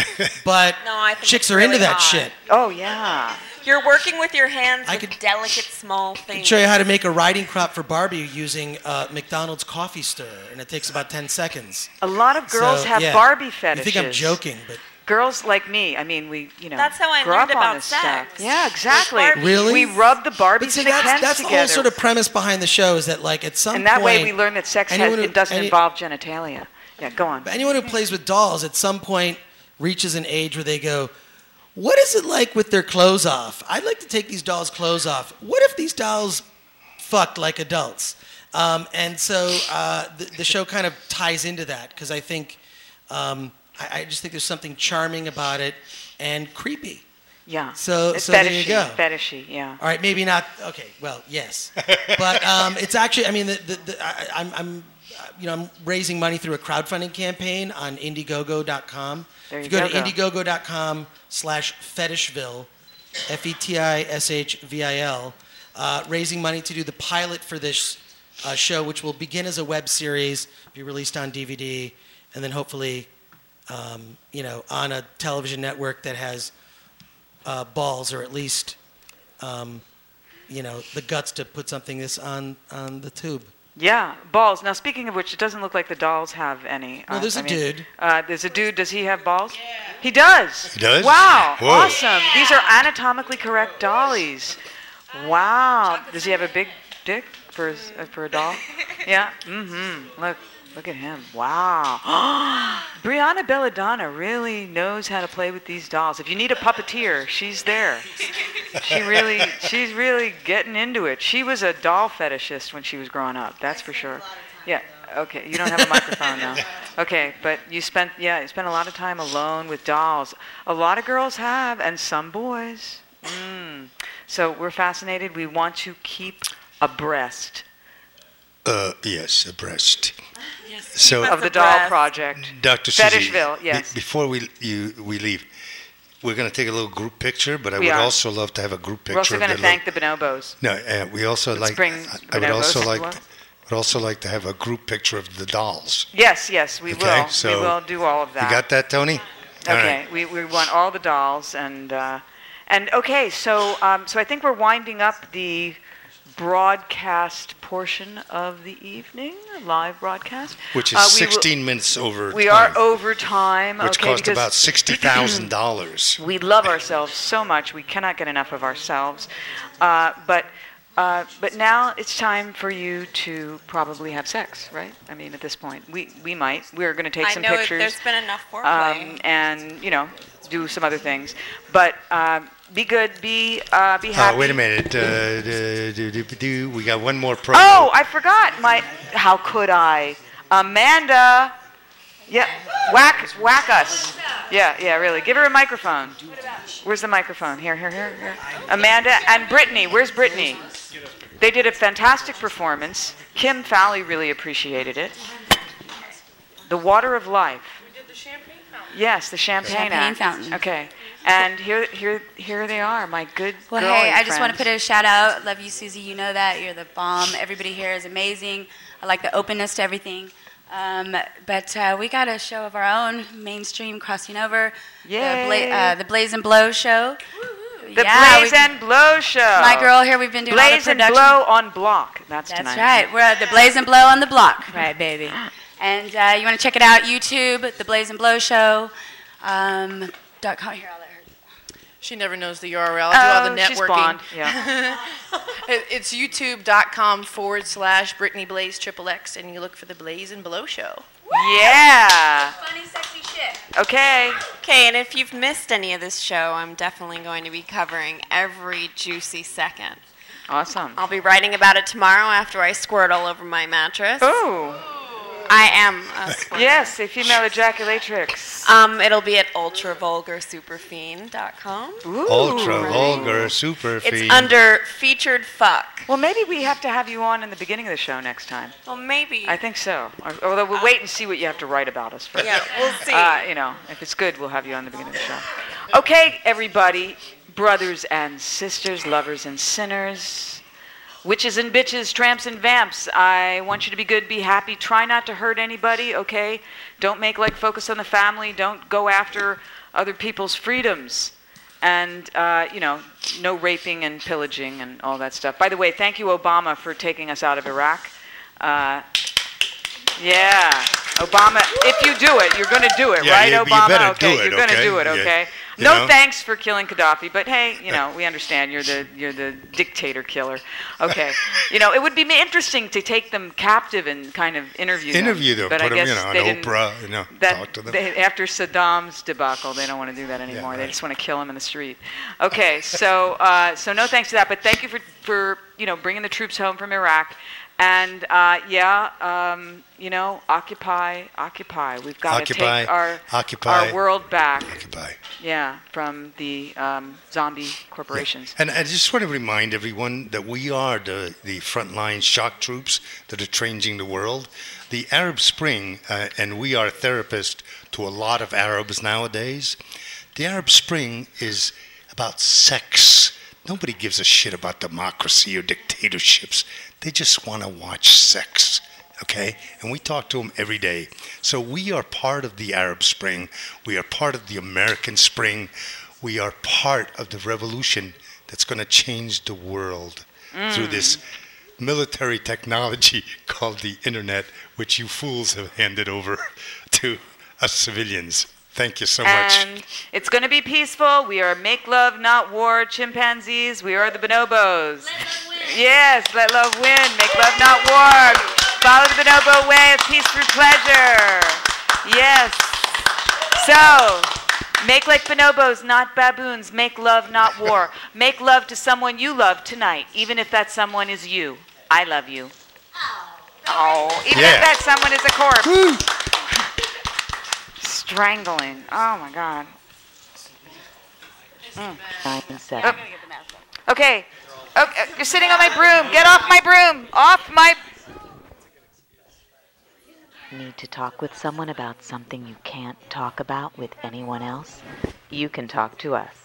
J: but chicks are into that shit.
D: Oh yeah.
U: You're working with your hands with delicate small
J: I can
U: things.
J: show you how to make a riding crop for Barbie using uh, McDonald's coffee stirrer, and it takes about ten seconds.
D: A lot of girls
J: So,
D: have
J: yeah.
D: Barbie
J: You
D: fetishes.
J: think I'm joking, but
D: Girls like me, I mean, we, you know,
U: That's how I
D: grew
U: learned
D: up on
U: about
D: this
U: sex.
D: stuff. Yeah, exactly.
J: Barbie. Really?
D: We rub the Barbies
J: But see,
D: and the
J: that's,
D: Kens
J: that's the
D: together.
J: whole sort of premise behind the show is that like at some
D: and that way
J: point-
D: we learn that sex has,
J: anyone who-
D: it doesn't
J: any-
D: involve genitalia. Yeah, go on.
J: But anyone who plays with dolls at some point reaches an age where they go, "What is it like with their clothes off? I'd like to take these dolls' clothes off. What if these dolls fucked like adults?" Um, and so uh, the, the show kind of ties into that because I think um, I, I just think there's something charming about it and creepy.
D: Yeah.
J: So
D: It's
J: so there you
D: fetishy,
J: go.
D: fetishy, yeah.
J: All right, maybe not. Okay, well, yes, but um, it's actually. I mean, the, the, the, I, I'm, I'm, uh, you know, I'm raising money through a crowdfunding campaign on Indiegogo.com.
D: There
J: if
D: you
J: you go,
D: go,
J: to Indiegogo.com/slash Fetishville, E F-E-T-I-S-H-V-I-L, uh, raising money to do the pilot for this uh, show, which will begin as a web series, be released on DVD, and then hopefully, um, you know, on a television network that has uh, balls, or at least, um, you know, the guts to put something this on on the tube.
D: Yeah, balls. Now, speaking of which, it doesn't look like the dolls have any.
J: Well, there's
D: a
J: a dude.
D: Uh, there's a dude. Does he have balls? He does.
B: He does?
D: Wow.
B: Whoa.
D: Awesome. These are anatomically correct dollies. Wow. Does he have a big dick for his, uh, for a doll? Yeah. Mm-hmm. Look. Look at him. Wow. <gasps> Brianna Belladonna really knows how to play with these dolls. If you need a puppeteer, she's there. She really, she's really getting into it. She was a doll fetishist when she was growing up. That's for sure. Yeah. Okay. You don't have a microphone now. Okay, but you spent yeah, you spent a lot of time alone with dolls. A lot of girls have, and some boys. Mm. So we're fascinated. We want to keep abreast
B: Uh, yes, abreast. So
D: of the doll project.
B: Dr. Susie,
D: Fetishville.
B: be-
D: Yes.
B: before we you we leave, we're going to take a little group picture, but I
D: We
B: would
D: are.
B: also love to have a group picture.
D: We're also
B: of
D: going to
B: the
D: thank the bonobos.
B: little- no, uh, we also
D: Let's
B: like.
D: bring
B: I would
D: bonobos
B: also
D: as
B: like.
D: well.
B: Would also like to have a group picture of the dolls.
D: Yes, yes, we
B: okay,
D: will.
B: so
D: we will do all of that.
B: You got that, Tony? All
D: Okay,
B: right.
D: we, we want all the dolls and uh, and okay, so um, so I think we're winding up the broadcast portion of the evening, live broadcast,
B: Which is
D: Uh, we will-
B: 16 minutes over.
D: We
B: time,
D: are over time.
B: Which
D: okay,
B: cost
D: because
B: about sixty
D: <clears throat>
B: thousand dollars.
D: we love ourselves so much. We cannot get enough of ourselves. Uh, but uh, but now it's time for you to probably have sex, right? I mean, at this point, we we might. We're going to take
U: I
D: some
U: know it-
D: pictures.
U: there's been enough foreplay.
D: Um, and you know, do some other things. But uh, be good. Be uh, be happy.
B: Uh, wait a minute. Uh, do, do, do, do, we got one more promo.
D: Oh, I forgot my. How could I, Amanda? Yeah, whack, whack us. Yeah, yeah, really. Give her a microphone. Where's the microphone? Here, here, here, here. Amanda and Brittany. Where's Brittany? They did a fantastic performance. Kim Fowley really appreciated it. The Water of Life. Yes, the Champagne,
M: Champagne
D: Act.
M: fountain.
D: Okay, and here, here, here they are, my good.
M: Well,
D: girly
M: hey, I just want to
D: friends.
M: put a shout out. Love you, Susie. You know that. You're the bomb. Everybody here is amazing. I like the openness to everything. Um, but uh, we got a show of our own, mainstream crossing over. The,
D: Yay.
M: Bla- uh, the Blaze and Blow show.
D: The Blaze
M: we-
D: and Blow show.
M: My girl here, we've been doing all the
D: Blaze and
M: production.
D: Blow on Block. That's,
M: That's
D: tonight.
M: right. We're at the Blaze and Blow on the block. Right, baby. And uh, you want to check it out, YouTube, the Blaze and Blow show. Um, dot com. Here, I'll let her.
O: She never knows the URL. I do all the
M: Oh,
O: networking.
M: she's blonde. Yeah.
O: <laughs> It- it's youtube.com forward slash Brittany Blaze triple X, and you look for the Blaze and Below show.
D: Yeah.
M: Funny, sexy shit.
D: Okay.
U: Okay, and if you've missed any of this show, I'm definitely going to be covering every juicy second.
D: Awesome.
U: I'll be writing about it tomorrow after I squirt all over my mattress.
D: Ooh.
U: I am a squirter.
D: Yes, a female ejaculatrix.
U: Um, ittle be at ultravulgarsuperfiend.com.
B: Ultra
D: Right.
B: vulgar, super
U: It's
B: fiend.
U: under featured fuck.
D: Well, maybe we have to have you on in the beginning of the show next time.
U: Well, maybe. Uh,
D: I think so. Or- Although we'll wait and see what you have to write about us first.
U: Yeah, we'll see.
D: Uh, you know, if it's good, we'll have you on the beginning of the show. Okay, everybody, brothers and sisters, lovers and sinners, witches and bitches, tramps and vamps. I want you to be good, be happy. Try not to hurt anybody. Okay, don't make like focus on the family. Don't go after other people's freedoms and uh, you know, no raping and pillaging and all that stuff. By the way, thank you, Obama, for taking us out of Iraq. Uh, yeah, Obama. If you do it, you're going to do it,
B: Yeah,
D: right,
B: you- you
D: Obama?
B: better
D: okay,
B: do it,
D: you're going to
B: okay?
D: do it.
B: Yeah,
D: Okay.
B: you
D: no
B: know?
D: thanks for killing Gaddafi, but hey, you know, we understand you're the you're the dictator killer.
B: <laughs>
D: Okay. you know, it would be interesting to take them captive and kind of interview them.
B: Interview them,
D: but I
B: put them,
D: guess
B: you know, on
D: they didn't-
B: Oprah, you know,
D: that
B: talk to them.
D: they- after Saddam's debacle, they don't want to do that anymore. They just want to kill him in the street. Okay, so uh, so no thanks to that, but thank you for for you know bringing the troops home from Iraq, and uh, yeah, um, you know, occupy, occupy. We've got to
B: Occupy,
D: take our
B: occupy.
D: our world back. Occupy. Yeah, from the um, zombie corporations.
B: And I just want to remind everyone that we are the, the frontline shock troops that are changing the world. The Arab Spring, uh, and we are therapists to a lot of Arabs nowadays. The Arab Spring is about sex. Nobody gives a shit about democracy or dictatorships. They just want to watch sex, okay? And we talk to them every day. So we are part of the Arab Spring. We are part of the American Spring we are part of the revolution that's going to change the world through
P: Mm.
B: this military technology <laughs> called the internet, which you fools have handed over <laughs> to us civilians. Thank you so much.
D: And it's going to be peaceful. We are make love, not war chimpanzees. We are the bonobos. Yes, let love win. Make love, not war. Follow the bonobo way of peace through pleasure. Yes. So, make like bonobos, not baboons. Make love, not war. Make love to someone you love tonight, even if that someone is you. I love you. Oh, even
B: Yeah.
D: if that someone is a corpse. Strangling. Oh my God. Mm.
C: Nine and seven.
D: Okay. okay. You're sitting on my broom. Get off my broom. Off my.
C: Need to talk with someone about something you can't talk about with anyone else? You can talk to us.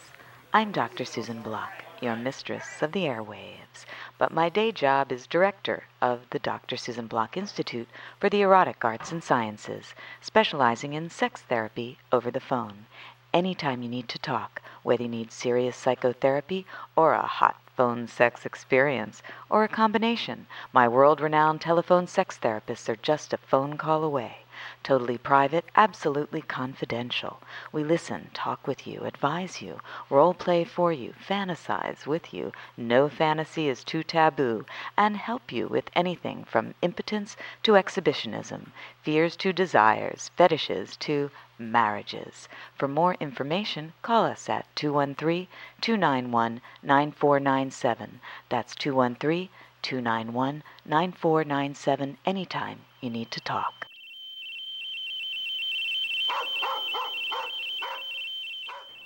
C: I'm Dr. Susan Block, your mistress of the airwaves, but my day job is director of the Dr. Susan Block Institute for the Erotic Arts and Sciences, specializing in sex therapy over the phone. Anytime you need to talk, whether you need serious psychotherapy or a hot phone sex experience or a combination, my world renowned telephone sex therapists are just a phone call away. Totally private, absolutely confidential. We listen, talk with you, advise you, role play for you, fantasize with you. No fantasy is too taboo, and help you with anything from impotence to exhibitionism, fears to desires, fetishes to marriages. For more information, call us at 213 291 9497. That's 213 291 9497 anytime you need to talk.